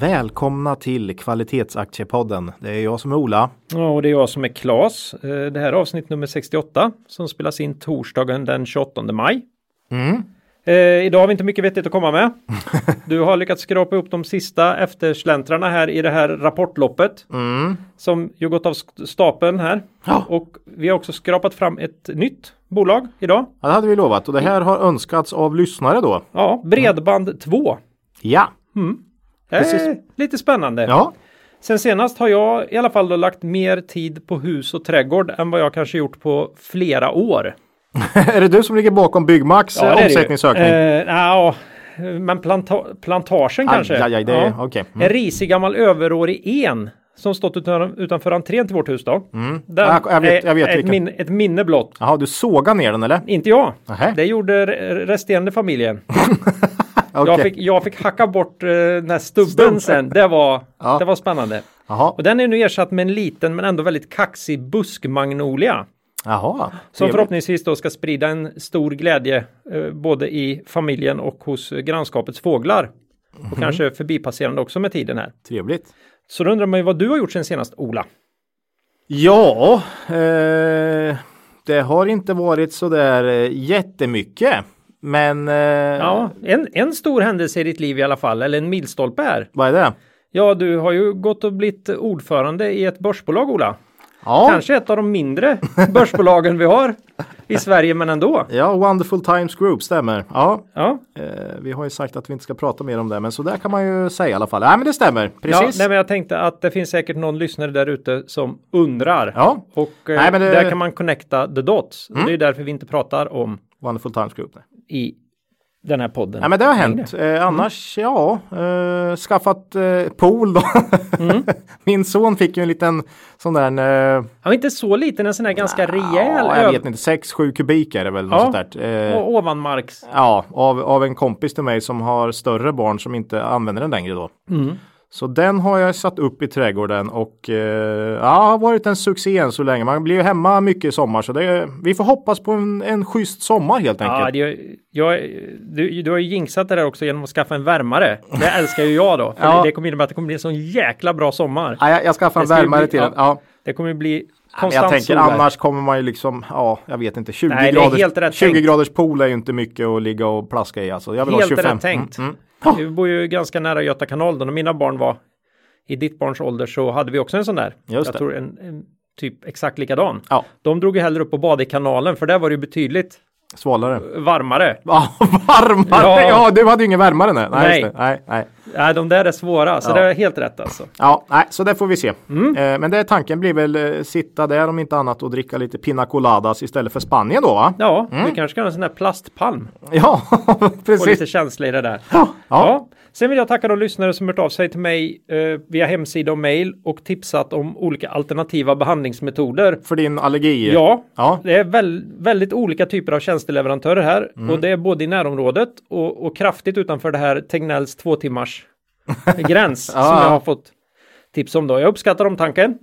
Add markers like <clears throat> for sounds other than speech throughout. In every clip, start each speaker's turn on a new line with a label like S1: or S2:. S1: Välkomna till Kvalitetsaktiepodden. Det är jag som är Ola.
S2: Ja, och det är jag som är Klas. Eh, Det här är avsnitt nummer 68 som spelas in torsdagen den 28 maj.
S1: Mm.
S2: Eh, idag har vi inte mycket vettigt att komma
S1: <laughs>
S2: med. Du har lyckats skrapa upp de sista eftersläntrarna här i det här rapportloppet
S1: Mm.
S2: som ju gått av st- stapeln här.
S1: Ja.
S2: Och vi har också skrapat fram ett nytt bolag idag.
S1: Ja, det hade vi lovat och det här har önskats av lyssnare då.
S2: Ja, Bredband 2.
S1: Ja,
S2: Eh,
S1: Precis.
S2: Lite spännande.
S1: ja, <laughs>
S2: Sen senast har jag i alla fall då lagt mer tid på hus och trädgård än vad jag kanske gjort på flera år.
S1: är det du som ligger bakom Byggmax
S2: det är det
S1: ja,
S2: ju.
S1: omsättningsökning?
S2: Eh, nja, men planta- plantagen
S1: Aj,
S2: kanske.
S1: aj, aj, det är- okej. Mm.
S2: En risig gammal överårig en som stått utan, utanför entrén till vårt hus då. Den
S1: Mm. Ja, jag vet- jag vet
S2: är ett,
S1: vilken.
S2: min, ett minne blott.
S1: Jaha, du sågar ner den eller?
S2: Inte jag.
S1: Nähä.
S2: Det gjorde re- resterande familjen. jag,
S1: Okej.
S2: fick, jag fick hacka bort eh, den här stubben sen. Det var,
S1: Ja.
S2: det var spännande.
S1: Jaha,
S2: Och den är nu ersatt med en liten men ändå väldigt kaxig buskmagnolia.
S1: jaha.
S2: Som
S1: Trevligt.
S2: förhoppningsvis då ska sprida en stor glädje eh, både i familjen och hos eh, grannskapets fåglar.
S1: Mhm.
S2: Och kanske förbipasserande också med tiden här.
S1: Trevligt.
S2: Så då undrar man ju vad du har gjort sen senast Ola.
S1: Ja, eh, det har inte varit så där eh, jättemycket. Men eh,
S2: Ja, en, en stor händelse i ditt liv i alla fall, eller en milstolpe är.
S1: vad är det?
S2: Ja, du har ju gått och blivit ordförande i ett börsbolag Ola.
S1: Ja,
S2: Kanske ett av de mindre börsbolagen vi har i Sverige, men ändå.
S1: ja, Wonderful Times Group stämmer. Ja,
S2: Ja,
S1: Eh, vi har ju sagt att vi inte ska prata mer om det, men så där kan man ju säga i alla fall. Nej, men det stämmer.
S2: ja
S1: Precis.
S2: nej, men jag tänkte att det finns säkert någon lyssnare där ute som undrar.
S1: Ja.
S2: Och eh,
S1: Nej, men Mm. det-
S2: där kan man connecta the dots. Det är därför vi inte pratar om
S1: Wonderful Times Group. Nej,
S2: i den här podden.
S1: nej men det har hänt. Eh, annars,
S2: Mm.
S1: ja, eh, skaffat eh, pool då.
S2: Mm.
S1: <laughs> Min son fick ju en liten sån där, en, eh,
S2: Han var inte så liten, en sån här ganska rejäl
S1: ja, jag
S2: öv-
S1: vet inte, 6-7 kubik är det väl.
S2: Ja.
S1: Något sånt där. Eh,
S2: och ovanmarks.
S1: Ja, av, av en kompis till mig som har större barn som inte använder den längre då.
S2: Mm.
S1: Så den har jag satt upp i trädgården och eh, ja, har varit en succé än så länge. Man blir ju hemma mycket i sommar så det, vi får hoppas på en, en schysst sommar helt
S2: Ja,
S1: enkelt.
S2: det, är- jag, du, du har ju jinxat det där också genom att skaffa en värmare. Det älskar ju jag då.
S1: <laughs>
S2: För
S1: Ja.
S2: Det kommer innebära att det kommer bli en sån jäkla bra sommar.
S1: Ja, jag, jag skaffar en
S2: Det ska ju
S1: värmare
S2: bli-
S1: till
S2: ja.
S1: den. Ja.
S2: Det kommer ju bli
S1: Men jag
S2: konstant
S1: tänker
S2: sol här.
S1: annars kommer man ju liksom, ja, jag vet inte, 20,
S2: Nej, det är helt rätt
S1: graders, 20
S2: tänkt.
S1: graders pool är ju inte mycket att ligga och plaska i alltså. Jag vill ha
S2: Helt
S1: 25.
S2: rätt tänkt.
S1: Mm, mm.
S2: Vi bor ju ganska nära Göta kanal då. När mina barn var i ditt barns ålder så hade vi också en sån där.
S1: Just
S2: jag
S1: det.
S2: tror en, en typ exakt likadan.
S1: Ja,
S2: De drog ju hellre upp och bad i kanalen för där var det ju betydligt
S1: svalare. <laughs>
S2: varmare.
S1: Ja, varmare! Ja.
S2: Ja.
S1: du hade ju ingen värmare nej. Nej,
S2: Nej.
S1: Just det. nej, nej.
S2: Nej, de där är svåra, så
S1: Ja.
S2: det är helt rätt alltså.
S1: Ja, nej, så det får vi se. Eh, men det tanken blir väl eh, sitta där om inte annat och dricka lite pina coladas istället för Spanien då
S2: <laughs>
S1: va?
S2: Ja, du kanske kan ha en sån där plastpalm <laughs>
S1: Ja,
S2: och
S1: Mm. precis.
S2: lite känsla i det där.
S1: Ja, ja.
S2: Ja. Sen vill jag tacka de lyssnare som hört av sig till mig eh, via hemsida och mail och tipsat om olika alternativa behandlingsmetoder.
S1: För din allergi.
S2: Ja,
S1: Ja.
S2: det är väl, väldigt olika typer av tjänsteleverantörer här och det är både i närområdet och, och kraftigt utanför det här Tegnells två timmars gräns som jag har fått tips om då. Jag uppskattar omtanken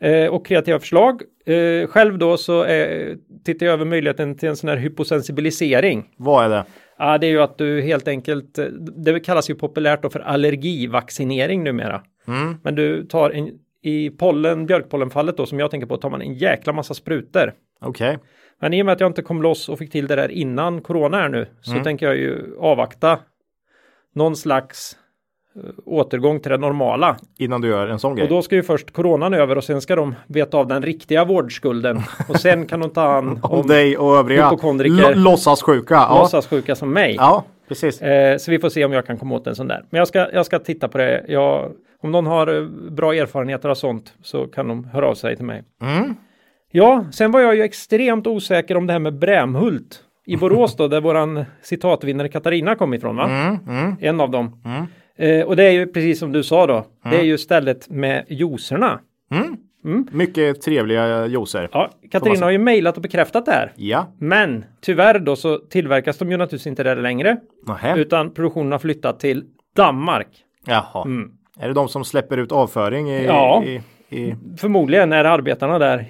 S2: eh, och kreativa förslag. Eh, själv då så eh, tittar jag över möjligheten till en sån här hyposensibilisering.
S1: Vad är det?
S2: Ja, det är ju att du helt enkelt, eh, det kallas ju populärt då för allergivaccinering numera. Men du tar en, i pollen, björkpollenfallet då som jag tänker på, tar man en jäkla massa sprutor.
S1: Okej.
S2: Men i och med att jag inte kom loss och fick till det där innan corona är nu,
S1: Mm.
S2: så tänker jag ju avvakta någon slags eh, återgång till det normala.
S1: Innan du gör en sån grej.
S2: Och då ska ju först coronan över och sen ska de veta av den riktiga vårdskulden. Och sen kan de ta hand
S1: <laughs> om,
S2: om
S1: dig och övriga
S2: hypokondriker.
S1: lo- låtsassjuka. Ja.
S2: låtsassjuka som mig.
S1: ja, precis.
S2: Eh, så vi får se om jag kan komma åt en sån där. Men jag ska, jag ska titta på det. Jag, om någon har eh, bra erfarenheter av sånt så kan de höra av sig till mig. Ja, sen var jag ju extremt osäker om det här med Brämhult i Borås då, där våran citatvinnare Katarina kom ifrån va? En av dem. Eh, och det är ju precis som du sa då, det är ju stället med juicerna.
S1: Mycket trevliga eh, juicer.
S2: Ja,
S1: man
S2: Katarina har ju mejlat och bekräftat det här.
S1: Ja,
S2: Men tyvärr då så tillverkas de ju naturligtvis inte där längre.
S1: nähä.
S2: Utan produktionen har flyttat till Danmark.
S1: Jaha. Är det de som släpper ut avföring i...
S2: Mm. Ja.
S1: i, i...
S2: Förmodligen är det
S1: <laughs>
S2: arbetarna där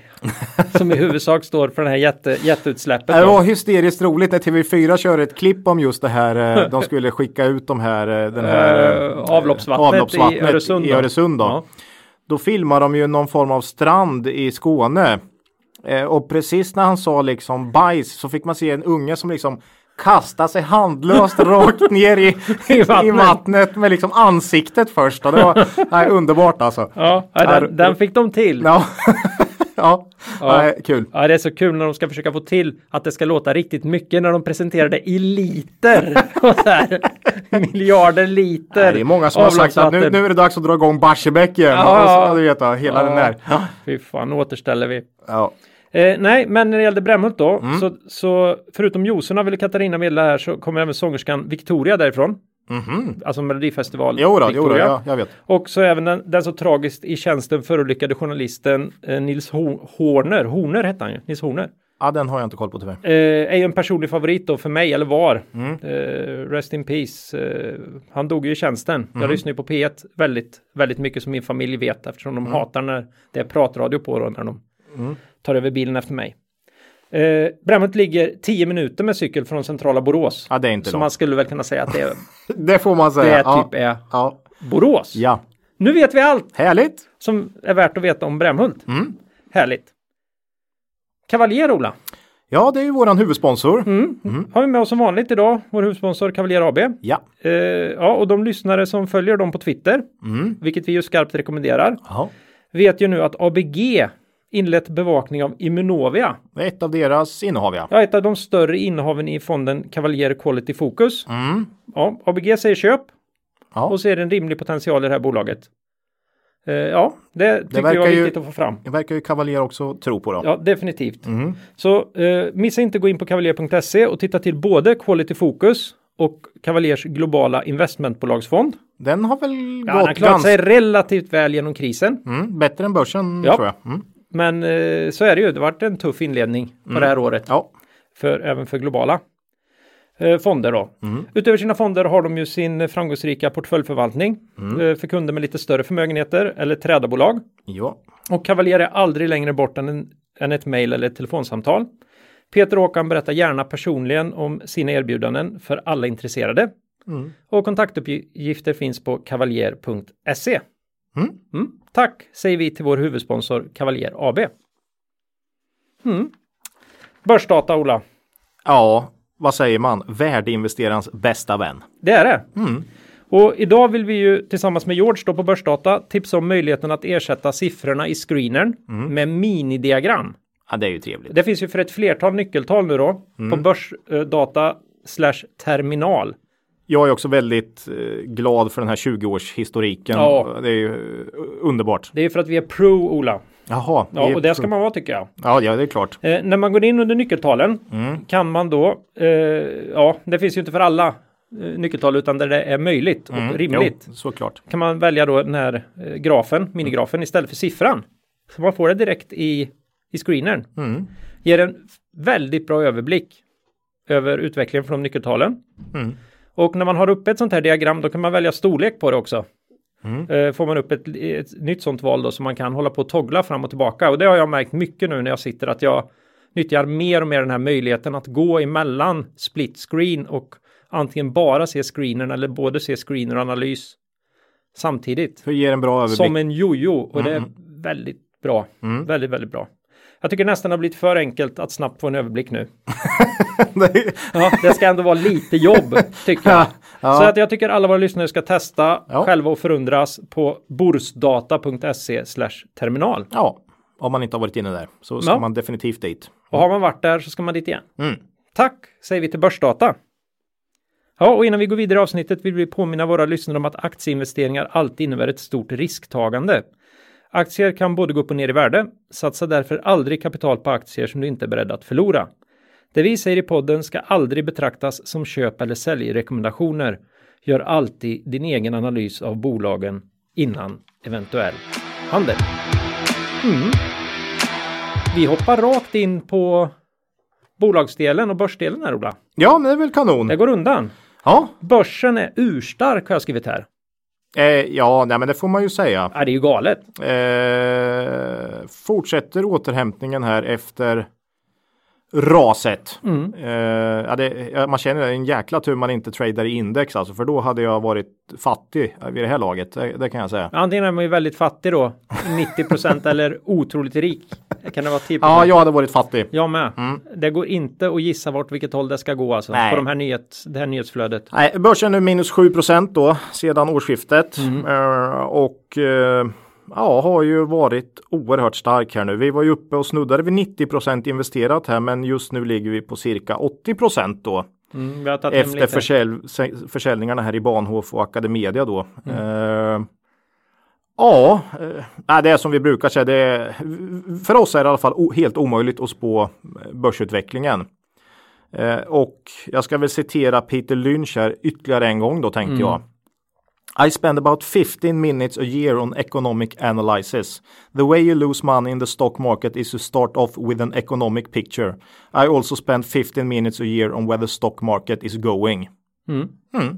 S2: som i huvudsak står för det här jätte, jätteutsläppet.
S1: Äh, Det
S2: då.
S1: var hysteriskt roligt när TV4 körde ett klipp om just det här. eh, De skulle skicka ut de här, eh, den här
S2: Eh,
S1: eh,
S2: avloppsvattnet, i Öresund.
S1: i
S2: då.
S1: Öresund då.
S2: Ja.
S1: Då filmar de ju någon form av strand i Skåne. Eh, och precis när han sa liksom bajs så fick man se en unge som liksom kastade sig
S2: <laughs>
S1: handlöst rakt ner i,
S2: I
S1: i,
S2: vattnet.
S1: vattnet. med liksom ansiktet först. Och det var nej, underbart alltså.
S2: Ja, ja, den, den fick de till.
S1: Ja, <laughs> ja. Nej, kul.
S2: Ja, det är så kul när de ska försöka få till att det ska låta riktigt mycket när de presenterar det
S1: <laughs>
S2: i liter. Och så här, miljarder liter.
S1: Nej, det är många som har sagt att nu,
S2: avloppsvatten.
S1: nu är det dags att dra igång Barsebäck igen.
S2: Ja,
S1: och så,
S2: ja.
S1: ja, du vet, ja, hela den där.
S2: Ja, Fy fan, nu återställer vi.
S1: Ja.
S2: Eh, nej, men när det gällde Brämhult då,
S1: Mm.
S2: så, så förutom juicerna ville Katarina meddela här så kommer även sångerskan Victoria därifrån. Alltså Melodifestival
S1: Mhm. Jo då, jo då,
S2: Victoria.
S1: ja, jag vet.
S2: Och så även den, den så tragiskt i tjänsten förolyckade journalisten eh, Nils Ho- Horner, Horner hette han ju, Nils Horner.
S1: Ja, den har jag inte koll på tyvärr.
S2: Eh, är ju en personlig favorit då för mig, eller var.
S1: Mm.
S2: Eh, rest in peace. Eh, han dog ju i tjänsten.
S1: Mm.
S2: Jag lyssnar ju på P1 väldigt, väldigt mycket som min familj vet eftersom
S1: Mm.
S2: de hatar när det är pratradio på då när de tar över bilen efter mig. Eh, Brämhult ligger 10 minuter med cykel från centrala Borås.
S1: Ja, det är inte
S2: så
S1: långt.
S2: man skulle väl kunna säga att
S1: <laughs>
S2: det, är-
S1: Det får man
S2: det
S1: säga.
S2: är
S1: ja.
S2: typ är
S1: Ja.
S2: Borås.
S1: ja,
S2: Nu vet vi allt
S1: härligt.
S2: som är värt att veta om Brämhult.
S1: Mm.
S2: Härligt. Kavaljer, Ola.
S1: Ja, det är ju våran huvudsponsor.
S2: Mm.
S1: Mm.
S2: har vi med oss som vanligt idag, vår huvudsponsor Cavalier AB.
S1: Ja.
S2: Eh, ja, och de lyssnare som följer dem på Twitter,
S1: Mm.
S2: vilket vi ju skarpt rekommenderar,
S1: ja,
S2: vet ju nu att ABG inlett bevakning av Immunovia.
S1: det är ett av deras innehav ja.
S2: Ja, ett av de större innehaven i fonden Cavalier Quality Focus. Ja, ABG säger köp
S1: Mm. Ja.
S2: och ser en rimlig potential i det här bolaget. Eh, ja, det tycker jag
S1: verkar
S2: är
S1: ju-
S2: viktigt att få fram.
S1: Det verkar ju Cavalier också tro på då.
S2: Ja, definitivt.
S1: Mm.
S2: Så eh, missa inte att gå in på kavaljer.se och titta till både Quality Focus och Cavaliers globala investmentbolagsfond.
S1: Den har väl
S2: Ja, den har
S1: gått
S2: klarat
S1: ganska
S2: sig relativt väl genom krisen,
S1: mm, bättre än börsen
S2: Ja.
S1: tror jag. Mm.
S2: men eh, så är det ju. Det har varit en tuff inledning på det här året,
S1: Ja.
S2: för, även för globala eh, fonder då. Utöver sina fonder har de ju sin framgångsrika portföljförvaltning eh, för kunder med lite större förmögenheter eller trädabolag.
S1: ja,
S2: Och Cavalier är aldrig längre bort än, en, än ett mejl eller ett telefonsamtal. Peter och Håkan berättar gärna personligen om sina erbjudanden för alla intresserade. Och kontaktuppgifter finns på kavaljer.se.
S1: Mm.
S2: Tack säger vi till vår huvudsponsor Cavalier AB. Mm. Börsdata Ola,
S1: ja, vad säger man? Värdeinvesterarens bästa vän.
S2: det är det. Och idag vill vi ju tillsammans med George då på Börsdata tipsa om möjligheten att ersätta siffrorna i screenern med minidiagram.
S1: Ja, det är ju trevligt.
S2: Det finns ju för ett flertal nyckeltal nu då på börsdata slash terminal.
S1: Jag är också väldigt eh, glad för den här 20-årshistoriken.
S2: Ja.
S1: Det är ju eh, underbart.
S2: Det är ju för att vi är pro Ola.
S1: Jaha.
S2: Ja, och det ska man vara tycker jag.
S1: Ja, ja, det är klart.
S2: Eh, när man går in under nyckeltalen kan man då, eh, ja, det finns ju inte för alla eh, nyckeltal utan där det är möjligt och rimligt.
S1: Jo, såklart.
S2: Kan man välja då den här eh, grafen, minigrafen istället för siffran. Så man får det direkt i, i screenern. Ger en f- väldigt bra överblick över utvecklingen för de nyckeltalen. Och när man har uppe ett sånt här diagram då kan man välja storlek på det också. Eh, Får man upp ett, ett nytt sånt val då som man kan hålla på och toggla fram och tillbaka. Och det har jag märkt mycket nu när jag sitter att jag nyttjar mer och mer den här möjligheten att gå emellan split screen och antingen bara se screenern eller både se screener och analys samtidigt.
S1: Alltså, Det Mm. ger en bra överblick.
S2: Som en jojo och det är väldigt bra. Väldigt, väldigt bra. Jag tycker nästan det har blivit för enkelt att snabbt få en överblick nu.
S1: <laughs>
S2: Ja, det ska ändå vara lite jobb, tycker jag. Så att jag tycker alla våra lyssnare ska testa
S1: Ja.
S2: själva och förundras på borsdata.se E terminal.
S1: ja, om man inte har varit inne där så ska
S2: Ja.
S1: man definitivt dit.
S2: Och har man varit där så ska man dit igen.
S1: Mm.
S2: Tack säger vi till Börsdata. Ja, och innan vi går vidare i avsnittet vill vi påminna våra lyssnare om att aktieinvesteringar alltid innebär ett stort risktagande. Aktier kan både gå upp och ner i värde. Satsa därför aldrig kapital på aktier som du inte är beredd att förlora. Det vi säger i podden ska aldrig betraktas som köp eller säljrekommendationer. Gör alltid din egen analys av bolagen innan eventuell handel. Vi hoppar rakt in på bolagsdelen och börsdelen här Ola.
S1: Ja, men det är väl kanon.
S2: Det går undan.
S1: Ja,
S2: Börsen är urstark har jag skrivit här.
S1: eh, ja, nej, men det får man ju säga.
S2: Ja, det är ju galet.
S1: Eh, fortsätter återhämtningen här efter raset. Eh, ja, det, ja, man känner det, en jäkla tur man inte tradar i index alltså, för då hade jag varit fattig eh, vid det här laget. Det, det kan jag säga.
S2: Antingen är man ju väldigt fattig då,
S1: <laughs>
S2: 90 eller otroligt rik. Kan det vara 10
S1: Ja, jag hade varit fattig.
S2: Jag med. Det går inte att gissa vart vilket håll det ska gå alltså.
S1: Nej.
S2: På de här nyhets, det här nyhetsflödet.
S1: Nej, börsen är minus 7 då sedan årsskiftet Eh, och eh, ja, har ju varit oerhört stark här nu. Vi var ju uppe och snuddade vid 90 investerat här, men just nu ligger vi på cirka 80 då.
S2: Mm, vi har tagit hem
S1: efter
S2: lite.
S1: försälj, se- försäljningarna här i Bahnhof och Academedia då. Eh, ja, eh, nej, det är som vi brukar säga. Det är, för oss är det i alla fall o, helt omöjligt att spå börsutvecklingen. Eh, och jag ska väl citera Peter Lynch här ytterligare en gång då tänkte jag. I spend about 15 minutes a year on economic analysis. The way you lose money in the stock market is to start off with an economic picture. I also spend 15 minutes a year on where the stock market is going.
S2: Mm.
S1: Mm.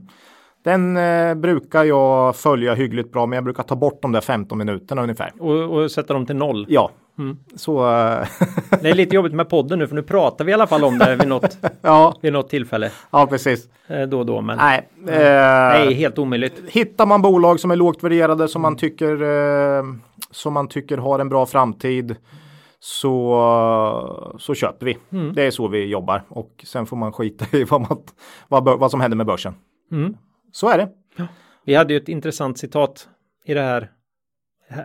S1: Den eh, brukar jag följa hyggligt bra, men jag brukar ta bort de där 15 minuterna ungefär.
S2: Och, och sätta dem till noll.
S1: Ja, så eh, <laughs>
S2: Det är lite jobbigt med podden nu för nu pratar vi i alla fall om det vid något,
S1: ja,
S2: vid något tillfälle.
S1: ja, precis.
S2: eh, Då och då men.
S1: Nej, eh,
S2: Nej, helt omöjligt.
S1: hittar man bolag som är lågt värderade som man tycker eh, som man tycker har en bra framtid så, så köper vi.
S2: Mm.
S1: Det är så vi jobbar och sen får man skita i vad, man, vad, bör- vad som händer med börsen.
S2: Mm.
S1: Så är det.
S2: Vi hade ju ett intressant citat i det här eh,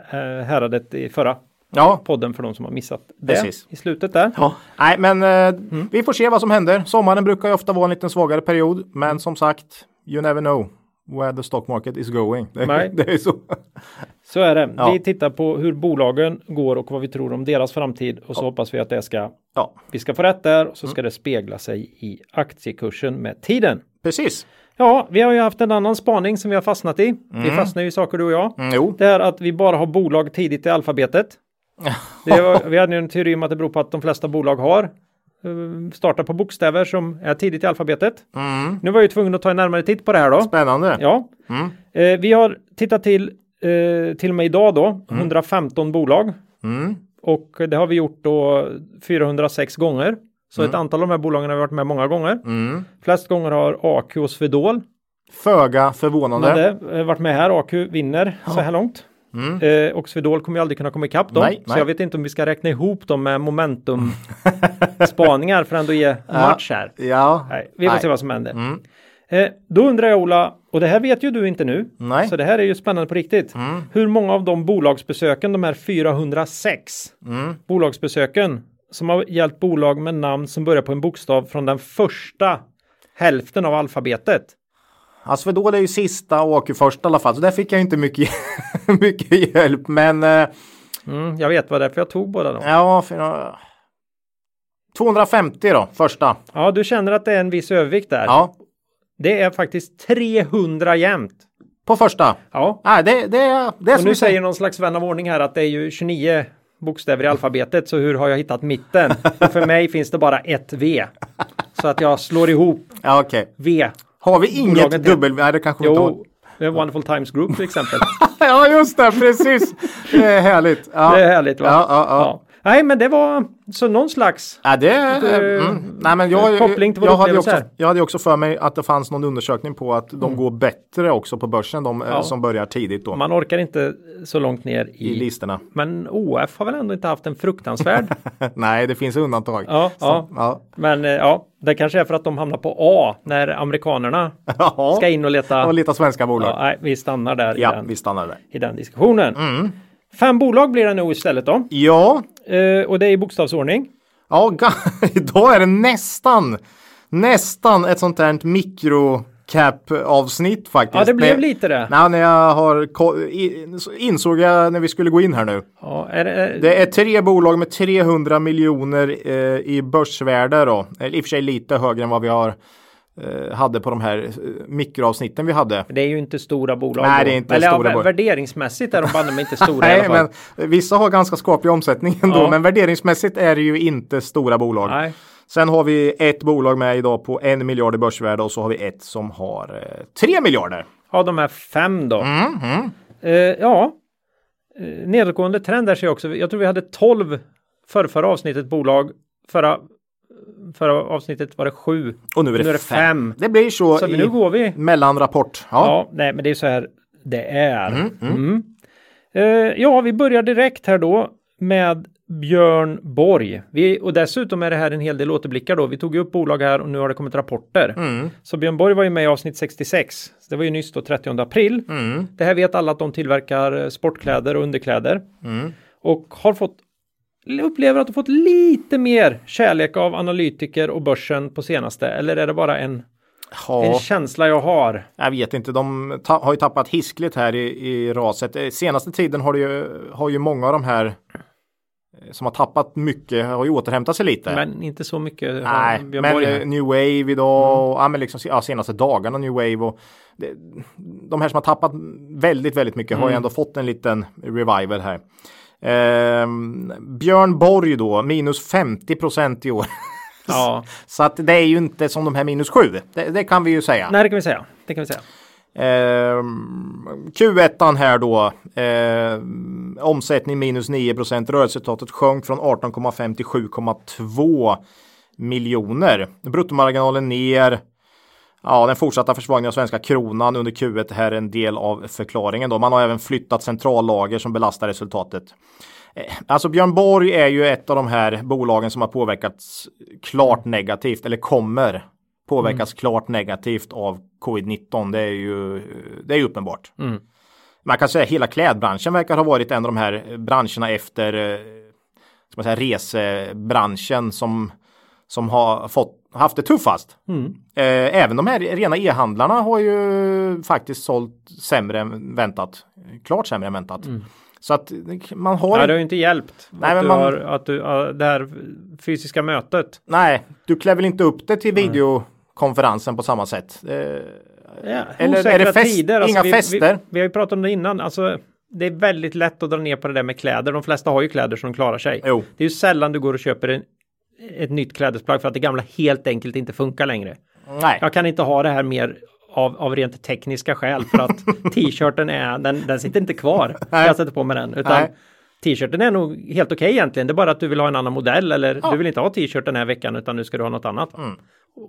S2: häradet i förra
S1: Ja,
S2: podden för de som har missat det
S1: Precis.
S2: i slutet där.
S1: Ja. Nej, men eh,
S2: Mm.
S1: vi får se vad som händer. Sommaren brukar ju ofta vara en liten svagare period, men som sagt, you never know where the stock market is going. Det,
S2: Nej.
S1: <laughs> det är så.
S2: Så är det.
S1: Ja.
S2: Vi tittar på hur bolagen går och vad vi tror om deras framtid och så hoppas vi att det ska
S1: Ja,
S2: vi ska få rätt där och så ska
S1: Mm.
S2: det spegla sig i aktiekursen med tiden.
S1: precis.
S2: Ja, vi har ju haft en annan spaning som vi har fastnat i. Vi fastnar ju i saker du och jag.
S1: Mm, jo,
S2: Det är att vi bara har bolag tidigt
S1: <laughs>
S2: i alfabetet. Det var, vi hade ju en teori om att det beror på att de flesta bolag har eh, startar på bokstäver som är tidigt i alfabetet. Nu var jag ju tvungen att ta en närmare titt på det här då.
S1: spännande.
S2: Ja,
S1: Mm.
S2: eh, vi har tittat till eh, till och med idag då 115 bolag
S1: Mm.
S2: och det har vi gjort då 406 gånger. Så ett antal av de här bolagen har vi varit med många gånger.
S1: Mm.
S2: Flest gånger har AQ och Swedol
S1: Föga
S2: men
S1: förvånande.
S2: det, eh, varit med här. AQ vinner så här långt.
S1: Mm.
S2: Eh, och Swedol kommer ju aldrig kunna komma ikapp dem.
S1: Nej,
S2: så
S1: nej.
S2: jag vet inte om vi ska räkna ihop dem med <laughs> momentum-spaningar för att ändå ge match här.
S1: Ja,
S2: Nej, vi
S1: Mm.
S2: får
S1: Nej.
S2: se vad som händer.
S1: Mm.
S2: Eh, då undrar jag Ola, och det här vet ju du inte nu,
S1: Mm. Nej. Mm.
S2: så det här är ju spännande på riktigt. Hur många av de bolagsbesöken, de här 406
S1: Mm.
S2: bolagsbesöken, som har gällt bolag med namn som börjar på en bokstav från den första hälften av alfabetet?
S1: Ja, Swedol är ju sista och åker först i alla fall, så där fick jag inte mycket, <laughs> mycket hjälp. Men eh,
S2: Mm, jag vet vad det är, för jag tog båda dem.
S1: ja, för, 250 då, första.
S2: Ja, du känner att det är en viss övervikt där.
S1: Ja,
S2: Det är faktiskt 300 jämnt.
S1: på första.
S2: Ja,
S1: Nej, det, det, det är
S2: och
S1: som
S2: nu
S1: du säger.
S2: säger någon slags vän av ordning här att det är ju 29 bokstäver i alfabetet, så hur har jag hittat mitten? Och för mig finns det bara ett V. Så att jag slår ihop
S1: Ja, okej.
S2: V.
S1: Har vi
S2: Bolaget är-
S1: inget dubbel... Nej, det kanske vi inte har. <laughs>
S2: Jo, det är Wonderful Times Group till exempel.
S1: Ja, just det, precis. Det är härligt. Ja.
S2: Det är härligt va?
S1: Ja, ja, ja.
S2: Nej, men det var så någon slags.
S1: Ja, det är...
S2: Eh,
S1: Mm. Nej, men jag,
S2: koppling till vår
S1: jag, hade ju
S2: upplevelse
S1: också,
S2: här. Mm.
S1: jag hade ju också för mig att det fanns någon undersökning på att de går bättre också på börsen, de eh,
S2: Ja.
S1: som börjar tidigt då.
S2: Man orkar inte så långt ner
S1: I
S2: i...
S1: listorna.
S2: Men OF har väl ändå inte haft
S1: <laughs>
S2: en fruktansvärd...
S1: Nej, det finns undantag.
S2: Ja, ja.
S1: Ja.
S2: Men eh, ja, det kanske är för att de hamnar på A när amerikanerna
S1: Jaha.
S2: ska in och leta.
S1: Och lite svenska
S2: Ja,
S1: bolag.
S2: nej, vi stannar där i,
S1: Ja, Mm.
S2: den,
S1: vi stannar där.
S2: i den diskussionen. Fem bolag blir det nog istället då.
S1: Ja,
S2: Eh, och det är i bokstavsordning.
S1: ja ga- <laughs> idag är det nästan, nästan ett sånt här mikrocap-avsnitt faktiskt.
S2: Ja, det blev
S1: Men-
S2: lite det.
S1: Nej, när jag har ko- i- så insåg jag när vi skulle gå in här nu.
S2: Ja, är det, eh,
S1: Det är tre bolag med 300 miljoner eh, i börsvärde då. Eller i och för sig lite högre än vad vi har eh, hade på de här eh, mikroavsnitten vi hade.
S2: Det är ju inte stora bolag.
S1: Nej,
S2: då.
S1: det är inte
S2: Eller,
S1: stora
S2: ja,
S1: bolag.
S2: Värderingsmässigt är de banne mig
S1: <laughs>
S2: inte stora i
S1: Nej,
S2: alla fall.
S1: men vissa har ganska skaplig omsättning <laughs> ändå,
S2: Ja.
S1: men värderingsmässigt är det ju inte stora bolag.
S2: Nej.
S1: Sen har vi ett bolag med idag på en miljard i börsvärde och så har vi ett som har eh, tre miljarder.
S2: Ha de här fem då.
S1: Mm,
S2: Eh, ja. Eh, Nedåtgående trend där ser jag också. Jag tror vi hade 12 för förra avsnittet bolag. Förra, förra avsnittet var det sju.
S1: Och nu är det,
S2: Nu är det fem.
S1: Det blir så,
S2: Så
S1: i
S2: nu går vi.
S1: mellanrapport. Ja.
S2: Ja, nej, men det är så här det är. Mm. Eh, ja, vi börjar direkt här då med Björn Borg. Vi, och dessutom är det här en hel del återblickar då. Vi tog ju upp bolag här och nu har det kommit rapporter. Så Björn Borg var ju med i avsnitt 66. Så det var ju nyss då 30 april. Det här vet alla att de tillverkar eh, sportkläder och underkläder. Och har fått upplever att de fått lite mer kärlek av analytiker och börsen på senaste. Eller är det bara en, en
S1: Ja,
S2: känsla jag har?
S1: jag vet inte, de ta- har ju tappat hiskligt här i, i raset. Eh, Senaste tiden har, det ju, har ju många av de här eh, som har tappat mycket har ju återhämtat sig lite.
S2: Men inte så mycket.
S1: Nej,
S2: Björn
S1: men
S2: Borg här.
S1: eh, New Wave idag och ja, men liksom, ja, senaste dagarna New Wave och det, de här som har tappat väldigt, väldigt mycket har ju ändå fått en liten revival här. Ehm, Björn Borg då, minus 50 procent i år. <laughs>
S2: ja.
S1: Så att det är ju inte som de här minus 7. Det, det kan vi ju säga.
S2: Nej, det kan vi säga. Det kan vi säga.
S1: Ehm, Q1 här då. ehm, omsättning minus 9 procent. Rörelseresultatet sjönk från 18,5 till 7,2 miljoner. Bruttomarginalen ner. Ja, den fortsatta försvagningen av svenska kronan under Q1 här är en del av förklaringen då. Man har även flyttat centrallager som belastar resultatet. Eh, Alltså Björn Borg är ju ett av de här bolagen som har påverkats klart negativt eller kommer påverkas klart negativt av covid-19. Det är ju det är ju uppenbart. Man kan säga hela klädbranschen verkar ha varit en av de här branscherna efter eh, ska man säga, resebranschen som som har fått haft det tuffast. Eh, även de här rena e-handlarna har ju faktiskt sålt sämre än väntat. Klart sämre än väntat. Så att man har
S2: Nej, det har ju inte hjälpt.
S1: Nej,
S2: att
S1: men
S2: du
S1: man-
S2: har, att du, ja, det här fysiska mötet.
S1: Nej, du klär väl inte upp det till videokonferensen på samma sätt. Eh,
S2: Ja,
S1: Eller
S2: osäkra
S1: är det fest-
S2: tider. alltså,
S1: inga
S2: vi,
S1: fester?
S2: Vi, vi har ju pratat om det innan. Alltså, det är väldigt lätt att dra ner på det där med kläder. De flesta har ju kläder som de klarar sig.
S1: Jo.
S2: Det är ju sällan du går och köper en, ett nytt klädesplagg för att det gamla helt enkelt inte funkar längre.
S1: nej,
S2: Jag kan inte ha det här mer av, av rent tekniska skäl för att
S1: <laughs>
S2: t-shirten är, den, den sitter inte kvar. Jag sätter på mig den. Utan
S1: Nej.
S2: t-shirten är nog helt okej egentligen. Det är bara att du vill ha en annan modell eller du vill inte ha t-shirt den här veckan utan nu ska du ha något annat.
S1: Mm.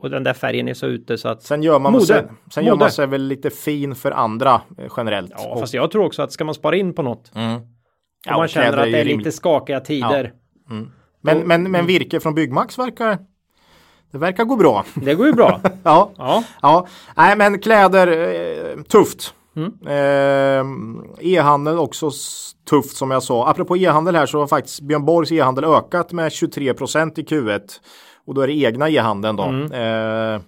S2: Och den där färgen är så ute så att.
S1: sen gör man,
S2: Mode.
S1: Sig, sen gör man
S2: Mode.
S1: sig väl lite fin för andra eh, generellt.
S2: ja,
S1: Och- Mm.
S2: fast jag tror också att ska man spara in på något.
S1: ja,
S2: om man
S1: och kläder
S2: känner att
S1: ju
S2: det är
S1: rimligt.
S2: lite skakiga tider.
S1: Men, men, men virke från Byggmax verkar... Det verkar gå bra.
S2: Det går
S1: <laughs>
S2: ju bra.
S1: ja.
S2: Ja,
S1: ja, nej men kläder, eh, tufft. Eh, E-handel också s- tufft som jag sa. Apropå e-handel här så har faktiskt Björn Borgs e-handel ökat med 23 procent i Q1. Och då är det egna e-handeln då. Eh,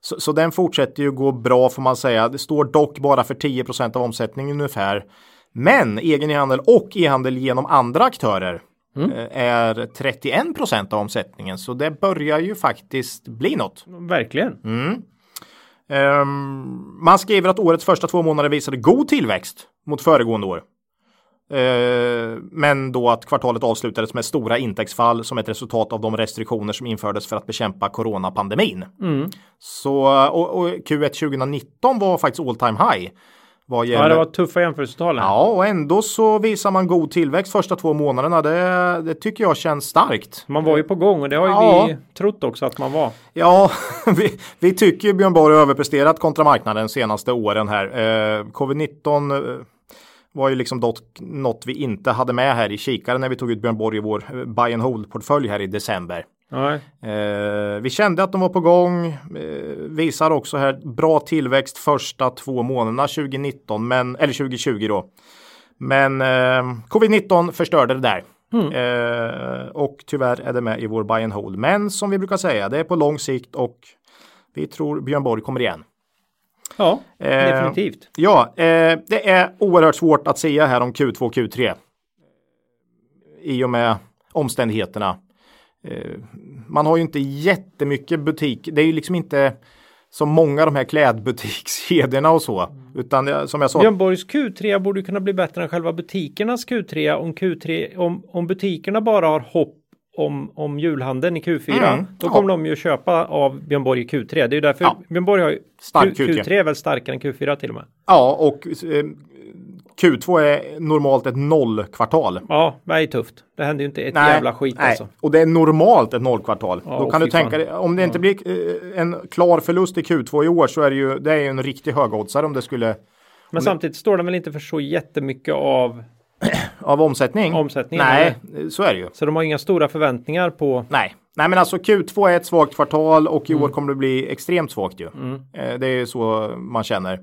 S1: så, så den fortsätter ju gå bra får man säga. Det står dock bara för 10 procent av omsättningen ungefär. Men egen e-handel och e-handel genom andra aktörer eh, är 31 procent av omsättningen. Så det börjar ju faktiskt bli något.
S2: verkligen.
S1: Mm. Ehm, man skriver att årets första två månader visade god tillväxt mot föregående år. Ehm, men då att kvartalet avslutades med stora intäktsfall som ett resultat av de restriktioner som infördes för att bekämpa coronapandemin.
S2: Mm.
S1: Så, och, och Q1 2019 var faktiskt all time high. Vad gäller,
S2: Ja, det var tuffa jämförelsetal. här.
S1: ja, och ändå så visar man god tillväxt första två månaderna. Det, det tycker jag känns starkt.
S2: Man var ju på gång och det har ju
S1: Ja.
S2: vi trott också att man var.
S1: Ja, <laughs> vi, vi tycker ju Björn Borg har överpresterat kontra marknaden de senaste åren här. Eh, Covid-19 eh, var ju liksom dot, något vi inte hade med här i kikaren när vi tog ut Björn Borg i vår eh, buy and hold-portfölj här i december.
S2: Nej.
S1: Eh, vi kände att de var på gång, eh, visar också här bra tillväxt första två månaderna 2019, men, eller 2020 då. Men eh, covid-19 förstörde det där. Eh, och tyvärr är det med i vår buy and hold. Men som vi brukar säga, det är på lång sikt och vi tror Björn Borg kommer igen.
S2: Ja,
S1: Eh,
S2: definitivt.
S1: Ja, eh, det är oerhört svårt att säga här om Q2 Q3. I och med omständigheterna. Eh, eh, man har ju inte jättemycket butik. Det är ju liksom inte som många av de här klädbutikskedjorna och så. Utan eh, som jag sa,
S2: Björn Borgs Q3 borde ju kunna bli bättre än själva butikernas Q3 om, Q3, om, om butikerna bara har hopp om, om julhandeln i Q4.
S1: Mm,
S2: Då
S1: ja.
S2: kommer de ju köpa av Björn Borg i Q3. Det är ju därför
S1: Ja.
S2: Björn Borg har ju
S1: Stark
S2: Q,
S1: Q3.
S2: Q3 är väl starkare än Q4 till och med.
S1: ja och eh, Q2 är normalt ett nollkvartal.
S2: Ja, det är tufft. Det händer ju inte ett jävla skit
S1: nej.
S2: alltså.
S1: Och det är normalt ett nollkvartal.
S2: Ja,
S1: Då
S2: och
S1: kan du
S2: fy
S1: tänka
S2: fan.
S1: dig, om det inte blir eh, en klar förlust i Q2 i år så är det ju, det är ju en riktig högoddsare om det skulle,
S2: Men samtidigt står den väl inte för så jättemycket av,
S1: av omsättning.
S2: Omsättning,
S1: Nej, eh, så är det ju.
S2: så de har inga stora förväntningar på
S1: Nej. Nej men alltså Q2 är ett svagt kvartal och i
S2: Mm.
S1: år kommer det bli extremt svagt ju. Eh, Det är ju så man känner.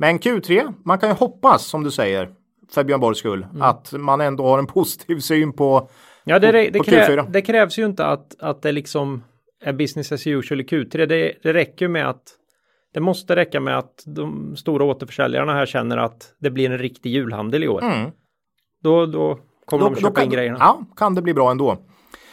S1: Men Q3, man kan ju hoppas som du säger för Björn Borgs skull
S2: Mm.
S1: att man ändå har en <laughs> positiv syn på
S2: Ja, det, det,
S1: på Q4.
S2: krä, det krävs ju inte att, att det liksom är business as usual i Q3. Det, det räcker ju med att det måste räcka med att de stora återförsäljarna här känner att det blir en riktig julhandel i år.
S1: Mm.
S2: Då, då kommer de köpa
S1: kan,
S2: in grejerna. Mm.
S1: Ja, kan det bli bra ändå.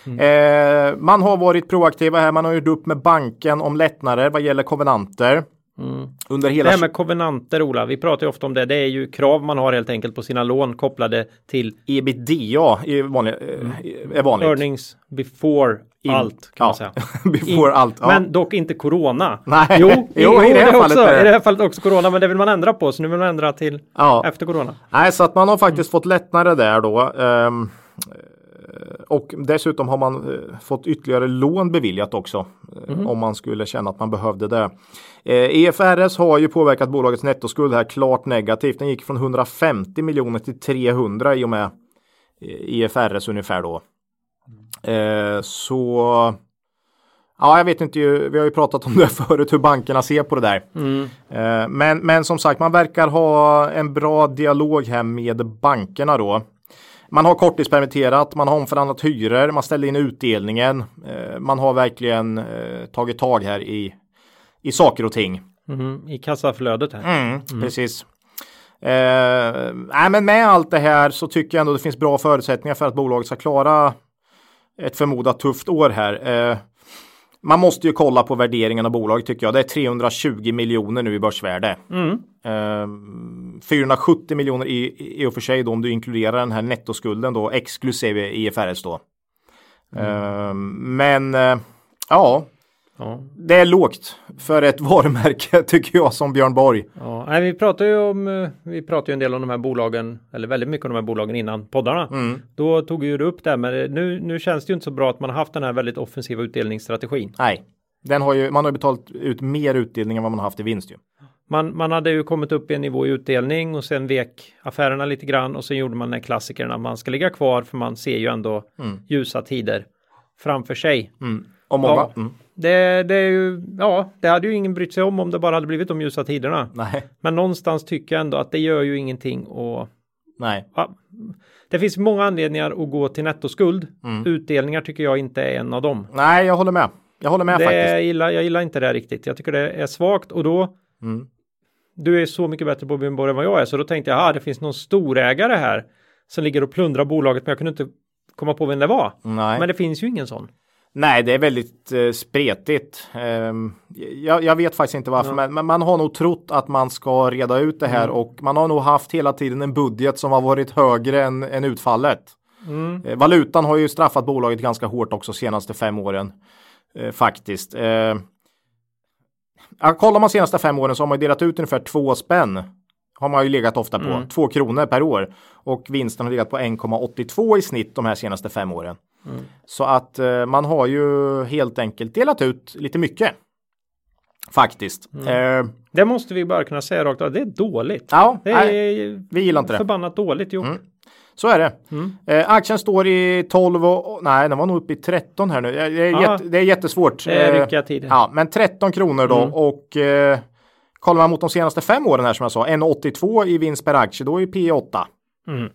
S1: Eh, man har varit proaktiva här. Man har gjort upp med banken om lättnader vad gäller konvenanter.
S2: Mm.
S1: Under
S2: Det
S1: hela...
S2: här med kovenanter, Ola, vi pratar ju ofta om det. Det är ju krav man har helt enkelt på sina lån kopplade till
S1: ebitda är, vanlig,
S2: Mm.
S1: eh, är vanligt.
S2: earnings before allt,
S1: ja.
S2: kan
S1: <laughs>
S2: man säga.
S1: Before allt. Ja.
S2: Men dock inte corona.
S1: Nej.
S2: Jo,
S1: <laughs> Jo, i det här fallet eh.
S2: också,
S1: är det.
S2: i det här fallet också corona, men det vill man ändra på, så nu vill man ändra till
S1: Ja.
S2: efter corona.
S1: Nej, så att man har faktiskt fått lättnader där då. Ehm, eh, och dessutom har man eh, fått ytterligare lån beviljat också. eh, Om man skulle känna att man behövde det. Eh, EFRS har ju påverkat bolagets nettoskuld här klart negativt. Den gick från 150 miljoner till 300 i och med eh, EFRS ungefär då. Eh, så Ja, jag vet inte ju. Vi har ju pratat om det <laughs> förut, hur bankerna ser på det där. Eh, Men, men som sagt, man verkar ha en bra dialog här med bankerna då. Man har korttidspermitterat, man har omförhandlat hyror, man ställer in utdelningen. Eh, Man har verkligen eh, tagit tag här i, i saker och ting.
S2: Mhm, I kassaflödet här.
S1: Mm, Precis. Eh, nej, men med allt det här så tycker jag ändå det finns bra förutsättningar för att bolaget ska klara ett förmodat tufft år här. Eh, man måste ju kolla på värderingen av bolaget tycker jag. Det är 320 miljoner nu i börsvärde. Eh, 470 miljoner i, i och för sig då om du inkluderar den här nettoskulden då exklusive IFRS då. Eh, men eh, ja,
S2: Ja.
S1: det är lågt för ett <laughs> varumärke tycker jag som Björn Borg.
S2: Ja, nej, vi pratar ju om, eh, vi pratar ju en del om de här bolagen, eller väldigt mycket om de här bolagen innan poddarna. Då tog ju du upp det, här, men eh, nu, nu känns det ju inte så bra att man har haft den här väldigt offensiva utdelningsstrategin.
S1: Nej, den har ju, man har ju betalat ut mer utdelning än vad man har haft i vinst ju.
S2: Man, man hade ju kommit upp i en nivå i utdelning och sen vek affärerna lite grann och sen gjorde man den här klassikern att man ska ligga kvar för man ser ju ändå ljusa tider framför sig.
S1: Och många,
S2: Ja,
S1: mm,
S2: det, det är ju, ja, det hade ju ingen brytt sig om om det bara hade blivit de ljusa tiderna.
S1: nej,
S2: Men någonstans tycker jag ändå att det gör ju ingenting och
S1: nej,
S2: Ja. Det finns många anledningar att gå till nettoskuld.
S1: Mm.
S2: Utdelningar tycker jag inte är en av dem.
S1: nej, jag håller med. Jag håller med
S2: Det
S1: faktiskt.
S2: gillar, jag gillar inte det här riktigt. Jag tycker det är svagt och då
S1: Mm.
S2: du är så mycket bättre på Björn Borg än vad jag är så då tänkte jag ah, det finns någon storägare här som ligger och plundrar bolaget men jag kunde inte komma på vem det var.
S1: Nej.
S2: Men det finns ju ingen sån.
S1: nej, det är väldigt eh, spretigt. Ehm, jag, jag vet faktiskt inte varför, men, men man har nog trott att man ska reda ut det här och man har nog haft hela tiden en budget som har varit högre än, än utfallet. Eh, Valutan har ju straffat bolaget ganska hårt också senaste fem åren. Eh, faktiskt. Eh, ja, kollar man senaste fem åren så har man ju delat ut ungefär två spänn. Har man ju legat ofta på. Två kronor per år. Och vinsten har legat på 1,82 i snitt de här senaste fem åren. Så att eh, man har ju helt enkelt delat ut lite mycket. Faktiskt.
S2: Mm.
S1: Eh,
S2: Det måste vi bara kunna säga rakt av. Det är dåligt.
S1: ja,
S2: det
S1: nej,
S2: är
S1: vi gillar inte det. Mm.
S2: förbannat dåligt gjort.
S1: Så är det.
S2: Mm.
S1: Eh, aktien står i 12 och nej, den var nog uppe i 13 här nu. Det är,
S2: Ja.
S1: jätte, det är jättesvårt.
S2: Det är
S1: Eh,
S2: ryckiga tider. Mm.
S1: Ja, men 13 kronor då och eh, kollar man mot de senaste fem åren här som jag sa, 1,82 i vinst per aktie, då är P 8.
S2: Mm.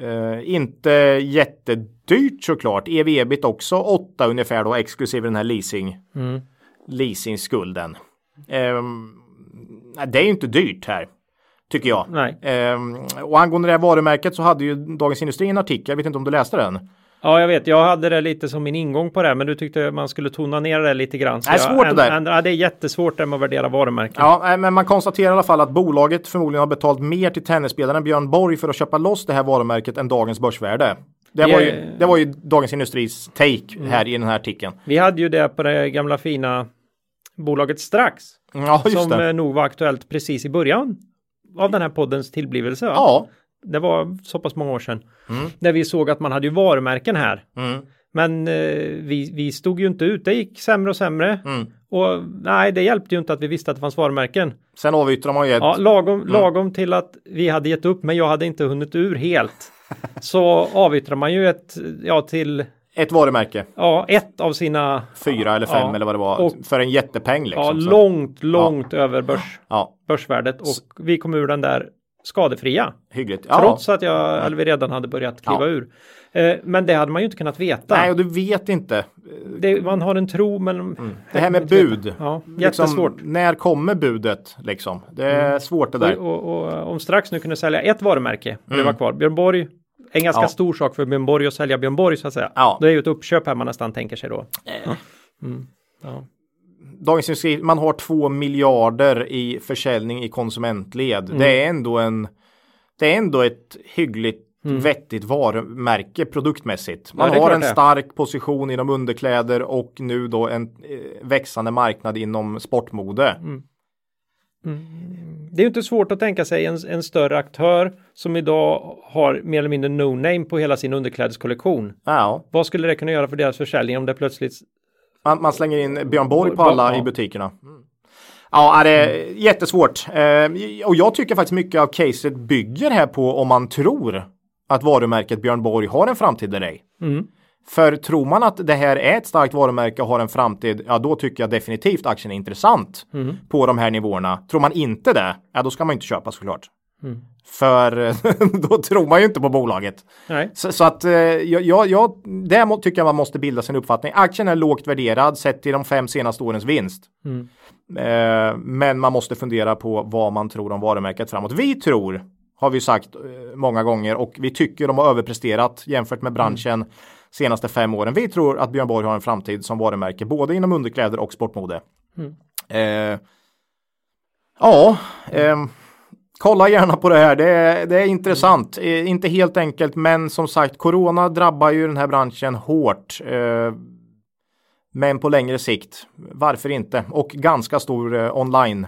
S1: Eh, inte jättedyrt såklart. E EV-ebit också 8 ungefär då, exklusive den här leasing,
S2: Mm.
S1: leasingskulden. Ehm, nej, det är ju inte dyrt här, tycker jag.
S2: Nej.
S1: Ehm, och angående det här varumärket så hade ju Dagens Industri en artikel, jag vet inte om du läste den,
S2: Ja, jag vet. Jag hade det lite som min ingång på det, här, men du tyckte man skulle tona ner det lite grann. så
S1: Det är
S2: jag
S1: svårt det där.
S2: änd- änd- ja, det är jättesvårt det med att värdera varumärken.
S1: Ja, nej, men man konstaterar i alla fall att bolaget förmodligen har betalt mer till tennisspelaren Björn Borg för att köpa loss det här varumärket än dagens börsvärde. Det var ju,
S2: Det- Mm.
S1: det var ju Dagens Industris take här i den här artikeln.
S2: Vi hade ju det på det gamla fina bolaget Strax.
S1: Ja, just
S2: som
S1: det.
S2: eh, nog var aktuellt precis i början av den här poddens tillblivelse. va?
S1: Ja,
S2: Det var så pass många år sedan. Där vi såg att man hade ju varumärken här.
S1: mm,
S2: Men eh, vi, vi stod ju inte ut. Det gick sämre och sämre.
S1: mm.
S2: Och nej, det hjälpte ju inte att vi visste att det fanns varumärken.
S1: Sen avyttrar man ju ett.
S2: Ja, lagom,
S1: Mm.
S2: lagom till att vi hade gett upp, men jag hade inte hunnit
S1: <laughs>
S2: ur helt. Så avyttrar man ju ett, ja, till,
S1: ett varumärke,
S2: ja, ett av sina,
S1: fyra eller fem
S2: Ja,
S1: eller vad det var,
S2: och-
S1: för en jättepeng liksom.
S2: ja,
S1: så-
S2: långt, långt över börs,
S1: ja,
S2: börsvärdet. Och vi kom ur den där skadefria.
S1: hyggligt. Ja.
S2: Trots att jag, eller vi redan hade börjat kliva
S1: Ja.
S2: ur. Eh, men det hade man ju inte kunnat veta.
S1: Nej, och du vet inte.
S2: det, man har en tro, men...
S1: Det här med
S2: Inte veta.
S1: bud.
S2: Ja,
S1: Liksom,
S2: jättesvårt. Mm.
S1: när kommer budet liksom? Det är svårt det där.
S2: och, och, och om strax nu kunde sälja ett varumärke och det var kvar. Björn Borg, en ganska
S1: Mm. Ja.
S2: stor sak för Björn Borg att sälja Björn Borg så att säga.
S1: Ja.
S2: Det är ju ett uppköp här man nästan tänker sig då.
S1: Dagens Industri, man har två miljarder i försäljning i konsumentled.
S2: Mm.
S1: Det är ändå en, det är ändå ett hyggligt vettigt varumärke produktmässigt. Man
S2: Mm. det är
S1: har
S2: klart
S1: en
S2: det.
S1: stark position inom underkläder och nu då en eh, växande marknad inom sportmode.
S2: Mm. Det är ju inte svårt att tänka sig en, en större aktör som idag har mer eller mindre no name på hela sin underklädeskollektion.
S1: Ja,
S2: Vad skulle det kunna göra för deras försäljning om det plötsligt
S1: man, man slänger in Björn Borg på alla
S2: Ja.
S1: i butikerna. Mm. Ja, det är jättesvårt. Eh, Och jag tycker faktiskt mycket av caset bygger här på om man tror att varumärket Björn Borg har en framtid eller ej. För tror man att det här är ett starkt varumärke och har en framtid, ja då tycker jag definitivt aktien är intressant på de här nivåerna. Tror man inte det, ja då ska man inte köpa såklart. För <laughs> eh, då tror man ju inte på bolaget.
S2: Nej.
S1: Så, så att eh, jag, jag, jag, där må- tycker jag man måste bilda sin uppfattning. Aktien är lågt värderad sett till de fem senaste årens vinst. Eh, men man måste fundera på vad man tror om varumärket framåt. Vi tror, har vi sagt eh, många gånger och vi tycker de har överpresterat jämfört med branschen senaste fem åren. Vi tror att Björn Borg har en framtid som varumärke både inom underkläder och sportmode. Eh, ja, ehm, kolla gärna på det här. Det är, det är intressant.
S2: Mm.
S1: Eh, inte helt enkelt, men som sagt, corona drabbar ju den här branschen hårt. Eh, men på längre sikt, varför inte? Och ganska stor eh, online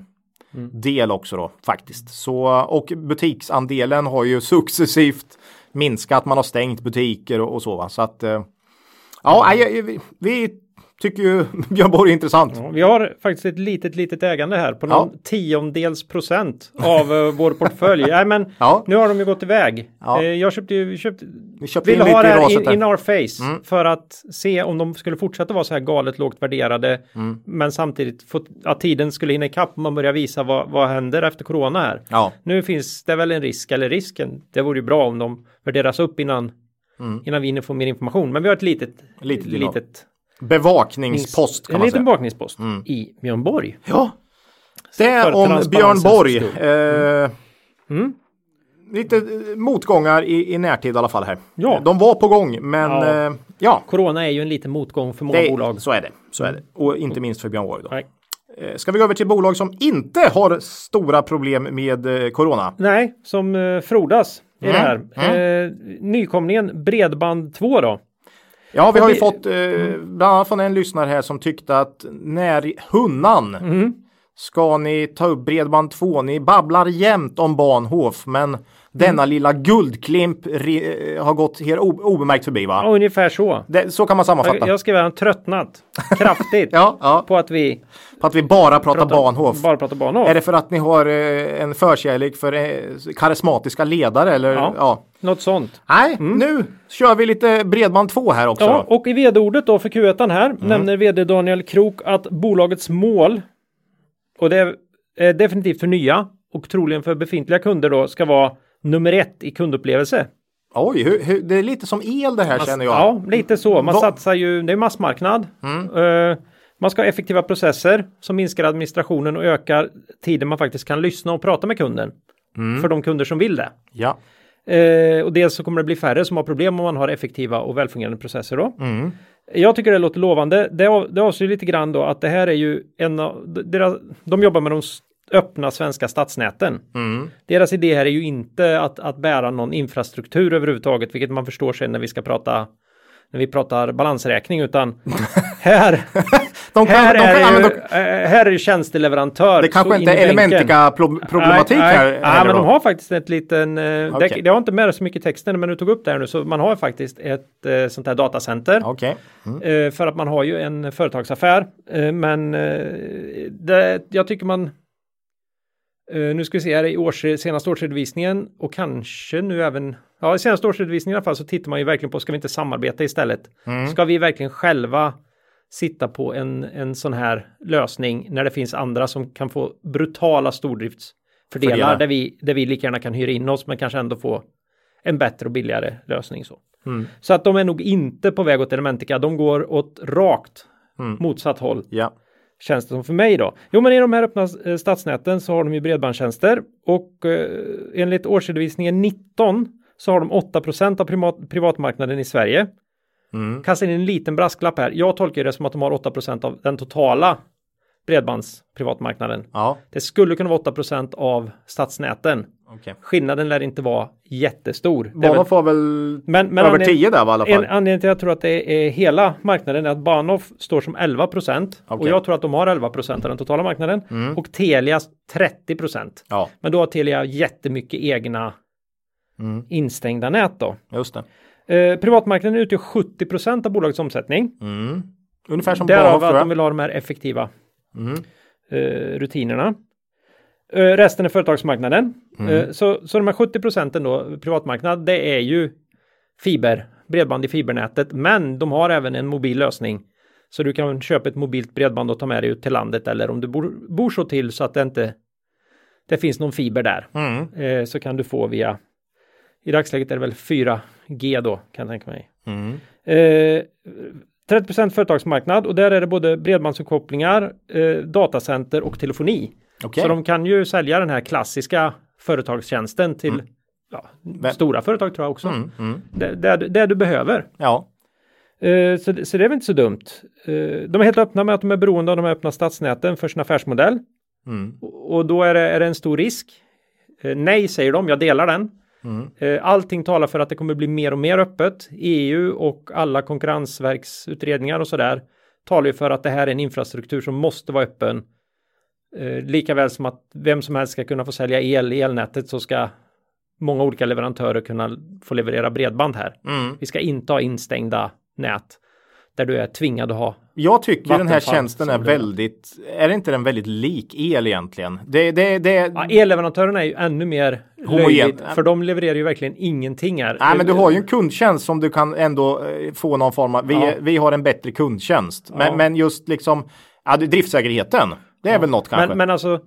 S2: Mm.
S1: del också då faktiskt. Så, och butiksandelen har ju <laughs> successivt minskat. Man har stängt butiker och, och så va. Så att, eh, ja,
S2: Mm.
S1: nej, jag- vi, vi tycker ju <laughs> Björn Borg är intressant.
S2: Ja, vi har faktiskt ett litet, litet ägande här på någon
S1: Ja.
S2: tiondels procent av eh,
S1: <laughs>
S2: vår portfölj. Nej, men
S1: Ja.
S2: nu har de ju gått iväg.
S1: Ja.
S2: Eh, jag köpte ju, köpte,
S1: Vi köpte
S2: ville
S1: in lite
S2: ha det
S1: i
S2: här
S1: raset Mm.
S2: in,
S1: där.
S2: in our face för att se om de skulle fortsätta vara så här galet lågt värderade,
S1: Mm.
S2: men samtidigt få, att tiden skulle hinna ikapp och man börjar visa vad, vad händer efter corona här.
S1: Ja.
S2: Nu finns det väl en risk, eller risken, det vore ju bra om de värderas upp innan, innan vi hinner få mer information. Men vi har ett litet,
S1: Mm. Litet innehav.
S2: litet
S1: Bevakningspost kan
S2: en
S1: man
S2: liten
S1: säga. Mm.
S2: bakningspost i Björn Borg.
S1: Ja. Det
S2: För
S1: är om Björn
S2: transparensens
S1: Borg.
S2: skull. Mm.
S1: Eh, Lite eh, motgångar i, i närtid i alla fall här.
S2: Ja.
S1: De var på gång, men
S2: Ja.
S1: ja, eh, ja
S2: Corona är ju en liten motgång för många
S1: det,
S2: bolag. Mm.
S1: är- så är det. Så är det. Och inte minst för Björn Borg. Då.
S2: Nej.
S1: Eh, Ska vi gå över till bolag som inte har stora problem med eh, corona?
S2: Nej, som eh, frodas i det
S1: Mm.
S2: här. Eh, nykomlingen Bredband 2 då.
S1: Ja, vi har ju
S2: det-
S1: fått eh, bland annat från en lyssnare här som tyckte att när hunnan
S2: Mm.
S1: ska ni ta upp Bredband 2? Ni babblar jämt om Bahnhof, men
S2: Mm.
S1: denna lilla guldklimp re, eh, har gått helt o- obemärkt förbi va?
S2: Ja, ungefär så.
S1: Det, så kan man
S2: Jag,
S1: sammanfatta.
S2: jag skrev att
S1: <laughs>
S2: han tröttnat kraftigt
S1: ja, ja,
S2: på att vi
S1: på att vi bara pratar Bahnhof.
S2: bara pratar Bahnhof.
S1: Är det för att ni har eh, en förkärlek för eh, karismatiska ledare eller?
S2: Ja.
S1: Ja.
S2: Något sånt.
S1: Nej, nu kör vi lite Bredband 2 här också.
S2: Ja,
S1: då.
S2: och i vd-ordet då för Q1 här nämner vd Daniel Krok att bolagets mål och det är eh, definitivt för nya och troligen för befintliga kunder då ska vara nummer ett i kundupplevelse.
S1: Oj, hur, hur, det är lite som el det här känner jag.
S2: Ja, lite så. Man
S1: Va-
S2: satsar ju, det är massmarknad. Eh, man ska ha effektiva processer som minskar administrationen och ökar tiden man faktiskt kan lyssna och prata med kunden. För de kunder som vill det.
S1: ja.
S2: Eh, och dels så kommer det bli färre som har problem om man har effektiva och välfungerande processer då.
S1: Mm.
S2: Jag tycker det låter lovande. Det, av, det avslöjar lite grann då att det här är ju en av deras, de jobbar med de s- öppna svenska stadsnäten.
S1: Mm.
S2: Deras idé här är ju inte att, att bära någon infrastruktur överhuvudtaget, vilket man förstår sen när vi ska prata när vi pratar
S1: <laughs>
S2: balansräkning, utan här,
S1: De kan,
S2: här,
S1: de kan,
S2: är,
S1: ja, men
S2: ju,
S1: de,
S2: eh, här är ju tjänsteleverantör.
S1: det kanske
S2: så
S1: inte
S2: in i
S1: är
S2: bänken.
S1: Elementica-problematik
S2: nej,
S1: här.
S2: Nej, nej
S1: heller
S2: men
S1: då.
S2: de har faktiskt ett liten, eh, det,
S1: Okej.
S2: det har inte med så mycket texten, men du tog upp det här nu, så man har faktiskt ett eh, sånt här datacenter.
S1: Okej.
S2: Eh, för att man har ju en företagsaffär. Eh, men eh, det, jag tycker man... Eh, nu ska vi se här i års, senaste årsredovisningen och kanske nu även... Ja, i senaste årsredovisningen i alla fall så tittar man ju verkligen på, ska vi inte samarbeta istället? Ska vi verkligen själva sitta på en, en sån här lösning när det finns andra som kan få brutala stordriftsfördelar
S1: Fördelar.
S2: där vi, där vi lika gärna kan hyra in oss men kanske ändå få en bättre och billigare lösning. Så.
S1: Mm.
S2: Så att de är nog inte på väg åt Elementica. De går åt rakt
S1: Mm.
S2: motsatt håll
S1: Ja.
S2: känns det som för mig då. Jo, men i de här öppna eh, stadsnäten så har de ju bredbandstjänster och eh, enligt årsredovisningen 19 så har de 8 av primat, privatmarknaden i Sverige.
S1: Mm.
S2: Kastar in en liten brasklapp här. Jag tolkar det som att de har 8 av den totala bredbandsprivatmarknaden.
S1: Ja.
S2: Det skulle kunna vara 8 av stadsnäten.
S1: Okej.
S2: Skillnaden lär inte vara jättestor. Det är väl-
S1: Banan får väl
S2: Men- men
S1: över
S2: han är-
S1: 10 där va, i alla fall.
S2: en anledning till att jag tror att det är hela marknaden är att Bahnhof står som 11 procent och
S1: Okej. Mm.
S2: jag tror att de har 11 procent av den totala marknaden och Telia 30 procent.
S1: Ja,
S2: Men då har Telia jättemycket egna
S1: Mm.
S2: instängda nät då.
S1: just det.
S2: Eh, privatmarknaden utgör 70 procent av bolagets omsättning.
S1: Mm. Ungefär som Banan
S2: Därav
S1: tror
S2: att de
S1: jag.
S2: vill ha de här effektiva
S1: Mm.
S2: eh, rutinerna. Eh, resten är företagsmarknaden.
S1: Mm.
S2: Eh, så, så de här 70 procenten då, privatmarknad, det är ju fiber, bredband i fibernätet, men de har även en mobil lösning. Så du kan köpa ett mobilt bredband och ta med dig ut till landet eller om du bor, bor så till så att det inte det finns någon fiber där
S1: Mm.
S2: eh, så kan du få via i dagsläget är det väl 4G då kan jag tänka mig.
S1: Mm.
S2: Eh, 30 företagsmarknad och där är det både bredbandsuppkopplingar, eh, datacenter och telefoni.
S1: Okej.
S2: Så de kan ju sälja den här klassiska företagstjänsten till ja, stora företag tror jag också.
S1: Mm. Mm.
S2: Det, det, du- det du behöver.
S1: Ja.
S2: Eh, så, det- så det är väl inte så dumt. Eh, de är helt öppna med att de är beroende av de här öppna stadsnäten för sin affärsmodell.
S1: Mm.
S2: Och, och då är det, är det en stor risk. Eh, nej, säger de, jag delar den.
S1: Mm.
S2: Eh, allting talar för att det kommer bli mer och mer öppet. EU och alla konkurrensverksutredningar och sådär talar ju för att det här är en infrastruktur som måste vara öppen. Eh, likaväl som att vem som helst ska kunna få sälja el i elnätet så ska många olika leverantörer kunna få leverera bredband här.
S1: Mm.
S2: Vi ska inte ha instängda nät där du är tvingad att ha.
S1: Jag tycker den här
S2: Vattenfall
S1: tjänsten är
S2: som blir-
S1: väldigt, är inte den väldigt lik el egentligen? Det, det, det,
S2: Ja, elleverantörerna är ju ännu mer
S1: Homogen.
S2: löjligt, för de levererar ju verkligen ingenting här.
S1: Nej, men du har ju en kundtjänst som du kan ändå eh, få någon form av. Vi,
S2: Ja.
S1: vi har en bättre kundtjänst, men,
S2: Ja.
S1: men just liksom ja, det- driftsäkerheten. Det är väl något kanske.
S2: Men, men alltså,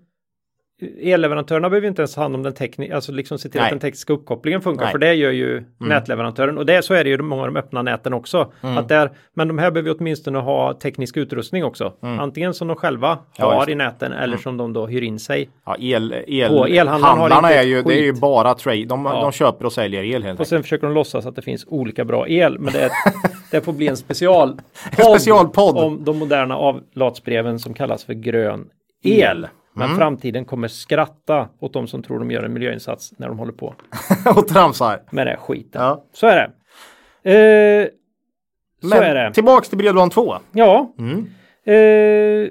S2: elleverantörerna behöver ju inte ens ta hand om den tekniska, alltså liksom se till
S1: Nej.
S2: att den tekniska uppkopplingen funkar,
S1: Nej. Mm.
S2: för det gör ju nätleverantören. Och det, så är det ju i många av de öppna näten också.
S1: Mm.
S2: Att där, men de här behöver ju åtminstone ha teknisk utrustning också. Antingen som de själva
S1: Mm. Ja,
S2: har
S1: just det. Mm.
S2: i näten eller som de då hyr in sig.
S1: ja, el, el,
S2: På elhandlarna har
S1: handlarna
S2: inte
S1: är
S2: ett
S1: ju, det är ju
S2: skit.
S1: bara trade. De,
S2: Ja.
S1: de köper och säljer el helt
S2: Och
S1: enkelt.
S2: sen försöker de låtsas att det finns olika bra el, men det,
S1: <laughs>
S2: är, det får bli en special
S1: En specialpodd.
S2: om de moderna avlatsbreven som kallas för grön el. Men
S1: Mm.
S2: framtiden kommer skratta åt de som tror de gör en miljöinsats när de håller på
S1: <laughs> och tramsar.
S2: med den här skiten.
S1: Ja.
S2: Så är det. Eh, så
S1: Men
S2: är det.
S1: tillbaks till Bredband 2.
S2: Ja.
S1: Mm.
S2: Eh,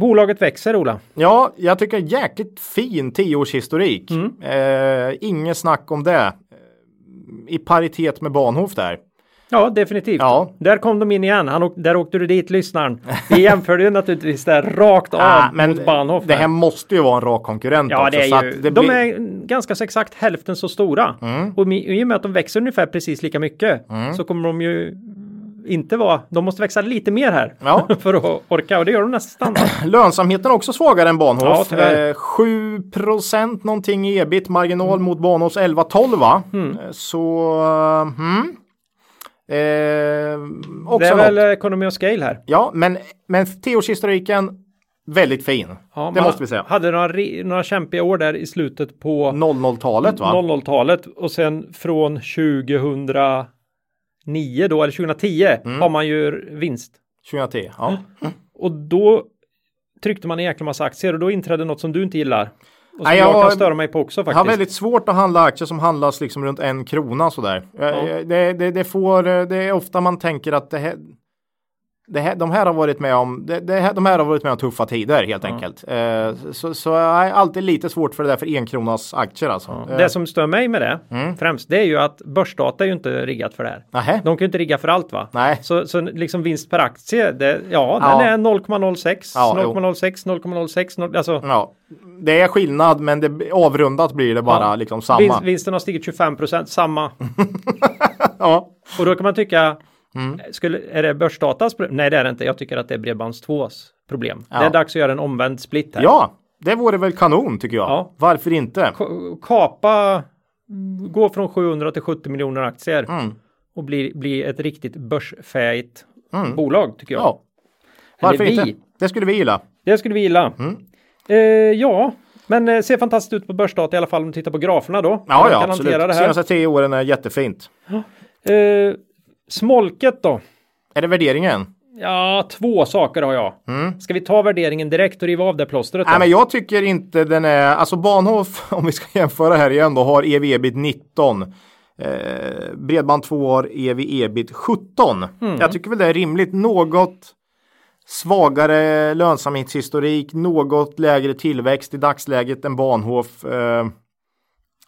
S2: bolaget växer, Ola.
S1: Ja, jag tycker jäkligt fin tioårshistorik.
S2: Mm.
S1: Eh, inget snack om det. Eh, I paritet med Bahnhof där.
S2: Ja, definitivt.
S1: Ja.
S2: Där kom de in igen. Han åk, där åkte du dit, lyssnaren. Vi jämförde ju naturligtvis där rakt av
S1: <laughs> Ah,
S2: mot Bahnhof.
S1: det här
S2: där.
S1: måste ju vara en rak konkurrent
S2: Ja,
S1: också.
S2: det
S1: så
S2: är ju,
S1: att det
S2: de
S1: blir- Mm.
S2: är ganska så exakt hälften så stora. Och mi- i och med att de växer ungefär precis lika mycket så kommer de ju inte vara, de måste växa lite mer här
S1: Ja.
S2: <laughs> för att orka och det gör de nästan.
S1: Lönsamheten är <clears throat> också svagare än
S2: Ja,
S1: Bahnhof.
S2: tyvärr.
S1: 7 någonting i ebit marginal mot Bahnhofs 11-12 va?
S2: Mm.
S1: Eh, Så... eh, Mm. Eh, också
S2: det är
S1: något.
S2: eh, väl ekonomi och scale här.
S1: Ja, men, men tioårshistoriken väldigt fin.
S2: Ja,
S1: det
S2: man
S1: måste vi säga.
S2: Hade några, ri- några kämpiga år där i slutet på
S1: 00-talet va?
S2: 00-talet och sen från 2009 då, eller 2010,
S1: Mm.
S2: har man ju vinst.
S1: 2010.
S2: Eh,
S1: Ja.
S2: Och då tryckte man en jäkla massa aktier och då inträdde något som du inte gillar. Och som
S1: Nej,
S2: jag,
S1: jag-
S2: kan störa mig på också
S1: Jag har
S2: faktiskt.
S1: väldigt svårt att handla aktier som handlas liksom runt en krona sådär. Jag- jag- Det, det, det, får, eh, det är ofta man tänker att det här, det här, de här har varit med om det, det här, de här har varit med om tuffa tider helt enkelt. Eh, så, så jag är alltid lite svårt för det där för enkronas aktier alltså. Ja.
S2: Det som stör mig med det
S1: Mm.
S2: främst, det är ju att börsdata är ju inte riggat för det här.
S1: Nähä.
S2: De kan ju inte rigga för allt va?
S1: Nej.
S2: Så, så liksom vinst per aktie, det, ja,
S1: Ja.
S2: den är 0,06,
S1: Ja, jo.
S2: 0,06, 0,06, 0, alltså
S1: Ja, det är skillnad men det, avrundat blir det bara
S2: Ja.
S1: liksom samma.
S2: vinst, vinsten har stigit 25 procent, samma.
S1: <laughs> Ja. Mm.
S2: Och då kan man tycka, skulle, är det börsdatas problem? Nej, det är det inte. Jag tycker att det är Bredbands2s problem. Det är dags att göra en omvänd split här.
S1: ja, det vore väl kanon tycker jag.
S2: Ja.
S1: Varför inte?
S2: Ko- Kapa, gå från 700 till 70 miljoner aktier
S1: Mm.
S2: och bli, bli ett riktigt börsfäigt bolag tycker jag.
S1: Mm. Ja. Varför
S2: Eller vi.
S1: inte? Mm. Det skulle vi gilla.
S2: Det skulle vi gilla. Eh, ja, men eh, ser fantastiskt ut på börsdata i alla fall om du tittar på graferna då.
S1: Ja,
S2: Man
S1: ja,
S2: kan
S1: absolut.
S2: hantera det här.
S1: Senaste tio åren är jättefint.
S2: Eh, smolket då?
S1: Är det värderingen?
S2: Ja, två saker har jag. Ska vi ta värderingen direkt och riva av det plåstret? då?
S1: Mm. Nej, men jag tycker inte den är, alltså Bahnhof, <laughs> om vi ska jämföra här igen då, har ev ebit 19. Eh, Bredband 2 har ev ebit 17.
S2: Mm.
S1: Jag tycker väl det är rimligt. Något svagare lönsamhetshistorik, något lägre tillväxt i dagsläget än Bahnhof. Eh,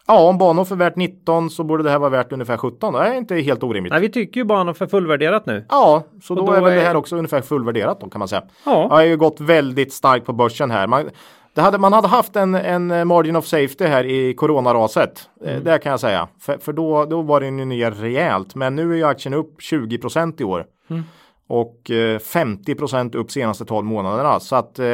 S1: ja, om Bahnhof är värt 19 så borde det här vara värt ungefär 17. Det är inte helt orimligt.
S2: Nej, vi tycker ju bara för fullvärderat nu.
S1: Ja, så då,
S2: då
S1: är väl det
S2: är-
S1: här också ungefär fullvärderat då kan man säga.
S2: Ja.
S1: Jag har ju gått väldigt starkt på börsen här. Man, det hade, man hade haft en, en margin of safety här i coronaraset. Mm. Det kan jag säga. För, för då, då var den ju ner rejält. Men nu är ju aktien upp 20 procent i år. Och eh, 50 procent upp senaste 12 månaderna. Så att eh,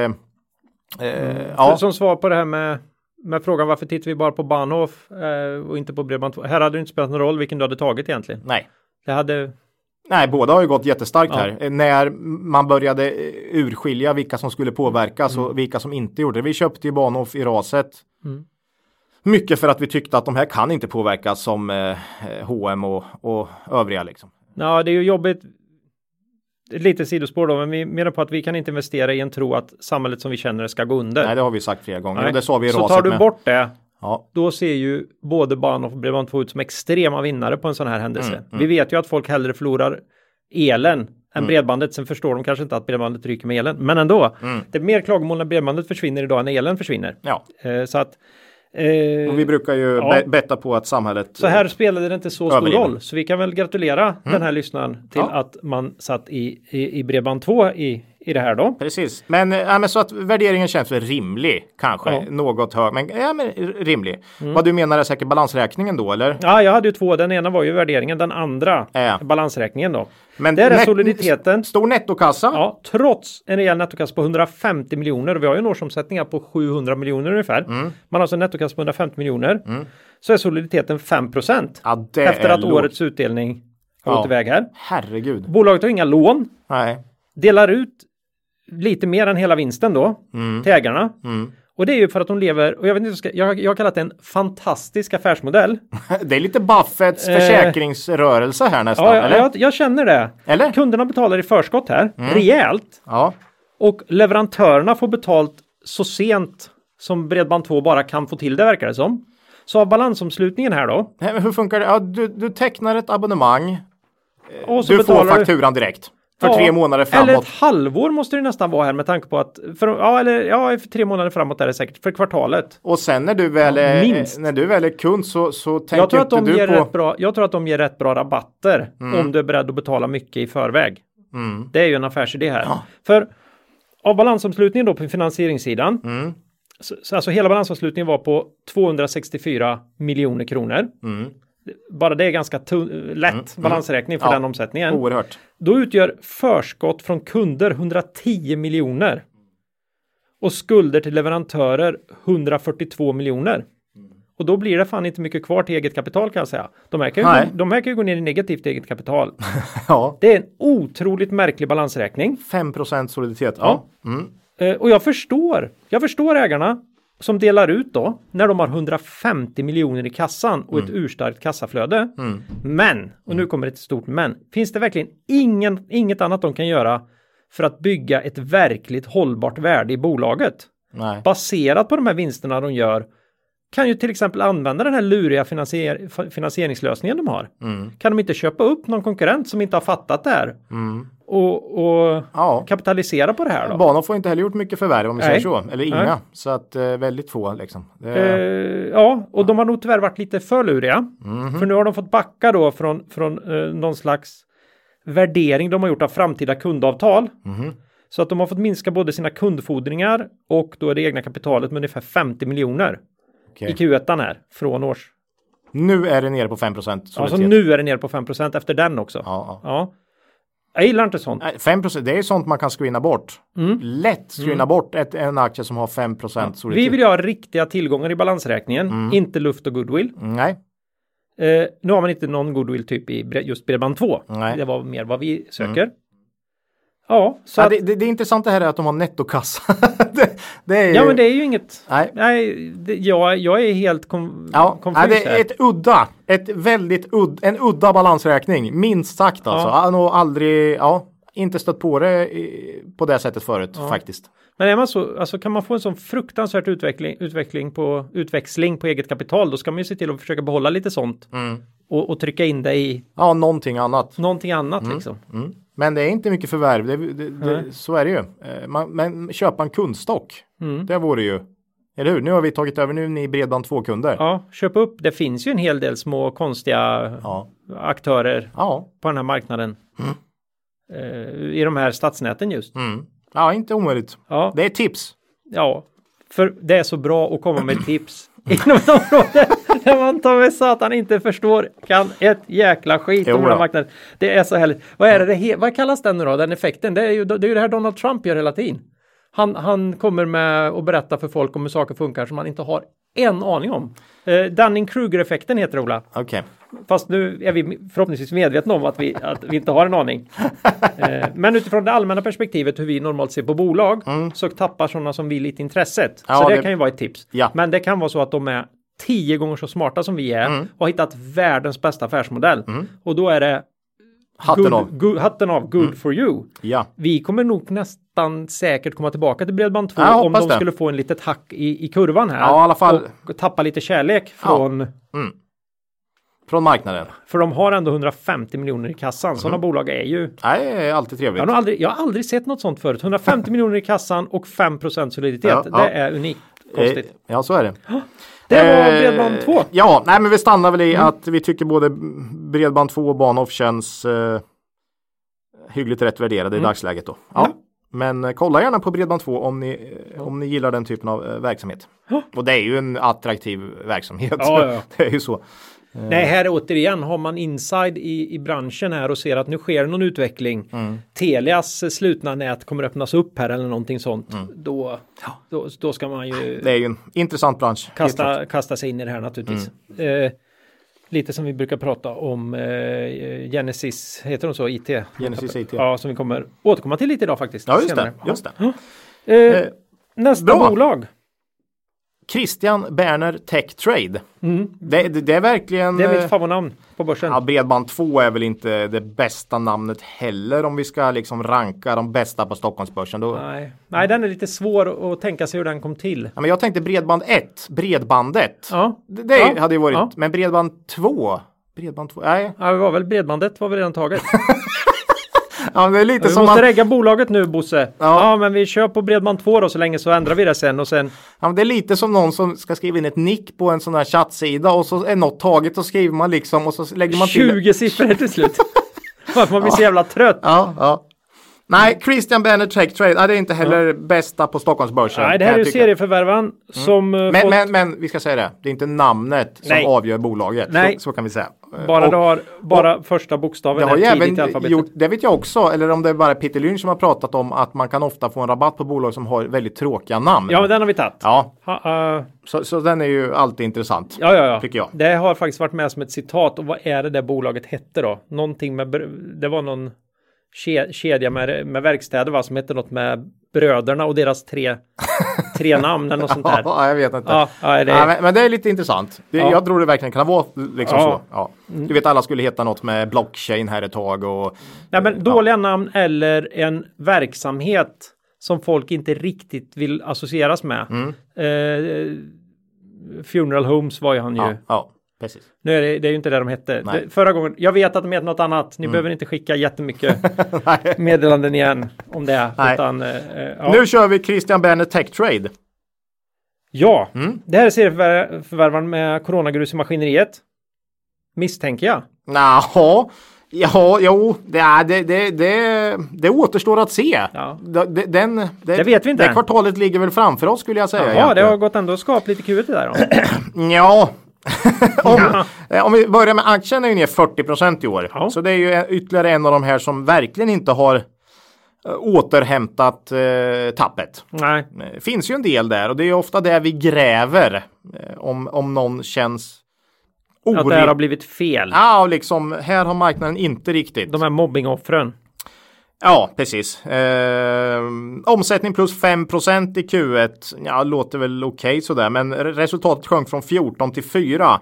S1: eh, ja.
S2: Som svar på det här med, med frågan varför tittar vi bara på Bahnhof eh, och inte på Bredband2? Här hade det inte spelat någon roll vilken du hade tagit egentligen.
S1: Nej.
S2: Det hade...
S1: Nej, båda har ju gått jättestarkt här. Eh, När man började eh, urskilja vilka som skulle påverkas
S2: Mm.
S1: och vilka som inte gjorde det. Vi köpte ju Bahnhof i raset. Mycket för att vi tyckte att de här kan inte påverkas som eh, H&M och, och övriga liksom.
S2: Ja, det är ju jobbigt. Lite sidospår då, men vi menar på att vi kan inte investera i en tro att samhället som vi känner ska gå under.
S1: Nej, det har vi sagt flera gånger
S2: Nej.
S1: och det sa vi i
S2: Så
S1: raset.
S2: tar du
S1: med.
S2: bort det,
S1: Ja,
S2: då ser ju både Bahnhof och Bredband2 ut som extrema vinnare på en sån här händelse.
S1: Mm,
S2: Vi vet ju att folk hellre förlorar elen än
S1: Mm.
S2: bredbandet. Sen förstår de kanske inte att bredbandet ryker med elen, men ändå.
S1: Mm.
S2: Det är mer klagomål när bredbandet försvinner idag än när elen försvinner.
S1: ja.
S2: Eh, så att... eh,
S1: Och vi brukar ju
S2: Ja.
S1: be- betta på att samhället.
S2: så här spelade det inte så stor
S1: Överdriven.
S2: roll, så vi kan väl gratulera den här lyssnaren till
S1: Mm. Ja.
S2: att man satt i, i, i Bredband2 i, i det här då.
S1: Precis, men, eh, ja, men så att värderingen känns väl rimlig kanske.
S2: Ja. Mm.
S1: Något hög, men, ja, men rimlig. Vad du menar är säkert balansräkningen då eller?
S2: Ja, jag hade ju två. Den ena var ju värderingen, den andra
S1: Ja.
S2: balansräkningen då.
S1: Men
S2: Där är
S1: net-
S2: soliditeten.
S1: Stor nettokassa.
S2: Ja, trots en rejäl nettokassa på 150 miljoner och vi har ju en årsomsättning på 700 miljoner ungefär.
S1: Mm.
S2: Man har alltså en nettokassa på 150 miljoner. Så är soliditeten 5 procent
S1: Ja, det
S2: efter
S1: är
S2: att
S1: lågt.
S2: årets utdelning har
S1: Ja.
S2: gått iväg här.
S1: Herregud.
S2: Bolaget har inga lån,
S1: Nej.
S2: delar ut lite mer än hela vinsten då
S1: Mm.
S2: till ägarna. Och det är ju för att de lever, och jag vet inte, jag ska- jag, jag har kallat det en fantastisk affärsmodell.
S1: <laughs> Det är lite Buffetts försäkringsrörelse här nästan.
S2: Eh. Ja, jag,
S1: eller?
S2: jag, jag känner det.
S1: Eller? Mm.
S2: Kunderna betalar i förskott här, rejält.
S1: Ja.
S2: Och leverantörerna får betalt så sent som Bredband2 bara kan få till det verkar det som. Så av balansomslutningen här då.
S1: Nej, men Hur funkar det? Ja, du, du tecknar ett abonnemang.
S2: Och så
S1: Du får
S2: betalar du-
S1: fakturan direkt. För
S2: Ja,
S1: tre månader
S2: Eller ett
S1: framåt.
S2: halvår måste det nästan vara här med tanke på att, för, ja, eller, ja, för tre månader framåt är det säkert, för kvartalet.
S1: Och sen när du väl är,
S2: minst.
S1: när du väl är kund så, så tänker
S2: Jag tror, att de
S1: inte du
S2: ger
S1: på... Mm.
S2: rätt bra, jag tror att de ger rätt bra rabatter om du är beredd att betala mycket i förväg. Det är ju en affärsidé här. För av balansomslutningen då på finansieringssidan,
S1: Mm.
S2: så, så alltså hela balansomslutningen var på 264 miljoner kronor.
S1: Mm.
S2: Bara det är ganska tu- lätt balansräkning för
S1: Ja. Oh.
S2: den omsättningen.
S1: Oerhört. <laughs>
S2: Då utgör förskott från kunder 110 miljoner. Och skulder till leverantörer 142 miljoner. Och då blir det fan inte mycket kvar till eget kapital kan jag säga. De här kan ju,
S1: Nej.
S2: gå, de här kan ju gå ner i negativt eget kapital.
S1: Ja.
S2: Det är en otroligt märklig balansräkning.
S1: 5 soliditet. Ja.
S2: Eh, Och jag förstår, jag förstår ägarna som delar ut då när de har 150 miljoner i kassan och ett urstarkt kassaflöde. Men, och nu kommer ett stort men, finns det verkligen ingen, inget annat de kan göra för att bygga ett verkligt hållbart värde i bolaget?
S1: Nej.
S2: baserat på de här vinsterna de gör kan ju till exempel använda den här luriga finansier fa- finansieringslösningen de har. Kan de inte köpa upp någon konkurrent som inte har fattat det här och, och
S1: Ja.
S2: kapitalisera på det här då?
S1: Banan får inte heller gjort mycket förvärv om vi
S2: Nej.
S1: säger så. Eller inga.
S2: Nej.
S1: Så att eh, väldigt få liksom. Det,
S2: Eh, Mhm. ja, och de har nog tyvärr varit lite för luriga. För nu har de fått backa då från, från eh, någon slags värdering de har gjort av framtida kundavtal. Så att de har fått minska både sina kundfordringar och då det egna kapitalet med ungefär 50 miljoner
S1: Okej.
S2: i Q1 här från års,
S1: Nu är det nere på 5 procent.
S2: Ja, så Alltså, nu är det ner på 5 efter den också.
S1: Ja, ja.
S2: Jag gillar inte sånt.
S1: 5 procent, det är sånt man kan screena bort.
S2: Mm.
S1: Lätt screena bort ett, en aktie som har 5 procent
S2: Vi vill ju ha riktiga tillgångar i balansräkningen, inte luft och goodwill.
S1: Nej,
S2: Eh, nu har man inte någon goodwill typ i bre- just Bredband2.
S1: Nej. Mm.
S2: Det var mer vad vi söker. Ja, så
S1: ja,
S2: att,
S1: det, det, det intressanta här är att de har nettokassa. <laughs> det, det är
S2: ja,
S1: ju-
S2: men det är ju inget.
S1: Nej.
S2: det, jag, jag är helt kom,
S1: Ja, nej,
S2: konfys
S1: det
S2: här.
S1: är ett udda, ett väldigt udd, en udda balansräkning, minst sagt alltså. Jag har nog aldrig, ja, inte stött på det i, på det sättet förut faktiskt.
S2: Men är man så, alltså kan man få en sån fruktansvärt utveckling, utveckling på, utväxling på eget kapital, då ska man ju se till att försöka behålla lite sånt.
S1: Mm.
S2: Och, och trycka in det i
S1: Ja, någonting annat.
S2: någonting annat liksom.
S1: Mm. Men det är inte mycket förvärv, det, det, det, så är det ju. Eh, Man, men köpa en kundstock,
S2: Mm.
S1: det vore ju, eller hur? Nu har vi tagit över, nu är ni bredband två kunder. Ja.
S2: Ja, köp upp. Det finns ju en hel del små konstiga
S1: Ja.
S2: aktörer
S1: ja.
S2: på den här marknaden. Eh, I de här stadsnäten just.
S1: Mm. Ja, inte omöjligt.
S2: Ja,
S1: Det är tips.
S2: ja, för det är så bra att komma med tips <laughs> inom ett område där man tar med satan inte förstår kan ett jäkla skit
S1: Jo
S2: om den här
S1: då.
S2: marknaden. Det är så härligt. Vad är det, det he- vad kallas den nu då, den effekten? Det är ju det, är ju det här Donald Trump gör hela tiden. Han, han kommer med och berättar för folk om hur saker funkar som man inte har en aning om. Eh, Dunning-Kruger-effekten heter det, Ola.
S1: Okej.
S2: Fast nu är vi förhoppningsvis medvetna om att vi, att vi inte har
S1: <laughs>
S2: en aning. Eh, Men utifrån det allmänna perspektivet hur vi normalt ser på bolag så tappar sådana som vi lite intresset.
S1: Mm. Ja,
S2: så det,
S1: det-
S2: kan ju vara ett tips.
S1: Ja.
S2: Men det kan vara så att de är tio gånger så smarta som vi är
S1: Mm.
S2: och har hittat världens bästa affärsmodell. Och då är det
S1: Hatten
S2: good,
S1: av. Mm.
S2: Good, hatten av, good for you.
S1: Ja.
S2: Vi kommer nog nästan säkert komma tillbaka till Bredband2
S1: Ja, jag
S2: om de
S1: hoppas det.
S2: skulle få en litet hack i, i kurvan här.
S1: Ja, i alla fall.
S2: Och tappa lite kärlek från
S1: Från marknaden.
S2: för de har ändå 150 miljoner i kassan.
S1: Mhm.
S2: Sådana bolag är ju...
S1: Nej, det är alltid trevligt.
S2: Jag har, nog aldrig, jag har aldrig sett något sånt förut. 150 miljoner i kassan och 5 soliditet.
S1: Ja,
S2: det
S1: ja.
S2: är unikt. Konstigt.
S1: Eh, Ja, så är det.
S2: det var
S1: Eh,
S2: Bredband Mm. 2.
S1: Ja, nej men vi stannar väl i att vi tycker både Bredband 2 och Bahnhof känns eh, hyggligt rätt värderade
S2: Mm.
S1: i dagsläget då. Ja. Men eh, kolla gärna på Bredband2 om ni, eh, om ni gillar den typen av eh, verksamhet. Och det är ju en attraktiv verksamhet.
S2: Ja, ja.
S1: <laughs> det är ju så.
S2: Nej, här återigen har man inside i, i branschen här och ser att nu sker någon utveckling.
S1: Mm.
S2: Telias eh, slutna nät kommer öppnas upp här eller någonting sånt. Då, då, då ska man ju...
S1: Mm. Det är ju en intressant bransch. helt klart. Mm.
S2: kasta, kasta sig in i det här naturligtvis. Eh, lite som vi brukar prata om eh, Genesis, heter de så, IT?
S1: Genesis IT.
S2: Ja, som vi kommer återkomma till lite idag faktiskt.
S1: Ja, just
S2: senare.
S1: det. Just det.
S2: Ja. Eh, nästa
S1: bra.
S2: bolag.
S1: Christian Berner Tech Trade. Det, det, det är verkligen...
S2: Det är
S1: eh,
S2: mitt favonamn på börsen.
S1: Ja, bredband 2 är väl inte det bästa namnet heller om vi ska liksom ranka de bästa på Stockholmsbörsen. Då... Ja.
S2: Nej. Nej, den är lite svår att tänka sig hur den kom till.
S1: men jag tänkte bredband 1, bredbandet.
S2: Ja,
S1: Det, det
S2: Ja.
S1: hade ju varit,
S2: Ja.
S1: men bredband 2, bredband 2, nej.
S2: ja, det var väl bredbandet var väl
S1: <laughs>
S2: redan taget.
S1: Ja, men det är lite
S2: Vi
S1: som
S2: måste
S1: man,
S2: regga bolaget nu Bosse. Ja. men vi kör på bredband 2 då så länge så ändrar vi det sen och sen.
S1: ja, men det är lite som någon som ska skriva in ett nick på en sån här chattsida och så är något taget och skriver man liksom och så lägger man till.
S2: 20 siffror
S1: <laughs>
S2: till slut. Varför man blir så jävla trött.
S1: Ja, ja. Nej, Christian Berner Tech Trade, ja, det är inte heller bästa på Stockholmsbörsen.
S2: Nej, det
S1: kan
S2: här
S1: jag
S2: är ju
S1: tycka.
S2: serieförvärvaren som eh,
S1: Men,
S2: fått,
S1: men, men vi ska säga det, det är inte namnet som
S2: Nej.
S1: avgör bolaget.
S2: Nej.
S1: Så, så kan vi säga. Eh,
S2: bara,
S1: Och
S2: det har, bara första
S1: det
S2: bokstaven
S1: har
S2: är
S1: ju
S2: tidigt i
S1: även
S2: alfabetet.
S1: gjort, det vet jag också, eller om det är bara Peter Lynch som har pratat om att man kan ofta få en rabatt på bolag som har väldigt tråkiga namn.
S2: Ja, men den har vi tagit.
S1: Ja,
S2: Ha, eh,
S1: så, så den är ju alltid intressant.
S2: ja, ja, ja.
S1: Tycker jag.
S2: Det har faktiskt varit med som ett citat. Och vad är det där bolaget hette då? Någonting med, br- det var någon ke, kedja med, med verkstäder va, som hette något med bröderna och deras tre, tre namn eller något sånt där.
S1: <laughs> Ja, jag vet inte.
S2: Ja, ja, det-
S1: Nej, men, men det är lite intressant. Det,
S2: Ja.
S1: Jag tror det verkligen kan vara liksom
S2: Ja.
S1: så. Ja. Du vet alla skulle heta något med blockchain här ett tag och
S2: Nej,
S1: Eh,
S2: men dåliga namn eller en verksamhet som folk inte riktigt vill associeras med.
S1: Mm.
S2: Eh, funeral Homes var ju han ju.
S1: ja, ja precis.
S2: Nu är det, det är ju inte det de hette.
S1: Nej. Mm.
S2: Det, förra gången, jag vet att de hette något annat. Ni behöver inte skicka jättemycket
S1: <laughs> Nej.
S2: meddelanden igen om det.
S1: Nej.
S2: Utan, eh, eh, ja.
S1: Nu kör vi Christian Berner Tech Trade.
S2: Ja,
S1: Mm.
S2: det här är serieförvärvaren med coronagrus i maskineriet. Misstänker jag.
S1: Jaha. Ja, jo, det, är- det, det, det, det återstår att se.
S2: Ja.
S1: Det, det, den, det,
S2: Det vet vi inte
S1: Det
S2: än.
S1: kvartalet ligger väl framför oss skulle jag säga.
S2: Ja, det
S1: egentligen.
S2: har gått ändå skapligt i Q1 det där. Då.
S1: Ja. om, eh, om vi börjar med aktien är ju ner 40 i år.
S2: Ja.
S1: Så det är ju en- ytterligare en av de här som verkligen inte har eh, återhämtat eh, tappet.
S2: <laughs> Nej,
S1: Eh, finns ju en del där och det är ju ofta där vi gräver. Eh, om, om någon känns
S2: att det här har
S1: orimlig.
S2: blivit fel.
S1: Ja, och liksom här har marknaden inte riktigt.
S2: De här mobbingoffren.
S1: Ja, precis. Eh, omsättning plus 5 i Q1. Ja, låter väl okej sådär, men re- resultatet sjönk från 14 till 4.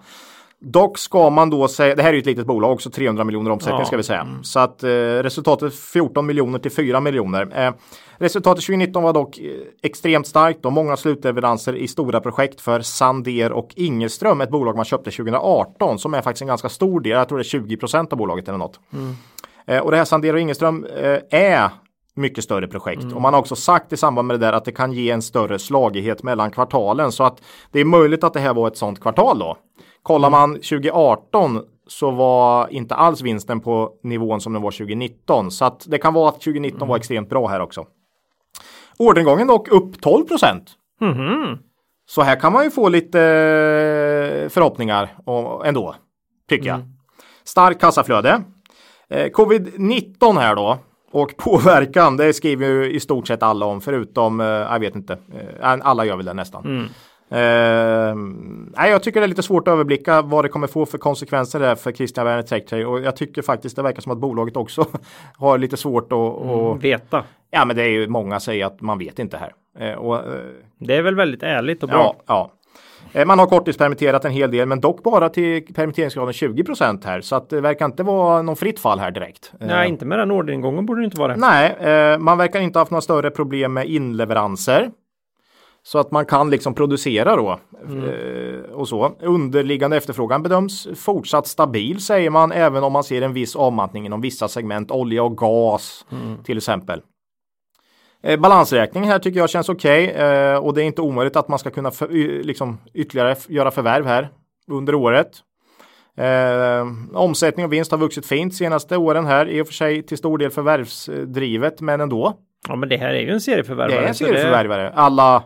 S1: Dock ska man då säga, det här är ju ett litet bolag också, 300 miljoner omsättning
S2: Ja.
S1: ska vi säga. Så att eh, resultatet 14 miljoner till 4 miljoner. Eh, resultatet 2019 var dock eh, extremt starkt och många slutleveranser i stora projekt för Sander och Ingeström, ett bolag man köpte 2018 som är faktiskt en ganska stor del, jag tror det är 20 av bolaget eller något. Eh, och det här Sandero och Ingeström eh, är mycket större projekt och man har också sagt i samband med det där att det kan ge en större slagighet mellan kvartalen så att det är möjligt att det här var ett sånt kvartal då. Kollar man 2018 så var inte alls vinsten på nivån som den var 2019 så att det kan vara att 2019 var extremt bra här också. Orderingången dock upp 12 procent. Så här kan man ju få lite eh, förhoppningar och- ändå, tycker jag. Starkt kassaflöde. Eh, Covid-19 här då och <laughs> påverkan, det skriver ju i stort sett alla om förutom, eh, jag vet inte, eh, alla gör väl det nästan. Eh, nej, jag tycker det är lite svårt att överblicka vad det kommer få för konsekvenser där för Christian Werner Tech och jag tycker faktiskt det verkar som att bolaget också <laughs> har lite svårt att, att
S2: Veta.
S1: ja men det är ju många säger att man vet inte här. Eh, och, eh,
S2: Det är väl väldigt ärligt och bra.
S1: Ja, ja. Eh, Man har korttidspermitterat en hel del, men dock bara till permitteringsgraden 20 här, så att det verkar inte vara någon fritt fall här direkt. Eh,
S2: Nej, inte med den orderingången borde det inte vara det.
S1: Nej, eh, man verkar inte ha haft några större problem med inleveranser. Så att man kan liksom producera då. Eh, och så. Underliggande efterfrågan bedöms fortsatt stabil säger man, även om man ser en viss avmattning inom vissa segment, olja och gas till exempel. Eh, balansräkningen här tycker jag känns okej eh, och det är inte omöjligt att man ska kunna för, y, liksom, ytterligare f- göra förvärv här under året. Eh, omsättning och vinst har vuxit fint senaste åren här, i och för sig till stor del förvärvsdrivet, men ändå.
S2: Ja, men det här är ju en
S1: Det
S2: serieförvärvare.
S1: är
S2: så
S1: serieförvärvare. Alla,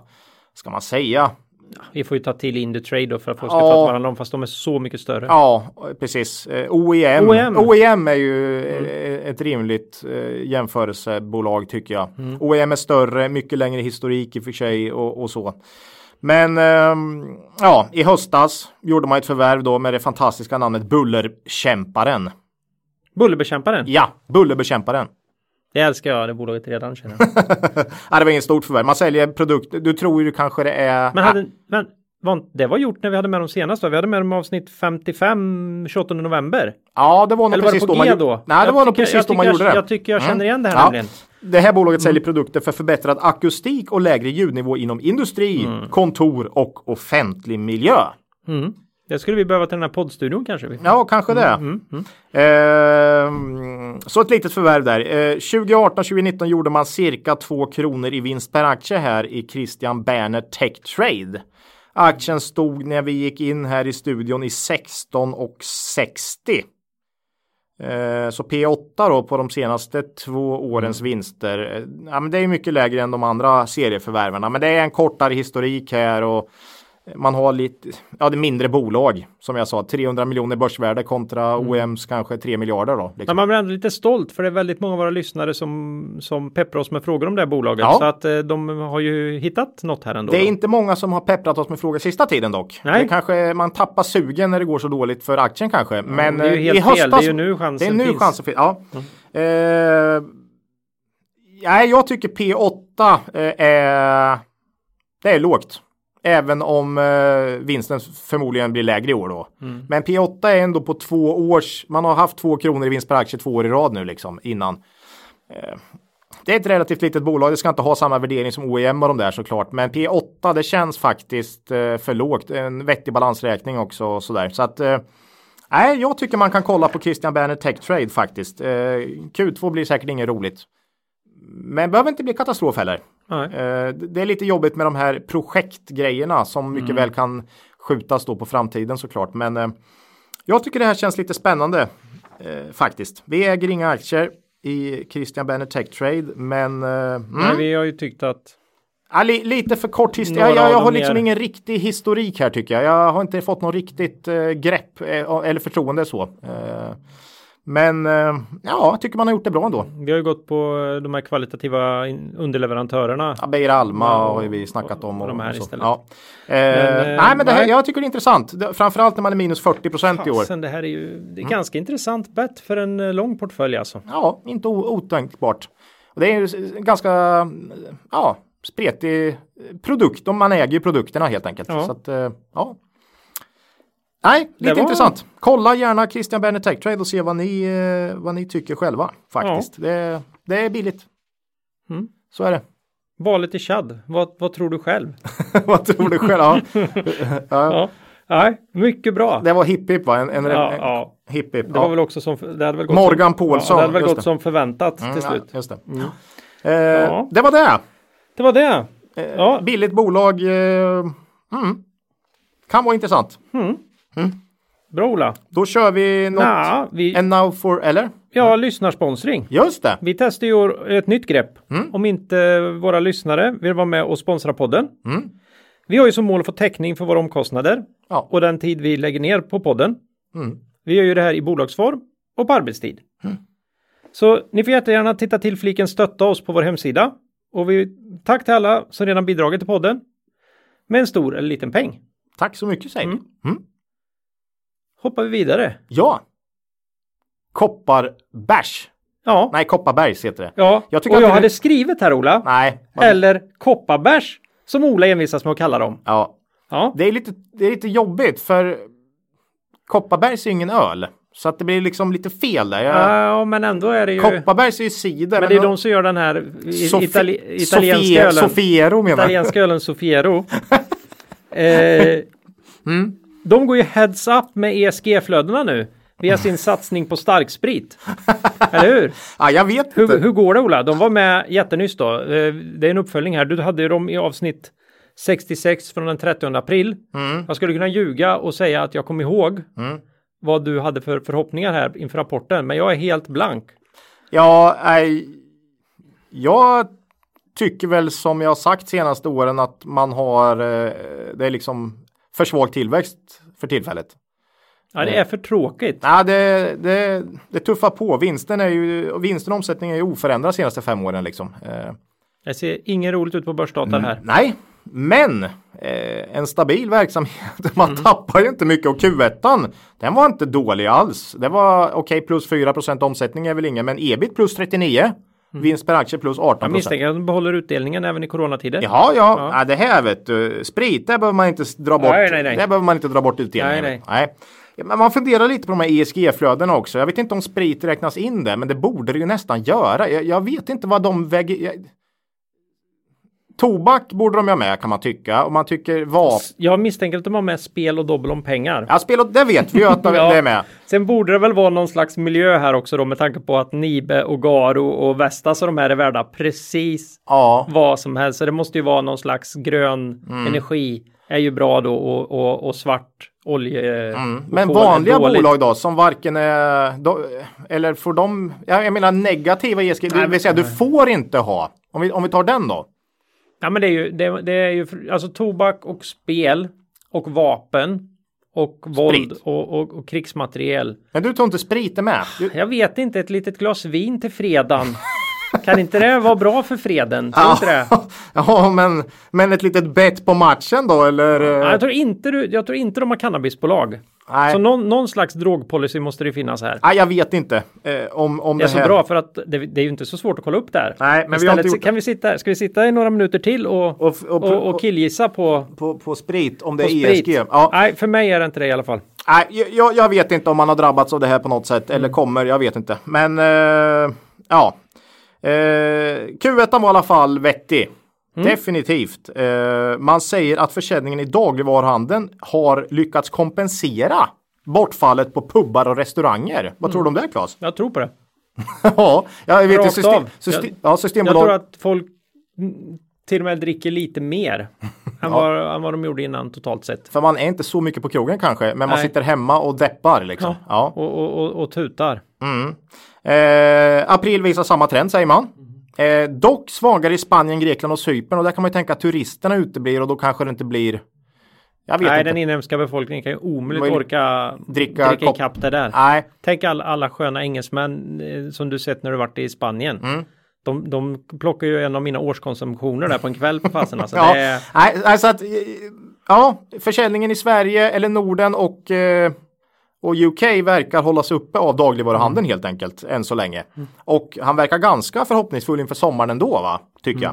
S1: ska man säga,
S2: Vi får ju ta till Indutrade då för att folk ska
S1: Ja.
S2: prata med varandra om, fast de är så mycket större.
S1: ja precis. Eh, OEM.
S2: OEM.
S1: OEM, E är ju eh, ett rimligt eh, jämförelsebolag tycker jag. OEM är större, mycket längre historik i och för sig och, och så. Men ehm, ja, i höstas gjorde man ett förvärv då med det fantastiska namnet Bullerkämparen.
S2: Bullerbekämparen.
S1: Ja, Bullerbekämparen.
S2: Det älskar jag, det bolaget redan känner jag.
S1: <laughs> Nej, det var inget stort förvärv. Man säljer produkter. Du tror ju kanske det är.
S2: Men, hade, men var, inte- det var gjort när vi hade med dem senast va? Vi hade med dem i avsnitt 55, 28 november.
S1: ja, det var nog
S2: Eller var
S1: precis
S2: det på
S1: då man.
S2: G
S1: gjorde-
S2: då?
S1: Nej, det
S2: Jag
S1: var nog
S2: tycker-
S1: precis
S2: jag
S1: då man
S2: tycker-
S1: gjorde det. Mm.
S2: jag tycker jag känner igen det här nämligen. Mm.
S1: Det här bolaget säljer produkter för förbättrad akustik och lägre ljudnivå inom industri,
S2: Mm.
S1: kontor och offentlig miljö.
S2: Det skulle vi behöva till den här poddstudion kanske. Vi.
S1: Ja, kanske det. Ehm, så ett litet förvärv där. Eh, 2018-2019 gjorde man cirka 2 kronor i vinst per aktie här i Christian Berner Tech Trade. Aktien stod när vi gick in här i studion i 16,60. Eh, Så P8 då på de senaste två årens
S2: Mm.
S1: vinster. eh, Ja, men det är mycket lägre än de andra serieförvärvarna, men det är en kortare historik här och man har lite, ja det är mindre bolag som jag sa, 300 miljoner börsvärde kontra OMs kanske 3 miljarder då.
S2: Mm. Men
S1: Liksom.
S2: man blir ändå lite stolt för det är väldigt många av våra lyssnare som, som pepprar oss med frågor om det här bolaget.
S1: Ja.
S2: Så att eh, de har ju hittat något här ändå.
S1: Det är
S2: då.
S1: inte många som har pepprat oss med frågor sista tiden dock.
S2: Nej.
S1: Det kanske man tappar sugen när det går så dåligt för aktien kanske. Men
S2: det är ju
S1: eh,
S2: helt
S1: i
S2: fel.
S1: höstas,
S2: Det är ju nu chansen
S1: Det är nu
S2: finns.
S1: chansen finns. Ja. Eh, nej, jag tycker P8 eh, är, det är lågt. Även om eh, vinsten förmodligen blir lägre i år då.
S2: Mm.
S1: Men P8 är ändå på två års, man har haft två kronor i vinst per aktie två år i rad nu liksom innan. Eh, det är ett relativt litet bolag, det ska inte ha samma värdering som OEM och de där såklart. Men P8 det känns faktiskt eh, för lågt. En vettig balansräkning också och sådär. Så att eh, Nej, jag tycker man kan kolla på Christian Berner Tech Trade faktiskt. Eh, Q2 blir säkert inget roligt. Men behöver inte bli katastrof heller.
S2: Nej.
S1: Eh, d- det är lite jobbigt med de här projektgrejerna som mycket väl kan skjutas då på framtiden såklart. Men eh, jag tycker det här känns lite spännande eh, faktiskt. Vi äger inga aktier i Christian Berner Tech Trade, men eh,
S2: Men
S1: mm,
S2: vi har ju tyckt att
S1: ja, li, lite för kort historia.
S2: Några
S1: Jag, jag,
S2: av
S1: jag
S2: dem
S1: har liksom
S2: mer.
S1: ingen riktig historik här tycker jag. Jag har inte fått någon riktigt eh, grepp eh, eller förtroende så. Eh, men eh, ja, jag tycker man har gjort det bra ändå.
S2: vi har ju gått på eh, de här kvalitativa in- underleverantörerna.
S1: Ja, Beijer Alma har ju vi snackat om.
S2: Och de här
S1: så.
S2: istället.
S1: Ja. Eh,
S2: Men, eh,
S1: nej, men det här,
S2: nej.
S1: jag tycker det är intressant. Det- Framförallt när man är minus 40 procent i år. Mm.
S2: Sen det här är ju det är ganska intressant bet för en eh, lång portfölj alltså.
S1: Ja, inte o- otänkbart. Och det är ju s- s- ganska ja, spretig eh, produkt. Om man äger ju produkterna helt enkelt.
S2: Ja.
S1: Så att, eh, ja. Nej, lite
S2: var-
S1: intressant. Kolla gärna Christian Berner Tech Trade och se vad ni, eh, vad ni tycker själva faktiskt. Det, det är billigt.
S2: Mm.
S1: Så är det. <laughs>
S2: Valet i Chad, vad, vad tror du själv?
S1: vad tror du själv? Ja. ja.
S2: Ja, nej, mycket bra.
S1: Det var hipp hipp va? En, en,
S2: ja,
S1: en,
S2: ja.
S1: Hipp, hipp.
S2: Det var väl också som, det hade väl gått
S1: Morgan
S2: som,
S1: Paulsson,
S2: Ja, det hade väl
S1: just
S2: gått
S1: det.
S2: som förväntat
S1: Mm,
S2: till
S1: ja,
S2: slut.
S1: Just det.
S2: Mm.
S1: Eh,
S2: Ja.
S1: det var det.
S2: Det var det. Ja,
S1: Billigt bolag. Eh, mm. Kan vara intressant.
S2: bra Ola.
S1: Då kör vi något.
S2: Nja, vi,
S1: And now for, eller?
S2: ja, lyssnarsponsring.
S1: Just det.
S2: Vi testar ju ett nytt grepp.
S1: Mm.
S2: Om inte våra lyssnare vill vara med och sponsra podden. Vi har ju som mål att få täckning för våra omkostnader
S1: Mm. Ja. Mm.
S2: och den tid vi lägger ner på podden. Vi gör ju det här i bolagsform och på arbetstid. Så ni får jättegärna titta till fliken stötta oss på vår hemsida. Och vi, tack till alla som redan bidragit till podden med en stor eller liten peng.
S1: Tack så mycket säger vi. Mm.
S2: Hoppar vi vidare.
S1: Ja. Kopparbärs.
S2: Ja,
S1: Nej, Kopparbergs heter det.
S2: ja.
S1: Jag tycker
S2: och
S1: att
S2: jag
S1: du-
S2: hade skrivit här Ola.
S1: Nej. vad-
S2: Eller kopparbärs som Ola envisas med att kalla dem.
S1: Ja.
S2: Ja,
S1: Det är, lite, det är lite jobbigt för Kopparbergs är ingen öl. Så att det blir liksom lite fel där. Jag,
S2: ja men ändå är det ju...
S1: Kopparbergs är ju cider.
S2: Men det är de som gör den här i-
S1: Sofi-
S2: itali-
S1: Sofie-
S2: italienska ölen.
S1: Sofiero menar jag.
S2: Italienska
S1: <laughs>
S2: ölen Sofiero. eh,
S1: Mm.
S2: De går ju heads up med ESG-flödena nu. Via sin satsning
S1: <laughs>
S2: på starksprit. Eller hur?
S1: Ja, jag vet inte.
S2: hur? Hur går det Ola? De var med jättenyss då. Eh, Det är en uppföljning här. Du hade ju dem i avsnitt 66 från den 30 april.
S1: Mm.
S2: Jag skulle kunna ljuga och säga att jag kom ihåg vad du hade för förhoppningar här inför rapporten. Men jag är helt blank.
S1: Ja, nej. Jag tycker väl som jag har sagt senaste åren att man har, eh, det är liksom för svag tillväxt för tillfället.
S2: Ja, det är för tråkigt.
S1: Nej, det, det, det tuffar på. Vinsten är ju, och vinsten och omsättningen är ju oförändrad de senaste fem åren liksom. Eh,
S2: Det ser inget roligt ut på
S1: Mm.
S2: börsdatan här.
S1: nej, men eh, en stabil verksamhet. <laughs> Man tappar ju inte mycket och Q1 den var inte dålig alls. Det var okej, plus 4 omsättning är väl ingen, men ebit plus 39. Vinst per aktie plus 18
S2: Jag misstänker att de behåller utdelningen även i coronatider.
S1: Jaha, ja. ja. det här vet du. Sprit, där behöver man inte s- dra bort.
S2: Nej, nej, nej.
S1: Där behöver man inte dra bort utdelningen.
S2: Nej,
S1: Ja, Men man funderar lite på de här ESG-flödena också. Jag vet inte om sprit räknas in där, men det borde det ju nästan göra. Jag, jag vet inte vad de väger... Jag... Tobak borde de ju ha med kan man tycka. Och man tycker vapen...
S2: Jag misstänker att de har med spel och dobbel om pengar.
S1: Ja, spel och... Det vet vi ju att de,
S2: <laughs> Ja.
S1: det är med.
S2: Sen borde det väl vara någon slags miljö här också då med tanke på att Nibe och Garo och Vestas och de här är värda precis
S1: Ja.
S2: vad som helst. Så det måste ju vara någon slags grön
S1: Mm.
S2: energi är ju bra då och, och, och svart olje. och
S1: Mm. Men
S2: kol är
S1: vanliga
S2: dåligt.
S1: bolag då som varken är, då, eller får de, ja, jag menar negativa ESG, det vill säga du får inte ha, om vi, om vi tar den då.
S2: Ja, men det är ju, det, det är ju fr- alltså tobak och spel och vapen och våld
S1: Sprit.
S2: och, och, och krigsmateriel.
S1: <laughs> Men du tog inte sprit med. Du,
S2: Jag vet inte, ett litet glas vin till fredagen. Kan inte det vara bra för freden? Tror
S1: Ja, <laughs>
S2: inte det?
S1: ja men, men ett litet bett på matchen då eller? eh,
S2: Ja, Jag tror inte, du, jag tror inte de har cannabisbolag.
S1: Nej.
S2: Så någon, någon slags drogpolicy måste det finnas här.
S1: Nej, jag vet inte eh, om, om
S2: Det
S1: det,
S2: är så
S1: här.
S2: bra för att det, det är ju inte så svårt att kolla upp där.
S1: Nej, men vi har
S2: Istället
S1: inte gjort
S2: så kan vi sitta, ska vi sitta i några minuter till och,
S1: Och f- och
S2: och,
S1: pr-
S2: och, killgissa på,
S1: På, på sprit, om det
S2: på
S1: är ESG.
S2: sprit?
S1: Ja,
S2: Nej, för mig är det inte det i alla fall.
S1: nej, jag- jag, jag vet inte om man har drabbats av det här på något sätt
S2: Mm.
S1: eller kommer, jag vet inte. Men eh, ja, eh, Q1 var i alla fall vettig.
S2: Mm.
S1: Definitivt. Eh, man säger att försäljningen i dagligvaruhandeln har lyckats kompensera bortfallet på pubbar och restauranger. Vad tror du om det Claes? <laughs>
S2: Jag tror på det.
S1: ja, jag vet
S2: Mm. Rakt
S1: inte. System,
S2: av.
S1: system, ja,
S2: Jag
S1: systembolag.
S2: tror att folk mm, till och med dricker lite mer
S1: <laughs>
S2: än, vad, än vad de gjorde innan totalt sett.
S1: För man är inte så mycket på krogen kanske, men man
S2: Nej.
S1: sitter hemma och deppar liksom.
S2: Ja.
S1: Ja.
S2: Och, och, och, och tutar.
S1: Eh, april visar samma trend säger man.
S2: Mm.
S1: Eh, dock svagare i Spanien, Grekland och Cypern och där kan man ju tänka att turisterna uteblir och då kanske det inte blir. Jag vet
S2: Nej,
S1: inte.
S2: den inhemska befolkningen kan ju omöjligt
S1: Möjligt-
S2: orka
S1: dricka
S2: dricka,
S1: kopp- Ah.
S2: ikapp det där.
S1: Nej,
S2: Tänk all, alla sköna engelsmän eh, som du sett när du varit i Spanien.
S1: Mm.
S2: De, de plockar ju en av mina årskonsumtioner där på en kväll på fasen. Alltså,
S1: <laughs> ja.
S2: det är,
S1: Nej, alltså att eh, ja, försäljningen i Sverige eller Norden och eh, och UK verkar hållas uppe av dagligvaruhandeln helt enkelt än så länge. Och han verkar ganska förhoppningsfull inför sommaren ändå, va? tycker jag.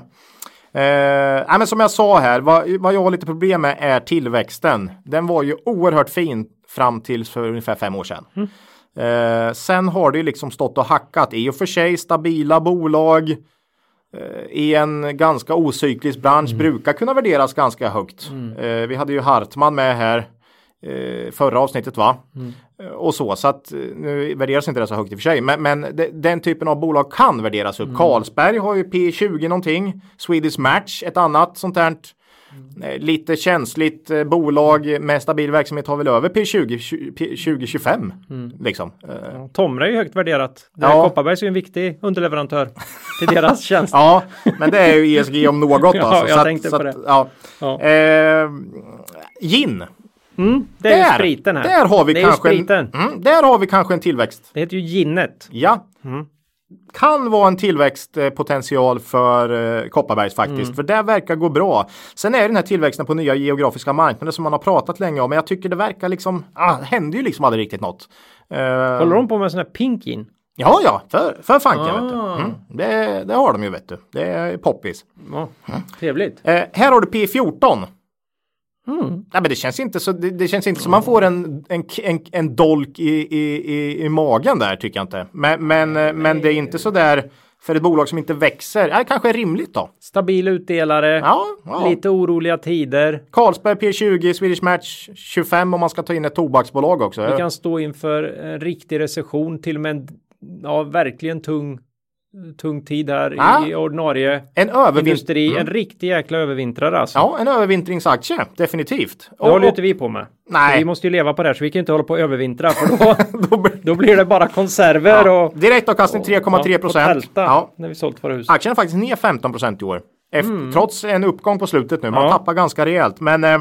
S1: Eh, nej, men som jag sa här, vad, vad jag har lite problem med är tillväxten. Den var ju oerhört fin fram till för ungefär fem år sedan.
S2: Mm.
S1: Eh, sen har det ju liksom stått och hackat i och för sig stabila bolag eh, i en ganska ocyklisk bransch brukar kunna värderas ganska högt. Eh, vi hade ju Hartman med här eh, förra avsnittet va? Eh, Och så, så att eh, nu värderas inte det så högt i och för sig, men, men de, den typen av bolag kan värderas upp. Carlsberg har ju P20 någonting, Swedish Match ett annat sånt här eh, lite känsligt eh, bolag med stabil verksamhet har väl över P20 tju- P- 2025 liksom. Eh,
S2: Tomra är ju högt värderat. Det
S1: Ja.
S2: här Kopparbergs är ju en viktig underleverantör till deras
S1: <laughs>
S2: tjänst.
S1: Ja, men det är ju ESG om något alltså.
S2: <laughs> Ja, jag
S1: så att-
S2: tänkte
S1: så
S2: på
S1: att,
S2: det.
S1: Ja.
S2: Ja.
S1: Eh, gin.
S2: Det är ju spriten här.
S1: Där har vi
S2: det är ju
S1: kanske
S2: spriten.
S1: En, mm, där har vi kanske en tillväxt.
S2: Det heter ju ginet.
S1: Ja.
S2: Mm.
S1: Kan vara en tillväxtpotential för eh, Kopparbergs faktiskt,
S2: Mm.
S1: för det verkar gå bra. Sen är den här tillväxten på nya geografiska marknader som man har pratat länge om, men jag tycker det verkar liksom, ah, det händer ju liksom aldrig riktigt något. Eh,
S2: Håller de på med sån här pink gin?
S1: Ja, ja, för, för fanken vet
S2: Ah.
S1: du. Mm, det, det har de ju vet du, det är poppis.
S2: Ja, trevligt.
S1: Eh, här har du P14.
S2: Hmm.
S1: Nej, men det känns inte så, det, det känns inte som man får en, en, en, en dolk i, i, i, i magen där tycker jag inte. Men, men, eh, men det är inte så där för ett bolag som inte växer. Nej, kanske är rimligt då.
S2: Stabil utdelare,
S1: Ja, ja.
S2: lite oroliga tider.
S1: Carlsberg P20, Swedish Match 25 om man ska ta in ett tobaksbolag också.
S2: Vi kan stå inför en riktig recession, till och med en ja, verkligen tung, tung tid här
S1: Ja.
S2: i, i ordinarie
S1: En, övervin- Mm.
S2: industri. En riktig jäkla övervintrare alltså.
S1: ja, en övervintringsaktie, definitivt.
S2: Det håller ju
S1: Och-
S2: inte vi på med.
S1: Nej.
S2: Vi måste ju leva på det här så vi kan ju inte hålla på och övervintra för då,
S1: <laughs> då blir-
S2: då blir det bara konserver
S1: ja,
S2: och...
S1: direktavkastning 3,3
S2: och
S1: procent.
S2: tälta
S1: Ja,
S2: när vi sålt våra hus.
S1: Aktien är faktiskt ner 15 procent i år. Efter, Trots en uppgång på slutet nu. Man
S2: Mm. Ja.
S1: tappar ganska rejält. Men eh,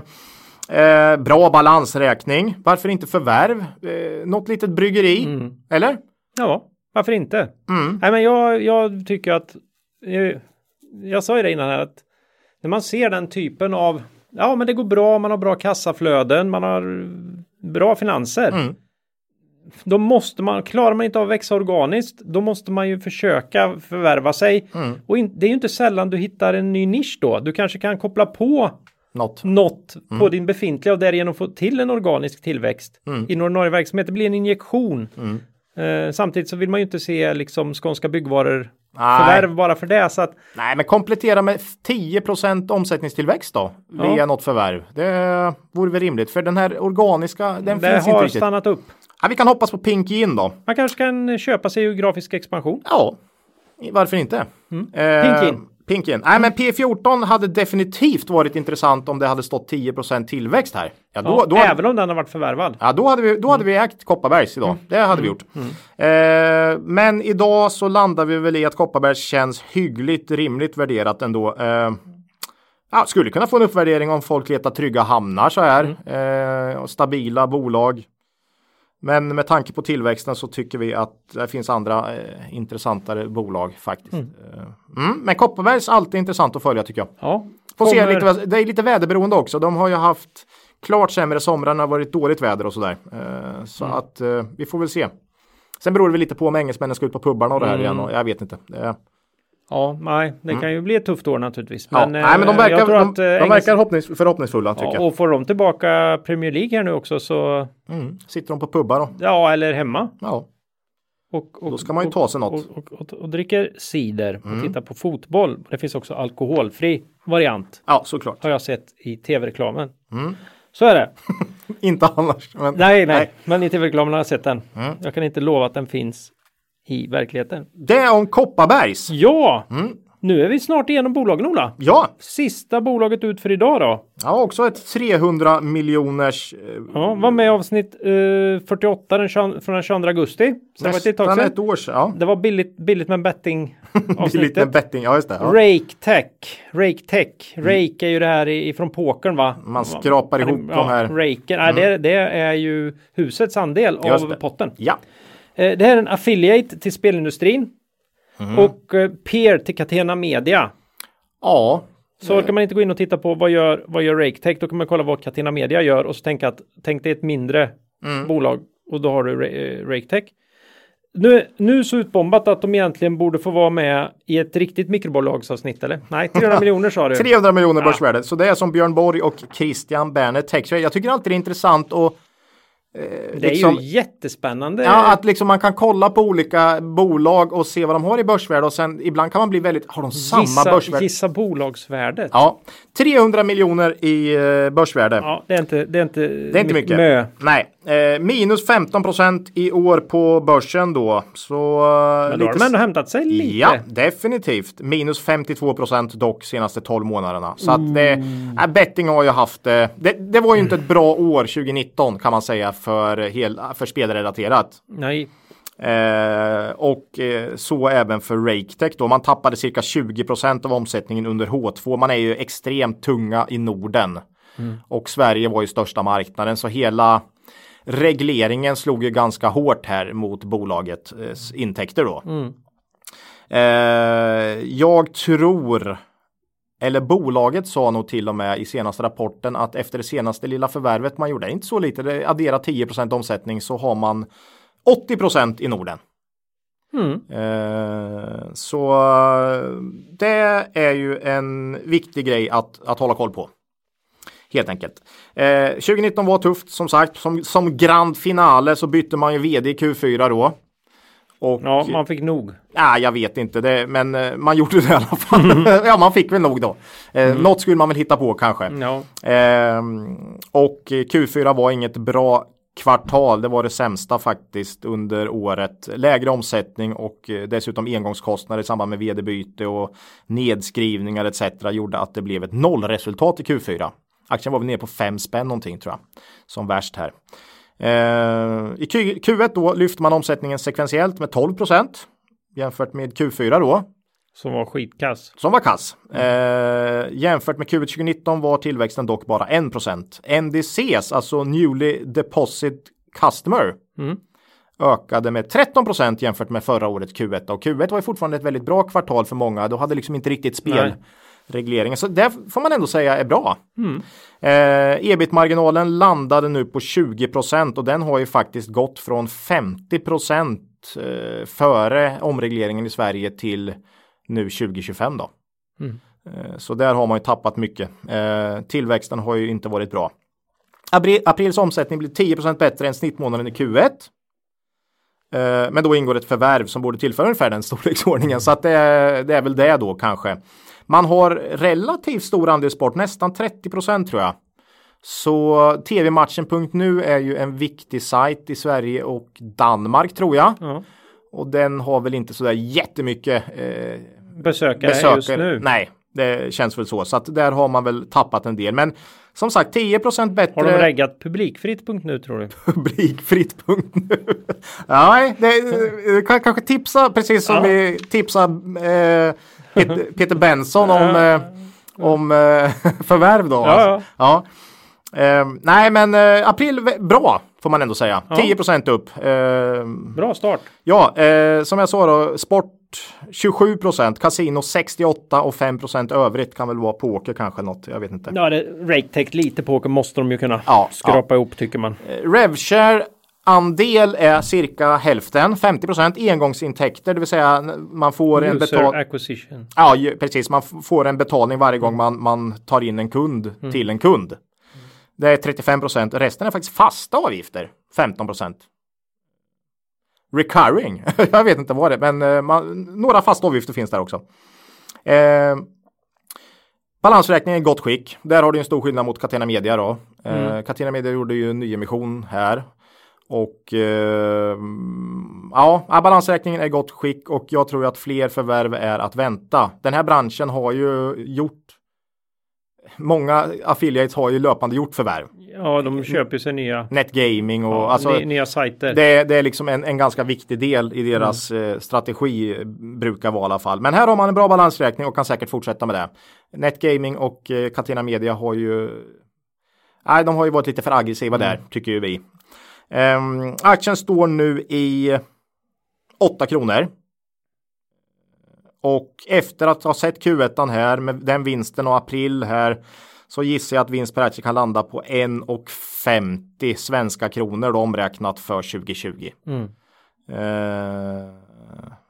S1: eh, bra balansräkning. Varför inte förvärv? Eh, något litet bryggeri?
S2: Mm.
S1: Eller?
S2: Ja, varför inte? Nej, men jag, jag tycker att, jag, jag sa ju det innan här att när man ser den typen av, ja men det går bra, man har bra kassaflöden, man har bra finanser. Då måste man, klarar man inte av att växa organiskt, då måste man ju försöka förvärva sig. Och in, det är ju inte sällan du hittar en ny nisch då. Du kanske kan koppla på
S1: Något.
S2: något
S1: Mm.
S2: på din befintliga och därigenom få till en organisk tillväxt i den ordinarie verksamhet. Det blir en injektion.
S1: Mm.
S2: Eh, samtidigt så vill man ju inte se liksom skånska byggvaror
S1: Nej.
S2: förvärv bara för det. Så att,
S1: Nej, men komplettera med 10 procent omsättningstillväxt då.
S2: Ja.
S1: Via något förvärv. Det vore väl rimligt. För den här organiska, den
S2: det
S1: finns inte
S2: har
S1: riktigt.
S2: stannat upp.
S1: Ja, vi kan hoppas på Pink Gin då.
S2: Man kanske kan köpa sig geografisk expansion.
S1: Ja, varför inte?
S2: Mm. Pink
S1: Eh,
S2: in.
S1: Pink in. Nej, men P14 hade definitivt varit intressant om det hade stått 10 tillväxt här. Ja, då,
S2: Ja,
S1: då, hade,
S2: även om den har varit förvärvad.
S1: ja, då, hade, vi, då hade vi ägt Kopparbergs idag. Det hade vi gjort. Eh, men idag så landar vi väl i att Kopparbergs känns hyggligt rimligt värderat ändå. Eh, ja, skulle kunna få en uppvärdering om folk letar trygga hamnar så här. Eh, och stabila bolag. Men med tanke på tillväxten så tycker vi att det finns andra eh, intressantare bolag faktiskt. Eh, Mm, men Kopparbergs alltid intressant att följa tycker jag.
S2: Ja.
S1: Får se
S2: Kommer-
S1: lite, vad- det är lite väderberoende också. De har ju haft klart sämre somrar när det har varit dåligt väder och sådär. Eh, Så
S2: Mm.
S1: att eh, vi får väl se. Sen beror det väl lite på om engelsmännen ska ut på pubarna och det här
S2: Mm.
S1: igen. Och jag vet inte. Eh,
S2: Ja, nej, det kan ju bli ett tufft år naturligtvis.
S1: Mm. ja.
S2: Men, eh,
S1: Nej, men de verkar,
S2: jag tror
S1: de,
S2: att, eh,
S1: de
S2: Engels-
S1: verkar hoppnings, förhoppningsfulla tycker
S2: ja, och får de tillbaka Premier League här nu också så
S1: jag. Mm. Sitter de på pubbar och
S2: ja, eller hemma.
S1: ja,
S2: Och, och,
S1: då ska man ju ta sig något. Mm.
S2: och, och, och, och dricker cider och tittar på fotboll. Det finns också alkoholfri variant
S1: Ja, såklart.
S2: har jag sett i tv-reklamen.
S1: Mm.
S2: Så är det.
S1: Inte annars. Men,
S2: Nej, nej, men i tv-reklamen har jag sett den.
S1: Mm.
S2: Jag kan inte lova att den finns i verkligheten.
S1: Det om Kopparbergs.
S2: Ja, nu är vi snart igenom bolagen Ola.
S1: Ja,
S2: Sista bolaget ut för idag då.
S1: ja också ett 300 miljoners. eh,
S2: Ja, var med i avsnitt eh, 48 den 20, från den 22 augusti. Så det var ett litet tag
S1: nästan ett
S2: sedan.
S1: år sedan. Ja.
S2: Det var billigt, billigt med betting
S1: <laughs>
S2: avsnittet.
S1: Lite betting, ja just det. Ja. Mm.
S2: Rake Tech. Rake Tech. Rake är ju det här ifrån pokern va?
S1: Man skrapar ihop de här. Mm.
S2: Raken. Nej, det, det är ju husets andel
S1: Just
S2: av
S1: det.
S2: potten.
S1: Ja,
S2: Eh, Det här är en affiliate till spelindustrin.
S1: Mm.
S2: Och eh, peer till Catena Media.
S1: ja.
S2: Så orkar man inte gå in och titta på vad gör, vad gör Rake Tech, då kan man kolla vad Catena Media gör och så tänka att tänk dig ett mindre
S1: Mm.
S2: bolag och då har du Ra- eh, Rake Tech. Nu, nu så utbombat att de egentligen borde få vara med i ett riktigt mikrobolagsavsnitt eller?
S1: <laughs>
S2: Nej, 300 miljoner sa du.
S1: 300 miljoner börsvärde. Så det är som Björn Borg och Christian Berner Tech. Jag tycker alltid det är intressant
S2: Eh.
S1: och
S2: det är
S1: liksom-
S2: ju jättespännande.
S1: ja, att liksom man kan kolla på olika bolag och se vad de har i börsvärde och sen ibland kan man bli väldigt, har de samma
S2: gissa,
S1: börsvärde?
S2: gissa bolagsvärdet. Ja.
S1: Ja, 300 miljoner i eh, börsvärde.
S2: det är inte, det är inte,
S1: Det är inte mycket.
S2: Mö.
S1: Nej, eh, minus 15 procent i år på börsen då. Så eh,
S2: Men då har de ändå hämtat sig lite.
S1: Ja, definitivt. Minus 52 procent dock senaste 12 månaderna. Så att det, ja, betting har ju haft eh, det. Det var ju inte ett bra år 2019 kan man säga för, hel, för spelrelaterat.
S2: Nej,
S1: Eh, och eh, så även för RakeTech då. Man tappade cirka 20 procent av omsättningen under H2. Man är ju extremt tunga i Norden. Och Sverige var ju största marknaden så hela regleringen slog ju ganska hårt här mot bolagets intäkter då. Eh, jag tror eller bolaget sa nog till och med i senaste rapporten att efter det senaste lilla förvärvet man gjorde, det är inte så lite, det addera 10 omsättning så har man 80 i Norden.
S2: Mm.
S1: Eh, så eh, det är ju en viktig grej att, att hålla koll på. Helt enkelt. Eh, 2019 var tufft som sagt. Som, som grand finale så bytte man ju vd i Q4 då. Och
S2: ja, man fick nog.
S1: Nej, jag vet inte, det, men eh, man gjorde det i alla fall. ja, man fick väl nog då. Eh, Något skulle man väl hitta på kanske.
S2: Ja.
S1: Ehm, och Q4 var inget bra kvartal. Det var det sämsta faktiskt under året. Lägre omsättning och eh, dessutom engångskostnader i samband med vd-byte och nedskrivningar etc. gjorde att det blev ett nollresultat i Q4. Aktien var väl ner på fem spänn någonting tror jag. Som värst här. Ehm, I Q- Q1 då lyfte man omsättningen sekventiellt med 12 procent jämfört med Q4 då
S2: Som var skitkass.
S1: som var kass. Eh, jämfört med Q1 2019 var tillväxten dock bara 1%. NDCs, alltså Newly Deposit Customer,
S2: Mm.
S1: ökade med 13% jämfört med förra årets Q1. Och Q1 var ju fortfarande ett väldigt bra kvartal för många. Då hade liksom inte riktigt spelregleringen. Så det får man ändå säga är bra. Eh, Ebit-marginalen landade nu på 20% och den har ju faktiskt gått från 50% eh, före omregleringen i Sverige till nu 2025 då.
S2: Mm.
S1: Eh, Så där har man ju tappat mycket. Eh, Tillväxten har ju inte varit bra. Abri- Aprils omsättning blev 10 bättre än snittmånaden i Q1. Eh, Men då ingår ett förvärv som borde tillföra ungefär den <laughs> storleksordningen. Så att det, är- det är väl det då kanske. Man har relativt stor andel sport, nästan 30 tror jag. Så tvmatchen.nu är ju en viktig sajt i Sverige och Danmark tror jag.
S2: Ja.
S1: Och den har väl inte sådär jättemycket eh,
S2: Besökare just nu.
S1: Nej, det känns väl så. Så att där har man väl tappat en del. Men som sagt, 10 bättre.
S2: Har de reggat publikfritt.nu tror du?
S1: publikfritt punkt nu. Nej, det, du kan kanske tipsa precis som
S2: Ja.
S1: vi tipsar eh,
S2: <laughs>
S1: Pet- Peter Benson om, eh, om eh, <laughs> förvärv då.
S2: Ja,
S1: alltså. ja. Ehm, nej, men eh, april, vä- bra. Får man ändå säga. 10% upp. Eh,
S2: Bra start.
S1: ja, eh, som jag sa då, sport 27%, kasino 68% och 5% övrigt kan väl vara poker kanske något, jag vet inte.
S2: Ja, det, RakeTech lite poker måste de ju kunna
S1: Ja,
S2: skrapa ihop tycker man.
S1: Revshare andel är cirka hälften, 50% engångsintäkter, det vill säga man får en
S2: User
S1: betal...
S2: acquisition.
S1: Ja, ju- precis. Man f- får en betalning varje gång man, man tar in en kund till en kund. Det är 35%, resten är faktiskt fasta avgifter, 15%. Recurring, <laughs> jag vet inte vad det är, men eh, man, några fasta avgifter finns där också. Eh, Balansräkningen är i gott skick. Där har du en stor skillnad mot Catena Media då. Eh, Catena Media gjorde ju en nyemission här. Och eh, ja, ja, balansräkningen är i gott skick och jag tror att fler förvärv är att vänta. Den här branschen har ju gjort Många affiliates har ju löpande gjort förvärv.
S2: Ja, de köper ju sig nya,
S1: Netgaming och alltså,
S2: ny- nya sajter.
S1: det, det är liksom en, en ganska viktig del i deras eh, strategi eh, brukar vara i alla fall. Men här har man en bra balansräkning och kan säkert fortsätta med det. Netgaming och eh, Catena Media har ju Nej, de har ju varit lite för aggressiva där tycker ju vi. Ehm, aktien står nu i 8 kronor. Och efter att ha sett Q1 här med den vinsten och april här så gissar jag att vinst per aktie kan landa på 1,50 svenska kronor då omräknat för 2020.
S2: Mm.
S1: Eh,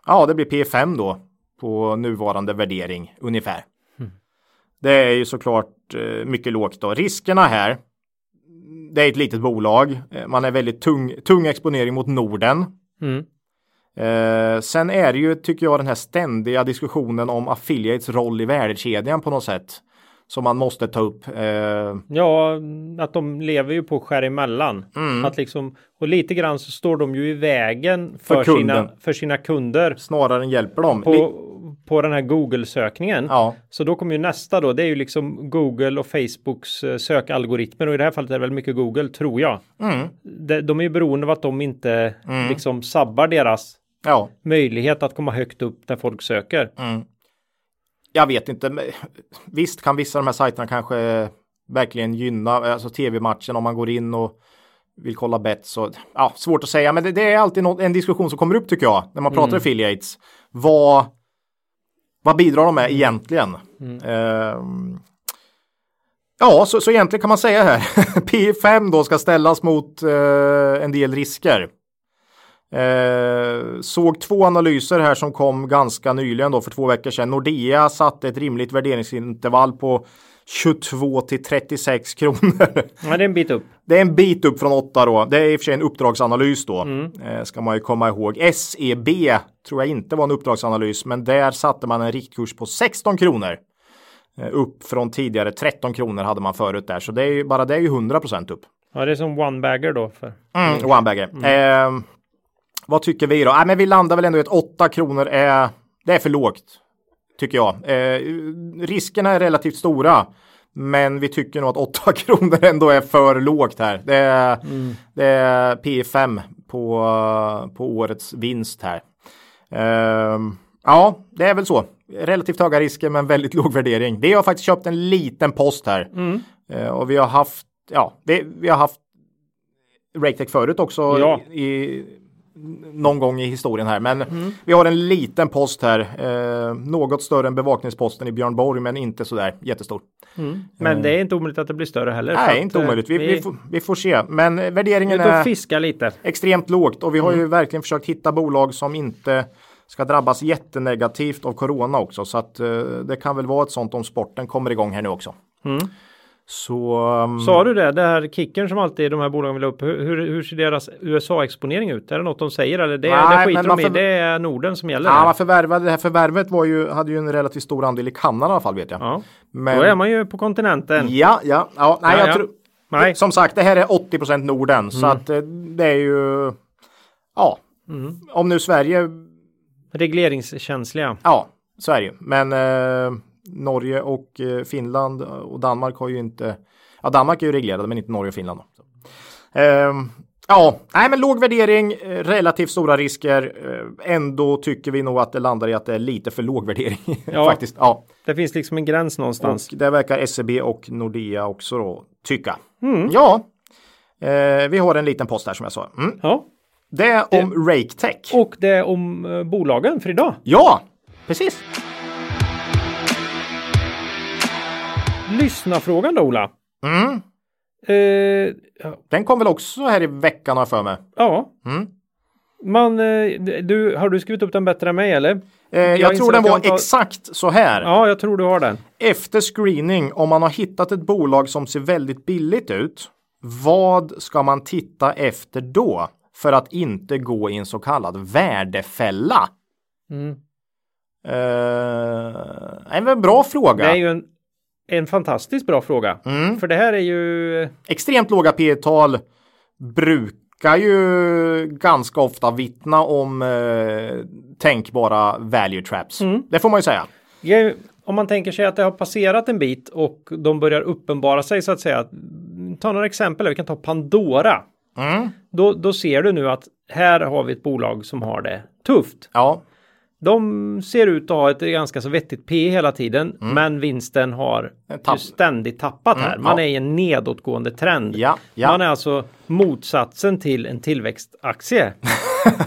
S1: ja, det blir P5 då på nuvarande värdering ungefär. Det är ju såklart eh, mycket lågt då. Riskerna här. Det är ett litet bolag. Eh, Man är väldigt tung, tung exponering mot Norden.
S2: Mm.
S1: Eh, sen är det ju, tycker jag, den här ständiga diskussionen om affiliates roll i värdekedjan på något sätt. Som man måste ta upp. Eh,
S2: Ja, att de lever ju på och skär emellan.
S1: Mm.
S2: Att liksom, och lite grann så står de ju i vägen
S1: För
S2: för,
S1: kunden.
S2: sina, för sina kunder
S1: snarare än hjälper dem. Li-
S2: på, på den här Google-sökningen.
S1: ja,
S2: Så då kommer ju nästa då, det är ju liksom Google och Facebooks eh, sökalgoritmer och i det här fallet är det väl mycket Google, tror jag.
S1: mm,
S2: De, de är ju beroende av att de inte liksom sabbar deras
S1: ja.
S2: möjlighet att komma högt upp där folk söker.
S1: Mm. jag vet inte. men Visst kan vissa av de här sajterna kanske verkligen gynna alltså tv-matchen om man går in och vill kolla bet så ja, svårt att säga, men det, det är alltid något, en diskussion som kommer upp tycker jag när man pratar affiliates. Vad, vad bidrar de med egentligen? Ehm, ja, så, så egentligen kan man säga här <laughs> P5 då ska ställas mot eh, en del risker. Eh, såg två analyser här som kom ganska nyligen då för två veckor sedan. Nordea satte ett rimligt värderingsintervall på 22 till 36 kronor. <laughs>
S2: Ja, det är en bit upp.
S1: Det är en bit upp från 8 då. Det är i och för sig en uppdragsanalys då. Eh, ska man ju komma ihåg. SEB tror jag inte var en uppdragsanalys, men där satte man en riktkurs på 16 kronor. Eh, upp från tidigare 13 kronor hade man förut där, så det är ju, bara det är ju 100 procent upp.
S2: Ja, det är som one bagger då. För.
S1: Mm, One-bagger. Eh, vad tycker vi då? Nej, men vi landar väl ändå i att 8 kronor är, det är för lågt. Tycker jag. Eh, riskerna är relativt stora. Men vi tycker nog att 8 <laughs> kronor ändå är för lågt här. Det är, det är P5 på, på årets vinst här. Ehm, ja, det är väl så. Relativt höga risker men väldigt <laughs> låg värdering. Vi har faktiskt köpt en liten post här.
S2: Mm.
S1: Eh, och vi har haft, ja, vi, vi har haft RakeTech förut också
S2: Ja.
S1: i, i, någon gång i historien här. Men
S2: Mm.
S1: vi har en liten post här. Eh, något större än bevakningsposten i Björn Borg men inte sådär jättestor.
S2: Men det är inte omöjligt att det blir större heller. så att,
S1: Mm. Nej, inte
S2: eh,
S1: omöjligt. Vi, vi, får, vi får se. Men eh, Mm. värderingen
S2: ut och
S1: är
S2: fiska lite.
S1: extremt lågt och vi
S2: Mm.
S1: har ju verkligen försökt hitta bolag som inte ska drabbas jättenegativt av corona också. Så att eh, det kan väl vara ett sånt om sporten kommer igång här nu också. Så, ehm,
S2: Mm. Sa du det, det här kicken som alltid de här bolagen vill upp, hur, hur, hur ser deras USA-exponering ut? Är det något de säger eller det,
S1: Nej,
S2: det
S1: men
S2: skiter de i,
S1: varför-
S2: det är Norden som gäller?
S1: ja,
S2: här.
S1: man förvärvade, det här förvärvet var ju, hade ju en relativt stor andel i Kanada i alla fall vet jag.
S2: ja.
S1: Men,
S2: Då är man ju på kontinenten.
S1: Ja, ja, ja, nej,
S2: Ja,
S1: jag
S2: ja.
S1: tror.
S2: Nej. Mm.
S1: Som sagt, det här är 80 Norden så att eh, det är ju. Ja,
S2: Mm.
S1: om nu Sverige
S2: Regleringskänsliga.
S1: Ja, så är det ju. Men eh, Norge och eh, Finland och Danmark har ju inte. Ja, Danmark är ju reglerade, men inte Norge och Finland. Då. Så. Ehm, ja, nej, men låg värdering, eh, relativt stora risker. Eh, Ändå tycker vi nog att det landar i att det är lite för låg värdering <laughs>
S2: Ja.
S1: faktiskt. Ja,
S2: Det finns liksom en
S1: E
S2: gräns någonstans.
S1: och det verkar SEB och Nordea också då tycka. Ja, Eh, vi har en liten post här som jag sa. Mm.
S2: Ja.
S1: Det är om RakeTech.
S2: Och det är om eh, bolagen för idag.
S1: Ja, precis.
S2: Lyssna frågan då Ola.
S1: Mm.
S2: Eh,
S1: Den kom väl också här i veckan har jag för mig.
S2: ja.
S1: Mm.
S2: Man, eh, du, har du skrivit upp den bättre än mig eller?
S1: Eh, jag,
S2: Jag
S1: tror
S2: inser
S1: den
S2: att jag
S1: var
S2: inte har-
S1: exakt så här.
S2: Ja, jag tror du har den.
S1: Efter screening, om man har hittat ett bolag som ser väldigt billigt ut, vad ska man titta efter då för att inte gå i en så kallad värdefälla?
S2: Mm.
S1: Eh, en väl bra fråga.
S2: Det är ju en, en fantastiskt bra fråga.
S1: Mm.
S2: För det här är ju...
S1: Extremt låga P tal brukar ju ganska ofta vittna om eh, tänkbara value traps.
S2: Mm.
S1: Det får man ju säga.
S2: det är ju- Om man tänker sig att det har passerat en bit och de börjar uppenbara sig så att säga. Ta några exempel, vi kan ta Pandora.
S1: Mm.
S2: Då, då ser du nu att här har vi ett bolag som har det tufft.
S1: Ja,
S2: De ser ut att ha ett ganska så vettigt P hela tiden, men vinsten har
S1: Mm. tapp. Mm,
S2: ju ständigt tappat här. Man
S1: ja.
S2: är i en nedåtgående trend.
S1: Ja, ja.
S2: Man är alltså motsatsen till en tillväxtaktie.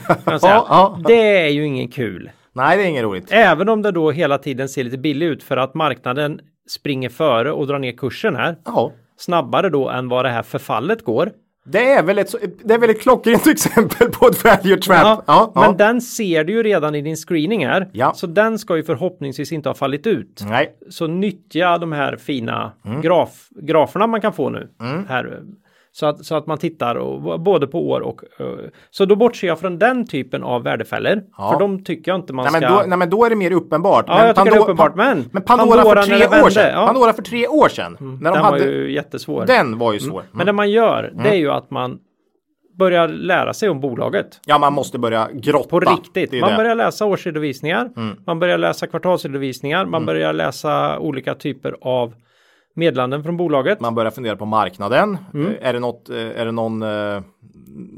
S2: kan jag
S1: <laughs>
S2: säga.
S1: Ja, ja.
S2: Det är ju ingen kul.
S1: nej det är inget roligt.
S2: Även om det då hela tiden ser lite billigt ut för att marknaden springer före och drar ner kursen här
S1: Ja.
S2: snabbare då än vad det här förfallet går.
S1: Det är väl ett, så- det är väl ett klockrent <laughs> exempel på ett value trap. Ja, ja,
S2: Men den ser du ju redan i din screening här,
S1: Ja. Mm.
S2: så den ska ju förhoppningsvis inte ha fallit ut.
S1: Nej,
S2: Så nyttja de här fina
S1: Mm.
S2: graf, graferna man kan få nu. Här, så, att, så att man tittar och, både på år och... eh, Så då bortser jag från den typen av värdefällor.
S1: Ja.
S2: För de tycker jag inte man
S1: nej,
S2: ska...
S1: men då, nej men då är det mer uppenbart.
S2: Ja, jag tycker det är uppenbart, men-
S1: men Pandora,
S2: Pandora
S1: för
S2: när
S1: tre
S2: det
S1: år
S2: vände,
S1: sedan.
S2: ja. Mm.
S1: Pandora för tre år sedan. när de
S2: den
S1: hade,
S2: var ju jättesvår.
S1: den var ju svår. Mm.
S2: Men det man gör, det är ju att man börjar lära sig om bolaget.
S1: Ja, man måste börja grotta.
S2: På riktigt.
S1: Det Mm. är
S2: Man
S1: det.
S2: börjar läsa årsredovisningar, man börjar läsa kvartalsredovisningar,
S1: Mm.
S2: man börjar läsa olika typer av meddelanden från bolaget.
S1: Man börjar fundera på marknaden.
S2: Mm.
S1: Eh, Är det något, eh, är det någon, eh,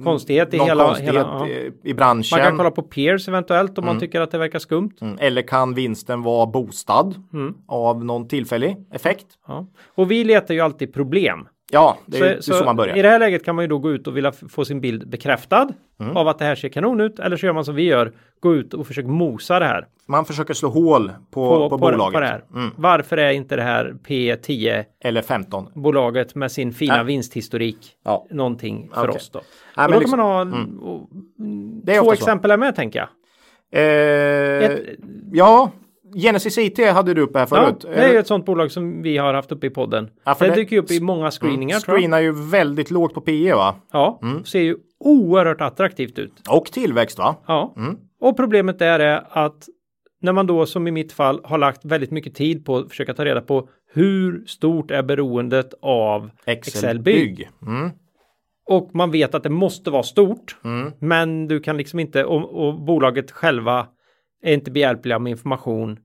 S2: konstighet i
S1: någon
S2: hela...
S1: konstighet
S2: hela ja.
S1: eh, i
S2: Man kan
S1: branschen?
S2: kolla på peers eventuellt om man tycker att det verkar skumt.
S1: Mm. Eller kan vinsten vara boostad
S2: Mm.
S1: av någon tillfällig effekt?
S2: Ja. Och vi letar ju alltid problem.
S1: Ja, det är ju- det är så, man börjar.
S2: I det här läget kan man ju då gå ut och vilja f- få sin bild bekräftad
S1: Mm.
S2: av att det här ser kanon ut. Eller så gör man som vi gör, gå ut och försök mosa det här.
S1: Man försöker slå hål på, på, bolaget. Mm.
S2: På det här. Varför är inte det här P10-bolaget
S1: Eller 15.
S2: med sin fina
S1: Ja.
S2: vinsthistorik
S1: Äh. Ja.
S2: någonting för
S1: Okej.
S2: oss då?
S1: Ja, men
S2: och då
S1: liksom-
S2: kan man ha och,
S1: Det är
S2: två
S1: ofta så.
S2: exempel här med tänker jag.
S1: Eh,
S2: Ett-
S1: Ja, Genesis IT hade du uppe här
S2: Ja,
S1: förut.
S2: det är ju ett sånt bolag som vi har haft uppe i podden.
S1: Ja, för
S2: det,
S1: det- Mm.
S2: dyker ju upp i många screeningar. tror jag.
S1: Screenar ju väldigt lågt på PE va?
S2: Ja,
S1: Mm.
S2: ser ju oerhört attraktivt ut.
S1: Och tillväxt va?
S2: Ja,
S1: Mm.
S2: och problemet där är att när man då som i mitt fall har lagt väldigt mycket tid på att försöka ta reda på hur stort är beroendet av Excel Bygg.
S1: Mm.
S2: Och man vet att det måste vara stort, men du kan liksom inte och, och bolaget själva är inte behjälpliga med information.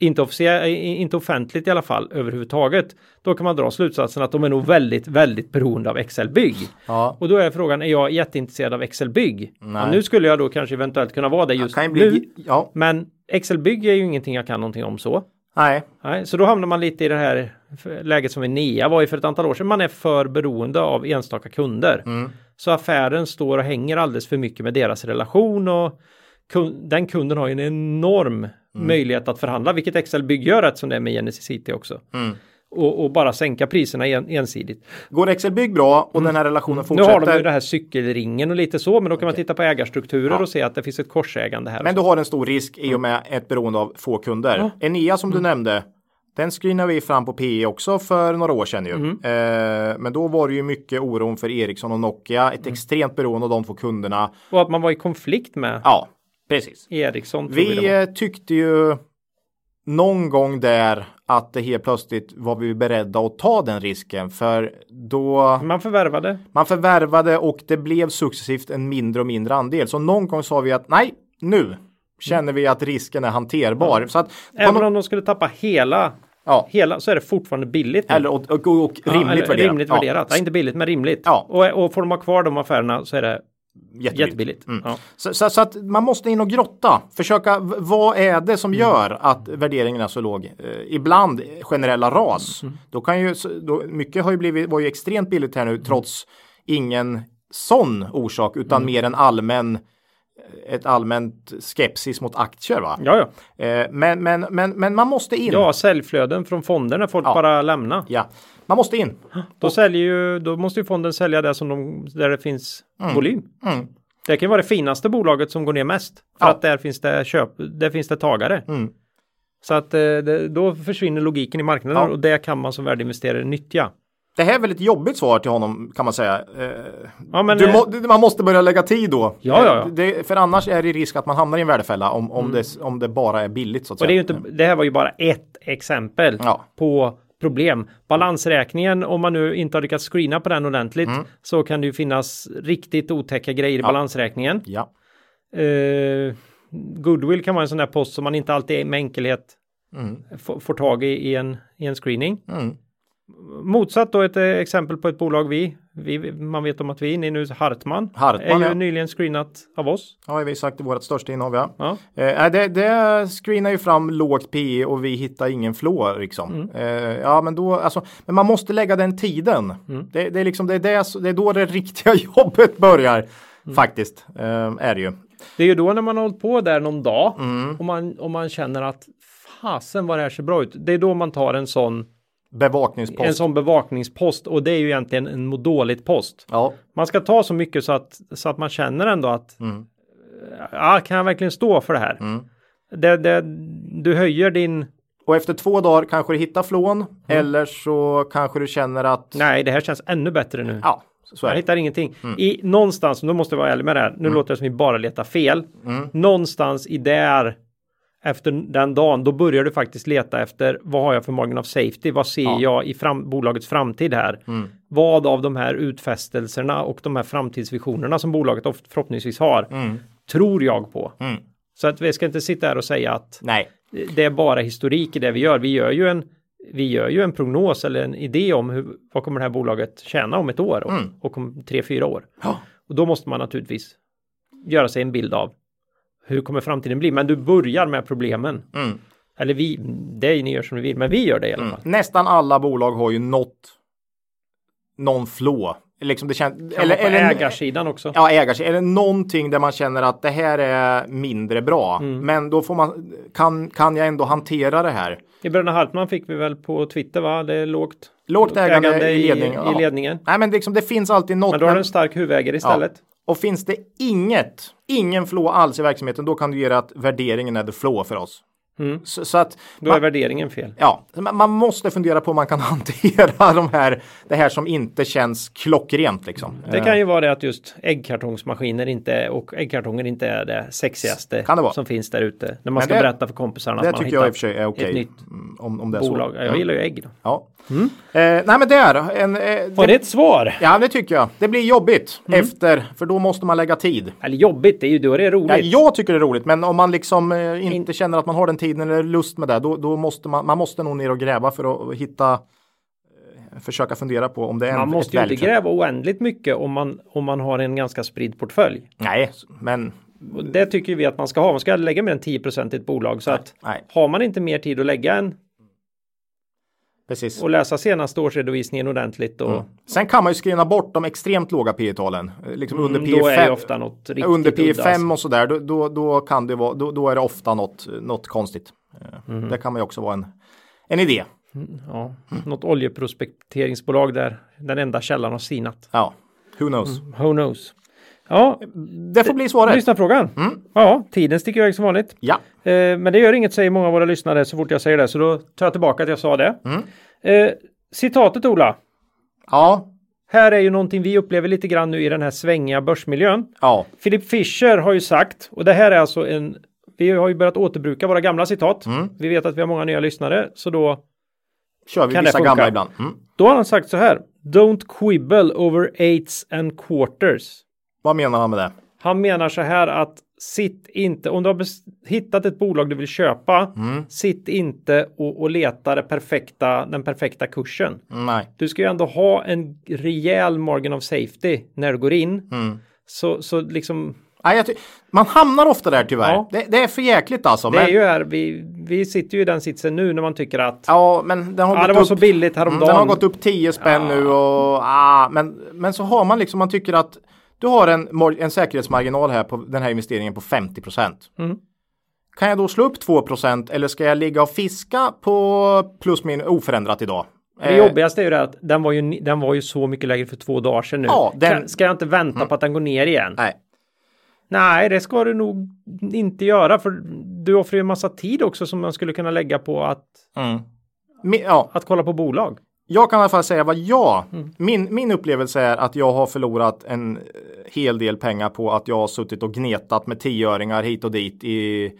S2: Inte, officie- i- inte offentligt i alla fall överhuvudtaget. Då kan man dra slutsatsen att de är nog väldigt, väldigt beroende av Excel Bygg.
S1: Ja.
S2: Och då är frågan, är jag jätteintresserad av Excel Bygg? Ja, nu skulle jag då kanske eventuellt kunna vara det just
S1: Kan ju
S2: nu.
S1: bli... Ja,
S2: Men Excel Bygg är ju ingenting jag kan någonting om så.
S1: nej.
S2: Nej, så då hamnar man lite i det här f- läget som Enea var i för ett antal år sedan. Man är för beroende av enstaka kunder.
S1: Mm.
S2: Så affären står och hänger alldeles för mycket med deras relation och kun- den kunden har ju en enorm
S1: Mm.
S2: möjlighet att förhandla, vilket Excel Bygg gör eftersom det är med Genesis IT också.
S1: Mm.
S2: Och, och bara sänka priserna en, ensidigt.
S1: Går Excel Bygg bra och den här relationen
S2: Mm. Nu
S1: fortsätter.
S2: har de ju den här cykelringen och lite så, men då kan man titta på ägarstrukturer och se att det finns ett korsägande här.
S1: Men du har en stor risk i och med ett beroende av få kunder. Enea som du
S2: Mm.
S1: nämnde, den screenade vi fram på PE också för några år sedan ju.
S2: Mm.
S1: Eh, men då var det ju mycket oron för Ericsson och Nokia,
S2: Mm.
S1: ett extremt beroende av de två kunderna.
S2: och att man var i konflikt med
S1: Ja, precis.
S2: Ericsson. tror det
S1: Vi
S2: var.
S1: eh, tyckte ju någon gång där att det helt plötsligt var vi beredda att ta den risken för då
S2: Man förvärvade.
S1: man förvärvade och det blev successivt en mindre och mindre andel. Så någon gång sa vi att nej, nu känner vi att risken är hanterbar. Så att,
S2: Även om de skulle tappa hela,
S1: ja,
S2: hela så är det fortfarande billigt. nu.
S1: eller och, och, och
S2: Ja,
S1: rimligt
S2: eller
S1: värderat.
S2: rimligt
S1: Ja,
S2: värderat. Ja. inte billigt, men rimligt.
S1: Ja.
S2: Och, och får de ha kvar de affärerna så är det
S1: jättebilligt.
S2: jättebilligt.
S1: Mm.
S2: Ja.
S1: Så, så, så att man måste in och grotta. Försöka, v- vad är det
S2: Mm.
S1: som gör att värderingen är så låg? Eh, ibland
S2: Mm. Mm.
S1: generella ras. Då kan ju, så- då, mycket har ju blivit, var ju extremt billigt här nu trots ingen sån orsak utan
S2: Mm.
S1: mer en allmän eh, ett allmänt skepsis mot aktier va?
S2: Ja, ja.
S1: Eh, Men, men, men, men man måste in.
S2: Ja, säljflöden från fonderna folk bara lämna.
S1: Ja. Man måste in.
S2: Då, säljer ju, då måste ju fonden sälja det som de, där det finns volym.
S1: Mm.
S2: Det kan ju vara det finaste bolaget som går ner mest. För
S1: Ja.
S2: att där finns det köp, där finns det tagare.
S1: Mm.
S2: Så att eh, det, då försvinner logiken i marknaden
S1: Ja.
S2: och det kan man som värdeinvesterare nyttja.
S1: Det här är väl ett jobbigt svar till honom kan man säga. Eh,
S2: Ja, men,
S1: du
S2: eh,
S1: må, du- man måste börja lägga tid då.
S2: Ja, ja, ja.
S1: Det, för annars är det risk att man hamnar i en värdefälla om, om, det, om det bara är billigt så att
S2: och
S1: säga.
S2: det, är ju inte, det här var ju bara ett exempel
S1: Mm. Ja.
S2: på problem. Balansräkningen, om man nu inte har lyckats screena på den ordentligt,
S1: Mm.
S2: så kan det ju finnas riktigt otäcka grejer i balansräkningen.
S1: Ja.
S2: Eh, goodwill kan vara en sån där post som man inte alltid med enkelhet får, får tag i i en, i en screening.
S1: Mm.
S2: Motsatt då ett eh, exempel på ett bolag vi, vi, man vet om att vi är inne i nu, Hartman,
S1: Hartman,
S2: är ju
S1: ja.
S2: nyligen screenat av oss.
S1: Ja, vi har sagt vårt största innehav, ja.
S2: Ja.
S1: Eh, nej, det, det screenar ju fram lågt PE och vi hittar ingen flår liksom.
S2: Mm.
S1: Eh, ja, men då, alltså, men man måste lägga den tiden.
S2: Mm.
S1: Det, det är liksom, det är, det, det är då det riktiga <laughs> jobbet börjar.
S2: Mm.
S1: Faktiskt, eh, är det ju.
S2: Det är ju då när man har hållit på där någon dag och, man, och man känner att fasen vad det här ser bra ut. Det är då man tar en sån,
S1: Bevakningspost.
S2: en sån bevakningspost och det är ju egentligen en må dåligt-post.
S1: Ja,
S2: Man ska ta så mycket så att, så att man känner ändå att ja, kan jag verkligen stå för det här? Det, det, du höjer din,
S1: och efter två dagar kanske du hittar flån eller så kanske du känner att
S2: Mm. nej det här känns ännu bättre nu.
S1: ja, så är
S2: Jag
S1: det.
S2: hittar ingenting. I någonstans, nu måste jag vara ärlig med det här, nu låter det som vi bara letar fel. Någonstans i där, efter den dagen, då börjar du faktiskt leta efter vad har jag för margin of safety? Vad ser jag i fram, bolagets framtid här? Vad av de här utfästelserna och de här framtidsvisionerna som bolaget ofta, förhoppningsvis har, tror jag på? Så att vi ska inte sitta här och säga att
S1: Nej,
S2: det är bara historik i det vi gör. Vi gör ju en, vi gör ju en prognos eller en idé om hur, vad kommer det här bolaget tjäna om ett år och,
S1: Mm.
S2: och om tre, fyra år. Och då måste man naturligtvis göra sig en bild av hur kommer framtiden bli? Men du börjar med problemen.
S1: Mm.
S2: Eller vi, det är ju ni gör som ni vill, men vi gör det i alla fall.
S1: nästan alla bolag har ju något någon flå. Liksom det känns, eller,
S2: Eller,
S1: eller,
S2: ägarsidan också.
S1: Ja, ägars eller någonting där man känner att det här är mindre bra.
S2: Mm.
S1: Men då får man, kan, kan jag ändå hantera det här?
S2: I Bröderna Hartman fick vi väl på Twitter, va? Det är lågt.
S1: Lågt ägande, i ledning.
S2: i,
S1: ja.
S2: ledningen.
S1: Nej, men det liksom, det finns alltid något.
S2: Men då har
S1: men-
S2: du en stark huvudägare istället.
S1: Och finns det inget, ingen flå alls i verksamheten, då kan du ge det att värderingen är the flow för oss. Så, så att,
S2: Mm. Då är värderingen fel.
S1: ja, man man måste fundera på hur man kan <laughs> hantera de här, det här som inte känns klockrent liksom.
S2: Det kan ju vara det att just äggkartongsmaskiner inte och äggkartonger inte är det sexigaste
S1: Kan det vara.
S2: som finns där ute. När man ska
S1: det-
S2: berätta för kompisarna
S1: Eh, Det
S2: att man har
S1: tycker jag i och
S2: hittat
S1: för sig är okej.
S2: ett nytt
S1: Mm, Om, om det är
S2: bolag.
S1: så.
S2: Ja, Jag gillar Mm. ju ägg. Då.
S1: Ja. Eh, nej men det är en... Eh,
S2: Var det ett svar?
S1: Ja, det tycker jag. Det blir jobbigt
S2: Mm.
S1: efter, för då måste man lägga tid.
S2: Eller jobbigt, det är ju då det är roligt.
S1: Ja, jag tycker det är roligt, men om man liksom eh, inte känner att man har den tiden eller lust med det, då, då måste man, man måste nog ner och gräva för att hitta, eh, försöka fundera på om det är en-
S2: man måste ju
S1: ett
S2: inte
S1: väldigt-
S2: gräva oändligt mycket om man, om man har en ganska spridd portfölj.
S1: Nej, men
S2: Och det tycker ju vi att man ska ha. Man ska lägga mer än 10 i ett bolag. Så att
S1: nej,
S2: har man inte mer tid att lägga än
S1: precis.
S2: och läsa senaste årsredovisningen ordentligt och
S1: Sen kan man ju skriva bort de extremt låga P talen liksom under P5.
S2: Mm, då är det ofta något riktigt
S1: eh, under P5
S2: udda, alltså.
S1: och sådär, då, då, då, kan det vara, då, då är det ofta något, något konstigt. Eh,
S2: Mhm.
S1: Det kan man ju också vara en, en idé.
S2: Ja, något oljeprospekteringsbolag där den enda källan har sinat.
S1: Ja, who knows.
S2: Who knows? Ja,
S1: Det får bli svaret.
S2: Mm. lyssna frågan. Ja, tiden sticker iväg som vanligt.
S1: Ja,
S2: Eh, men det gör inget säger många av våra lyssnare så fort jag säger det, så då tar jag tillbaka att jag sa det. Eh, citatet Ola,
S1: ja,
S2: här är ju någonting vi upplever lite grann nu i den här svängiga börsmiljön.
S1: ja,
S2: Philip Fischer har ju sagt, och det här är alltså en, vi har ju börjat återbruka våra gamla citat. Vi vet att vi har många nya lyssnare, så då
S1: kör vi
S2: Kan det
S1: vissa
S2: funka?
S1: gamla ibland. Mm.
S2: Då har han sagt så här. Don't quibble over eights and quarters.
S1: Vad menar han med det?
S2: Han menar så här att sitt inte, om du har bes- hittat ett bolag du vill köpa,
S1: Mm.
S2: sitt inte och, och leta det perfekta, den perfekta kursen.
S1: Nej,
S2: Du ska ju ändå
S1: Mm.
S2: ha en rejäl margin of safety när du går in. Så, så liksom,
S1: Nej, jag ty- man hamnar ofta där tyvärr.
S2: Ja.
S1: Det, det är för jäkligt alltså.
S2: Det
S1: men,
S2: är ju här, vi, vi sitter ju i den sitsen nu när man tycker att
S1: Ja, men den har
S2: ah, det
S1: gått
S2: var
S1: upp.
S2: så billigt
S1: Mm,
S2: häromdagen.
S1: Den har gått upp 10 spänn nu och ah, men, men så har man liksom, man tycker att du har en, mor- en säkerhetsmarginal här på den här investeringen på 50 procent.
S2: Mm.
S1: Kan jag då slå upp 2 procent eller ska jag ligga och fiska på plus min oförändrat idag?
S2: Det
S1: Eh,
S2: jobbigaste är ju det att den var ju, ni- den var ju så mycket lägre för två dagar sedan nu.
S1: Ja, den- Mm.
S2: Ska- Ska jag inte vänta på att den går ner igen?
S1: Nej,
S2: Nej, det ska du nog inte göra för du offrar ju en massa tid också som man skulle kunna lägga på att,
S1: Mi- ja,
S2: att kolla på bolag.
S1: jag kan i alla fall säga vad jag, min, min upplevelse är att jag har förlorat en eh, hel del pengar på att jag har suttit och gnetat med tioöringar hit och dit i,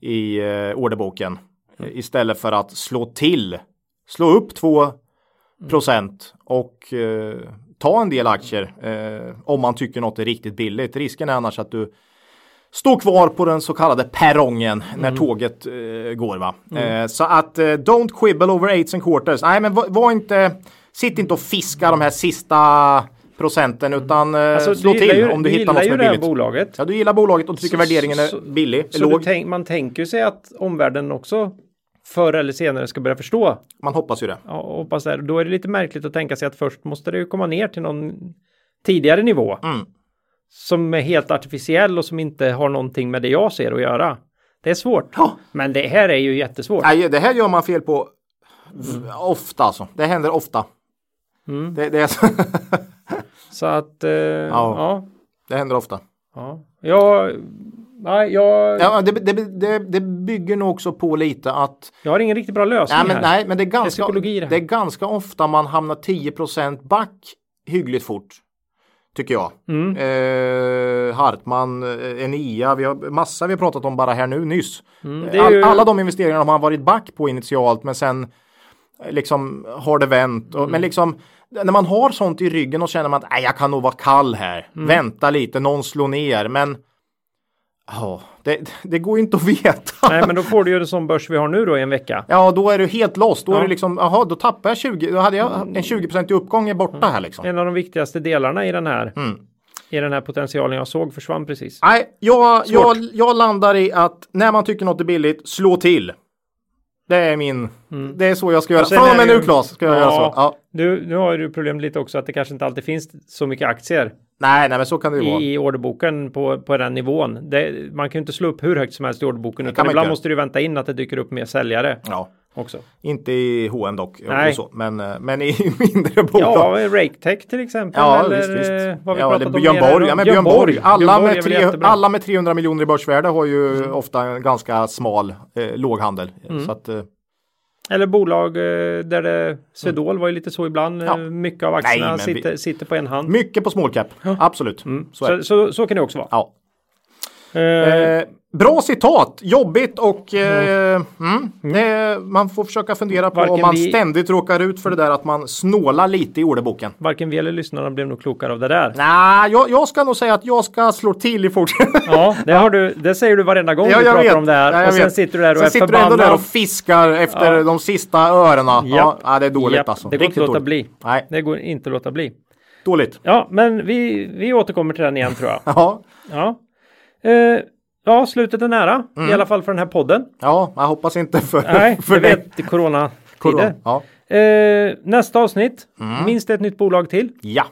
S1: i eh, orderboken. Istället för att slå till, slå upp 2
S2: Mm.
S1: procent och eh, ta en del aktier eh, om man tycker något är riktigt billigt. Risken är annars att du stå kvar på den så kallade perrongen när
S2: Mm.
S1: tåget eh, går. Va? Eh, så att eh, don't quibble over eights and quarters. Nej, men var, var inte, sitt inte och fiska de här sista procenten utan eh, slå
S2: Mm. Alltså, du gillar
S1: till
S2: ju-
S1: om du hittar
S2: gillar
S1: något som
S2: ju
S1: är
S2: det här
S1: billigt.
S2: bolaget.
S1: Ja, du gillar bolaget och du tycker
S2: Så-
S1: värderingen
S2: så-
S1: är billig, är
S2: Så du
S1: låg.
S2: tänk, man tänker ju sig att omvärlden också förr eller senare ska börja förstå.
S1: Man hoppas ju det.
S2: Ja, och hoppas det. Då är det lite märkligt att tänka sig att först måste det ju komma ner till någon tidigare nivå.
S1: Mm.
S2: Som är helt artificiell och som inte har någonting med det jag ser att göra. Det är svårt. Men det här är ju jättesvårt.
S1: Nej, det här gör man fel på v- ofta alltså. Det händer ofta. Det, det, är så- <laughs>
S2: Så att, eh, ja.
S1: det händer ofta.
S2: ja. Jag, nej, jag,
S1: Ja, det, det, det, det bygger nog också på lite att
S2: jag har ingen riktigt bra lösning
S1: Nej men,
S2: här.
S1: nej, men det, är ganska,
S2: psykologi i det
S1: det,
S2: här.
S1: är ganska ofta man hamnar 10 back hyggligt fort. Tycker jag.
S2: Mm.
S1: Eh, Hartman, eh, Enea, vi har massa vi har pratat om bara här nu nyss.
S2: Mm,
S1: Eh,
S2: det är
S1: All,
S2: ju-
S1: Alla de investeringarna har man varit back på initialt men sen eh, liksom har det vänt. Och,
S2: Mm.
S1: Men liksom när man har sånt i ryggen och känner man att "Nej, jag kan nog vara kall här.
S2: Mm.
S1: Vänta lite, någon slår ner. Men ja, det, det går ju inte att veta.
S2: nej, men då får du ju en sån börs vi har nu då i en vecka.
S1: Ja, då är du helt lost. Då är
S2: Ja. Mm.
S1: du liksom, jaha, då tappar jag 20, då hade jag en 20 uppgång är borta här liksom.
S2: En av de viktigaste delarna i den här,
S1: Mm.
S2: i den här potentialen jag såg försvann precis.
S1: Nej, jag, jag, jag landar i att när man tycker något är billigt, slå till. Det är min, det är så jag ska göra.
S2: Mm. sen
S1: Från och
S2: är
S1: med
S2: det ju-
S1: nu Claes, ska jag
S2: Ja.
S1: göra så. Ja.
S2: Nu, nu har ju du problem lite också att det kanske inte alltid finns så mycket aktier
S1: Nej, nej, men så kan det ju vara.
S2: i, i orderboken på, på den nivån. Det, man kan ju inte slå upp hur högt som helst i orderboken utan
S1: man
S2: ibland
S1: inte.
S2: måste du vänta in att det dyker upp mer säljare
S1: Ja.
S2: också.
S1: Inte i H&M dock,
S2: Nej.
S1: och så, men, eh, men i <laughs> mindre bolag.
S2: Ja, Raketech till exempel.
S1: Ja,
S2: eller
S1: visst, visst.
S2: eh, vad vi
S1: ja,
S2: pratat
S1: eller
S2: om
S1: Björn
S2: mer
S1: Borg.
S2: här
S1: Ja, men
S2: idag.
S1: Björn Borg. Alla,
S2: Björn Borg är
S1: med
S2: väl
S1: tre,
S2: jättebra.
S1: alla med 300 miljoner i börsvärde har ju ofta en ganska smal eh, låghandel.
S2: Mm.
S1: Så att, eh,
S2: Eller bolag eh, där det, Swedol var ju lite så ibland. eh,
S1: Mm. Ja.
S2: Mycket av aktierna
S1: men vi-
S2: sitter, sitter på en hand.
S1: mycket på small cap, absolut. Så är det.
S2: Mm. så, så, så kan det också vara.
S1: Ja.
S2: Eh,
S1: Eh, bra citat, jobbigt och eh, mm. Det, man får försöka fundera på om
S2: Varken
S1: man
S2: vi-
S1: ständigt råkar ut för det där att man snålar lite i orderboken.
S2: Varken vi eller lyssnarna blev nog klokare av det där.
S1: Nej, jag, jag ska nog säga att jag ska slå till i <laughs> fortsättningen.
S2: Ja, det, har du, det säger du varenda gång vi pratar om det här.
S1: Ja, jag
S2: och sen
S1: vet.
S2: sitter du där och
S1: Sen
S2: är
S1: sitter du ändå
S2: förbannad.
S1: där och fiskar efter de sista örena. Ja.
S2: Japp.
S1: ja, det är dåligt
S2: Japp,
S1: alltså.
S2: Det går inte att
S1: Riktigt
S2: låta
S1: dåligt.
S2: bli.
S1: Nej,
S2: Det går inte att låta bli.
S1: dåligt.
S2: Ja, men vi, vi återkommer till den igen tror jag.
S1: Ja,
S2: Ja, eh, ja slutet är nära. I alla fall för den här podden.
S1: ja jag hoppas inte Mm. <laughs> för,
S2: Nej,
S1: för
S2: jag
S1: dig.
S2: vet. Coronatider.
S1: Corona. Mm. Ja.
S2: Eh, nästa avsnitt. Minst ett nytt bolag till.
S1: ja,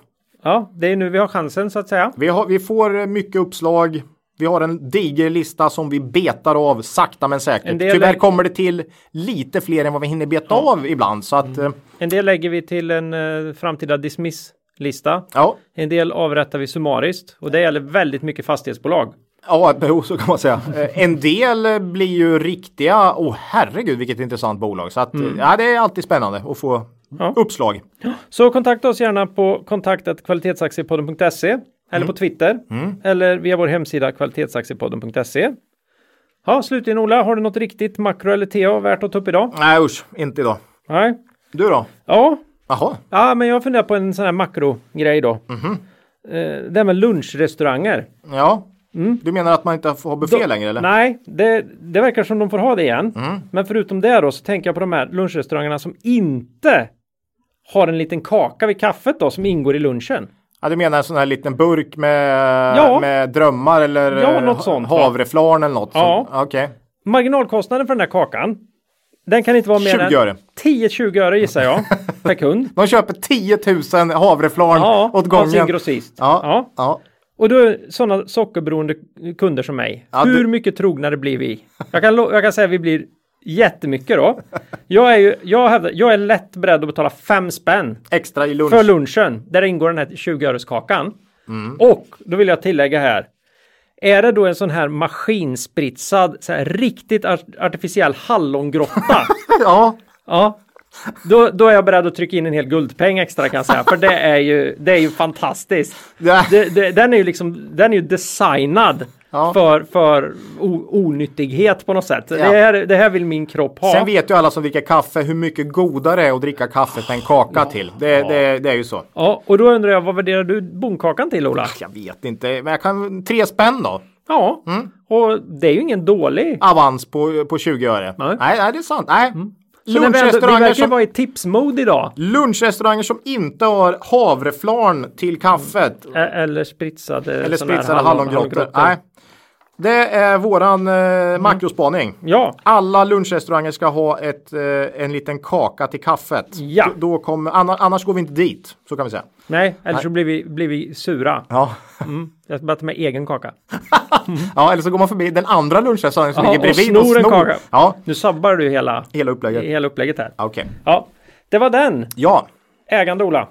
S2: Ja, det är nu vi har chansen så att säga.
S1: vi, har, vi får eh, mycket uppslag. Vi har en diger lista som vi betar av sakta men
S2: En
S1: säkert.
S2: del
S1: Tyvärr
S2: är-
S1: kommer det till lite fler än vad vi hinner beta av ibland. Så att, eh,
S2: En del lägger vi till en eh, framtida dismiss-lista.
S1: ja,
S2: En del avrättar vi summariskt och det gäller väldigt mycket fastighetsbolag.
S1: ja, jo, så kan man säga. Eh, En del eh, blir ju riktiga, åh oh, herregud vilket intressant bolag. Så att, eh, ja, det är alltid spännande att få
S2: Mm. Ja.
S1: uppslag.
S2: Så kontakta oss gärna på kontaktatkvalitetsaktiepodden.se eller på Twitter eller via vår hemsida kvalitetsaktiepodden.se. Ja, slutligen Ola, har du något riktigt makro eller TA värt att ta upp idag?
S1: Nej usch, inte idag.
S2: Nej.
S1: Du då?
S2: Ja,
S1: Jaha,
S2: ja men jag funderar på en sån här makrogrej då. Eh, Det här med lunchrestauranger.
S1: ja.
S2: Mm.
S1: Du menar att man inte får ha buffé längre eller? Mm.
S2: Nej, det, det verkar som de får ha det igen. Men förutom det då så tänker jag på de här lunchrestaurangerna som inte har en liten kaka vid kaffet då som ingår i lunchen.
S1: Ja, du menar en sån här liten burk med,
S2: Ja.
S1: med drömmar eller
S2: Ja,
S1: eh,
S2: något
S1: ha-
S2: sånt, va?
S1: havreflarn eller något?
S2: Ja.
S1: Så- Okej,
S2: Marginalkostnaden för den här kakan. Den kan inte vara mer
S1: 20 öre.
S2: än 10-20 öre
S1: <laughs>
S2: gissar jag per kund.
S1: De köper 10 000 havreflarn
S2: Ja,
S1: åt
S2: av sin
S1: gången.
S2: grossist.
S1: Ja,
S2: Ja.
S1: ja. ja.
S2: Och då är sådana sockerberoende kunder som mig.
S1: Ja,
S2: hur
S1: du-
S2: mycket trognare blir vi? Jag kan, lo- jag kan säga att vi blir jättemycket då. Jag är, ju, jag, hävdar, jag är lätt beredd att betala fem spänn
S1: Extra i lunch.
S2: för lunchen. Där ingår den här 20-öreskakan.
S1: Mm.
S2: Och då vill jag tillägga här. Är det då en sån här maskinspritsad, så här riktigt art- artificiell
S1: <laughs>
S2: hallongrotta?
S1: <laughs> Ja,
S2: ja. Då, då är jag beredd att trycka in en hel guldpeng extra kan jag säga. För det är ju, det är ju fantastiskt.
S1: Ja.
S2: Det, det, den är ju liksom, den är ju designad.
S1: Ja.
S2: För, för o, onyttighet på något sätt. Det, här, det här vill min kropp ha.
S1: Sen vet ju alla som dricker kaffe hur mycket godare det är att dricka kaffe på en kaka till. Det, det, det är ju så.
S2: Ja, och då undrar jag, vad värderar du bonkakan till Ola?
S1: Jag vet inte, men jag kan... Tre spänn då?
S2: Ja,
S1: Mm.
S2: och det är ju ingen dålig.
S1: Avans på, på 20 öre.
S2: Nej.
S1: Nej. Nej, det är sant. Nej.
S2: Mm. Så när vi, ändå, vi
S1: Lunchrestauranger
S2: verkar
S1: som...
S2: vara i tipsmode idag.
S1: Lunchrestauranger som inte har havreflarn till kaffet.
S2: Ä- Eller spritsade,
S1: Eller
S2: såna här
S1: spritsade
S2: hallon-
S1: hallongrottor. Nej. Det är våran eh, makrospaning.
S2: Ja,
S1: Alla lunchrestauranger ska ha ett, eh, en liten kaka till kaffet.
S2: Ja.
S1: Då, då kommer, annars, annars går vi inte dit. Så kan vi säga.
S2: nej, eller så blir vi, blir vi sura.
S1: Ja.
S2: Jag ska bara ta med egen kaka.
S1: ja, eller så går man förbi den andra lunchrestaurangen som
S2: Ja,
S1: ligger
S2: och
S1: bredvid
S2: snor en kaka.
S1: Ja,
S2: Nu sabbar du hela,
S1: hela upplägget.
S2: hela upplägget här.
S1: Ja, Okej.
S2: Ja, det var den.
S1: Ja.
S2: Ägande Ola.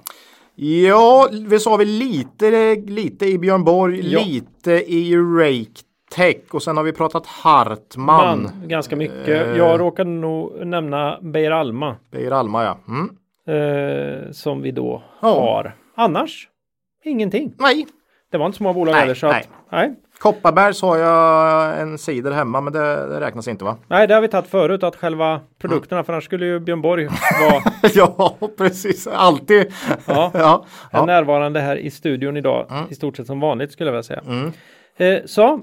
S1: Ja, vi sa väl lite, lite i Björn Borg,
S2: Ja.
S1: lite i Rake Tech och sen har vi pratat Hartman.
S2: Man, ganska
S1: Eh.
S2: mycket. Jag råkade nog nämna Beijer Alma.
S1: Det är Alma ja. Mm.
S2: Eh, som vi då
S1: Ja.
S2: har. Annars, ingenting.
S1: Nej,
S2: Det var inte så många bolag
S1: Nej,
S2: heller. Så nej.
S1: nej.
S2: Att, nej.
S1: Kopparberg så har jag en cider hemma men det, det räknas inte va?
S2: nej, det har vi tagit förut att
S1: Mm.
S2: själva produkterna, för annars skulle ju Björn Borg
S1: <laughs>
S2: vara
S1: <laughs> ja, precis. Alltid.
S2: Ja.
S1: ja.
S2: är
S1: ja. Mm.
S2: närvarande här i studion idag i stort sett som vanligt skulle jag vilja säga. Eh, så,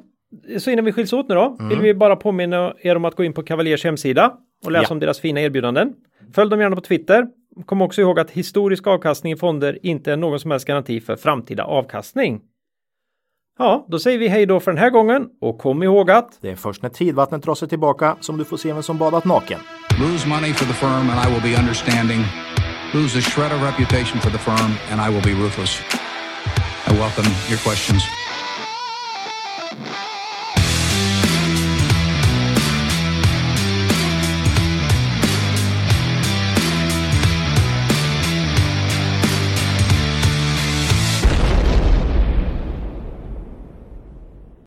S2: så innan vi skiljs åt nu då
S1: Mm.
S2: vill vi bara påminna er om att gå in på Cavaliers hemsida och läsa
S1: Ja.
S2: om deras fina erbjudanden. Följ dem gärna på Twitter. Kom också ihåg att historisk avkastning i fonder inte är någon som helst garanti för framtida avkastning. Ja, då säger vi hej då för den här gången och kom ihåg att
S1: Det är först när tidvattnet drar sig tillbaka som du får se vem som badat naken.
S3: Lose money for the firm, and I will be understanding. Lose a shred of reputation for the firm, and I will be ruthless. I welcome your questions.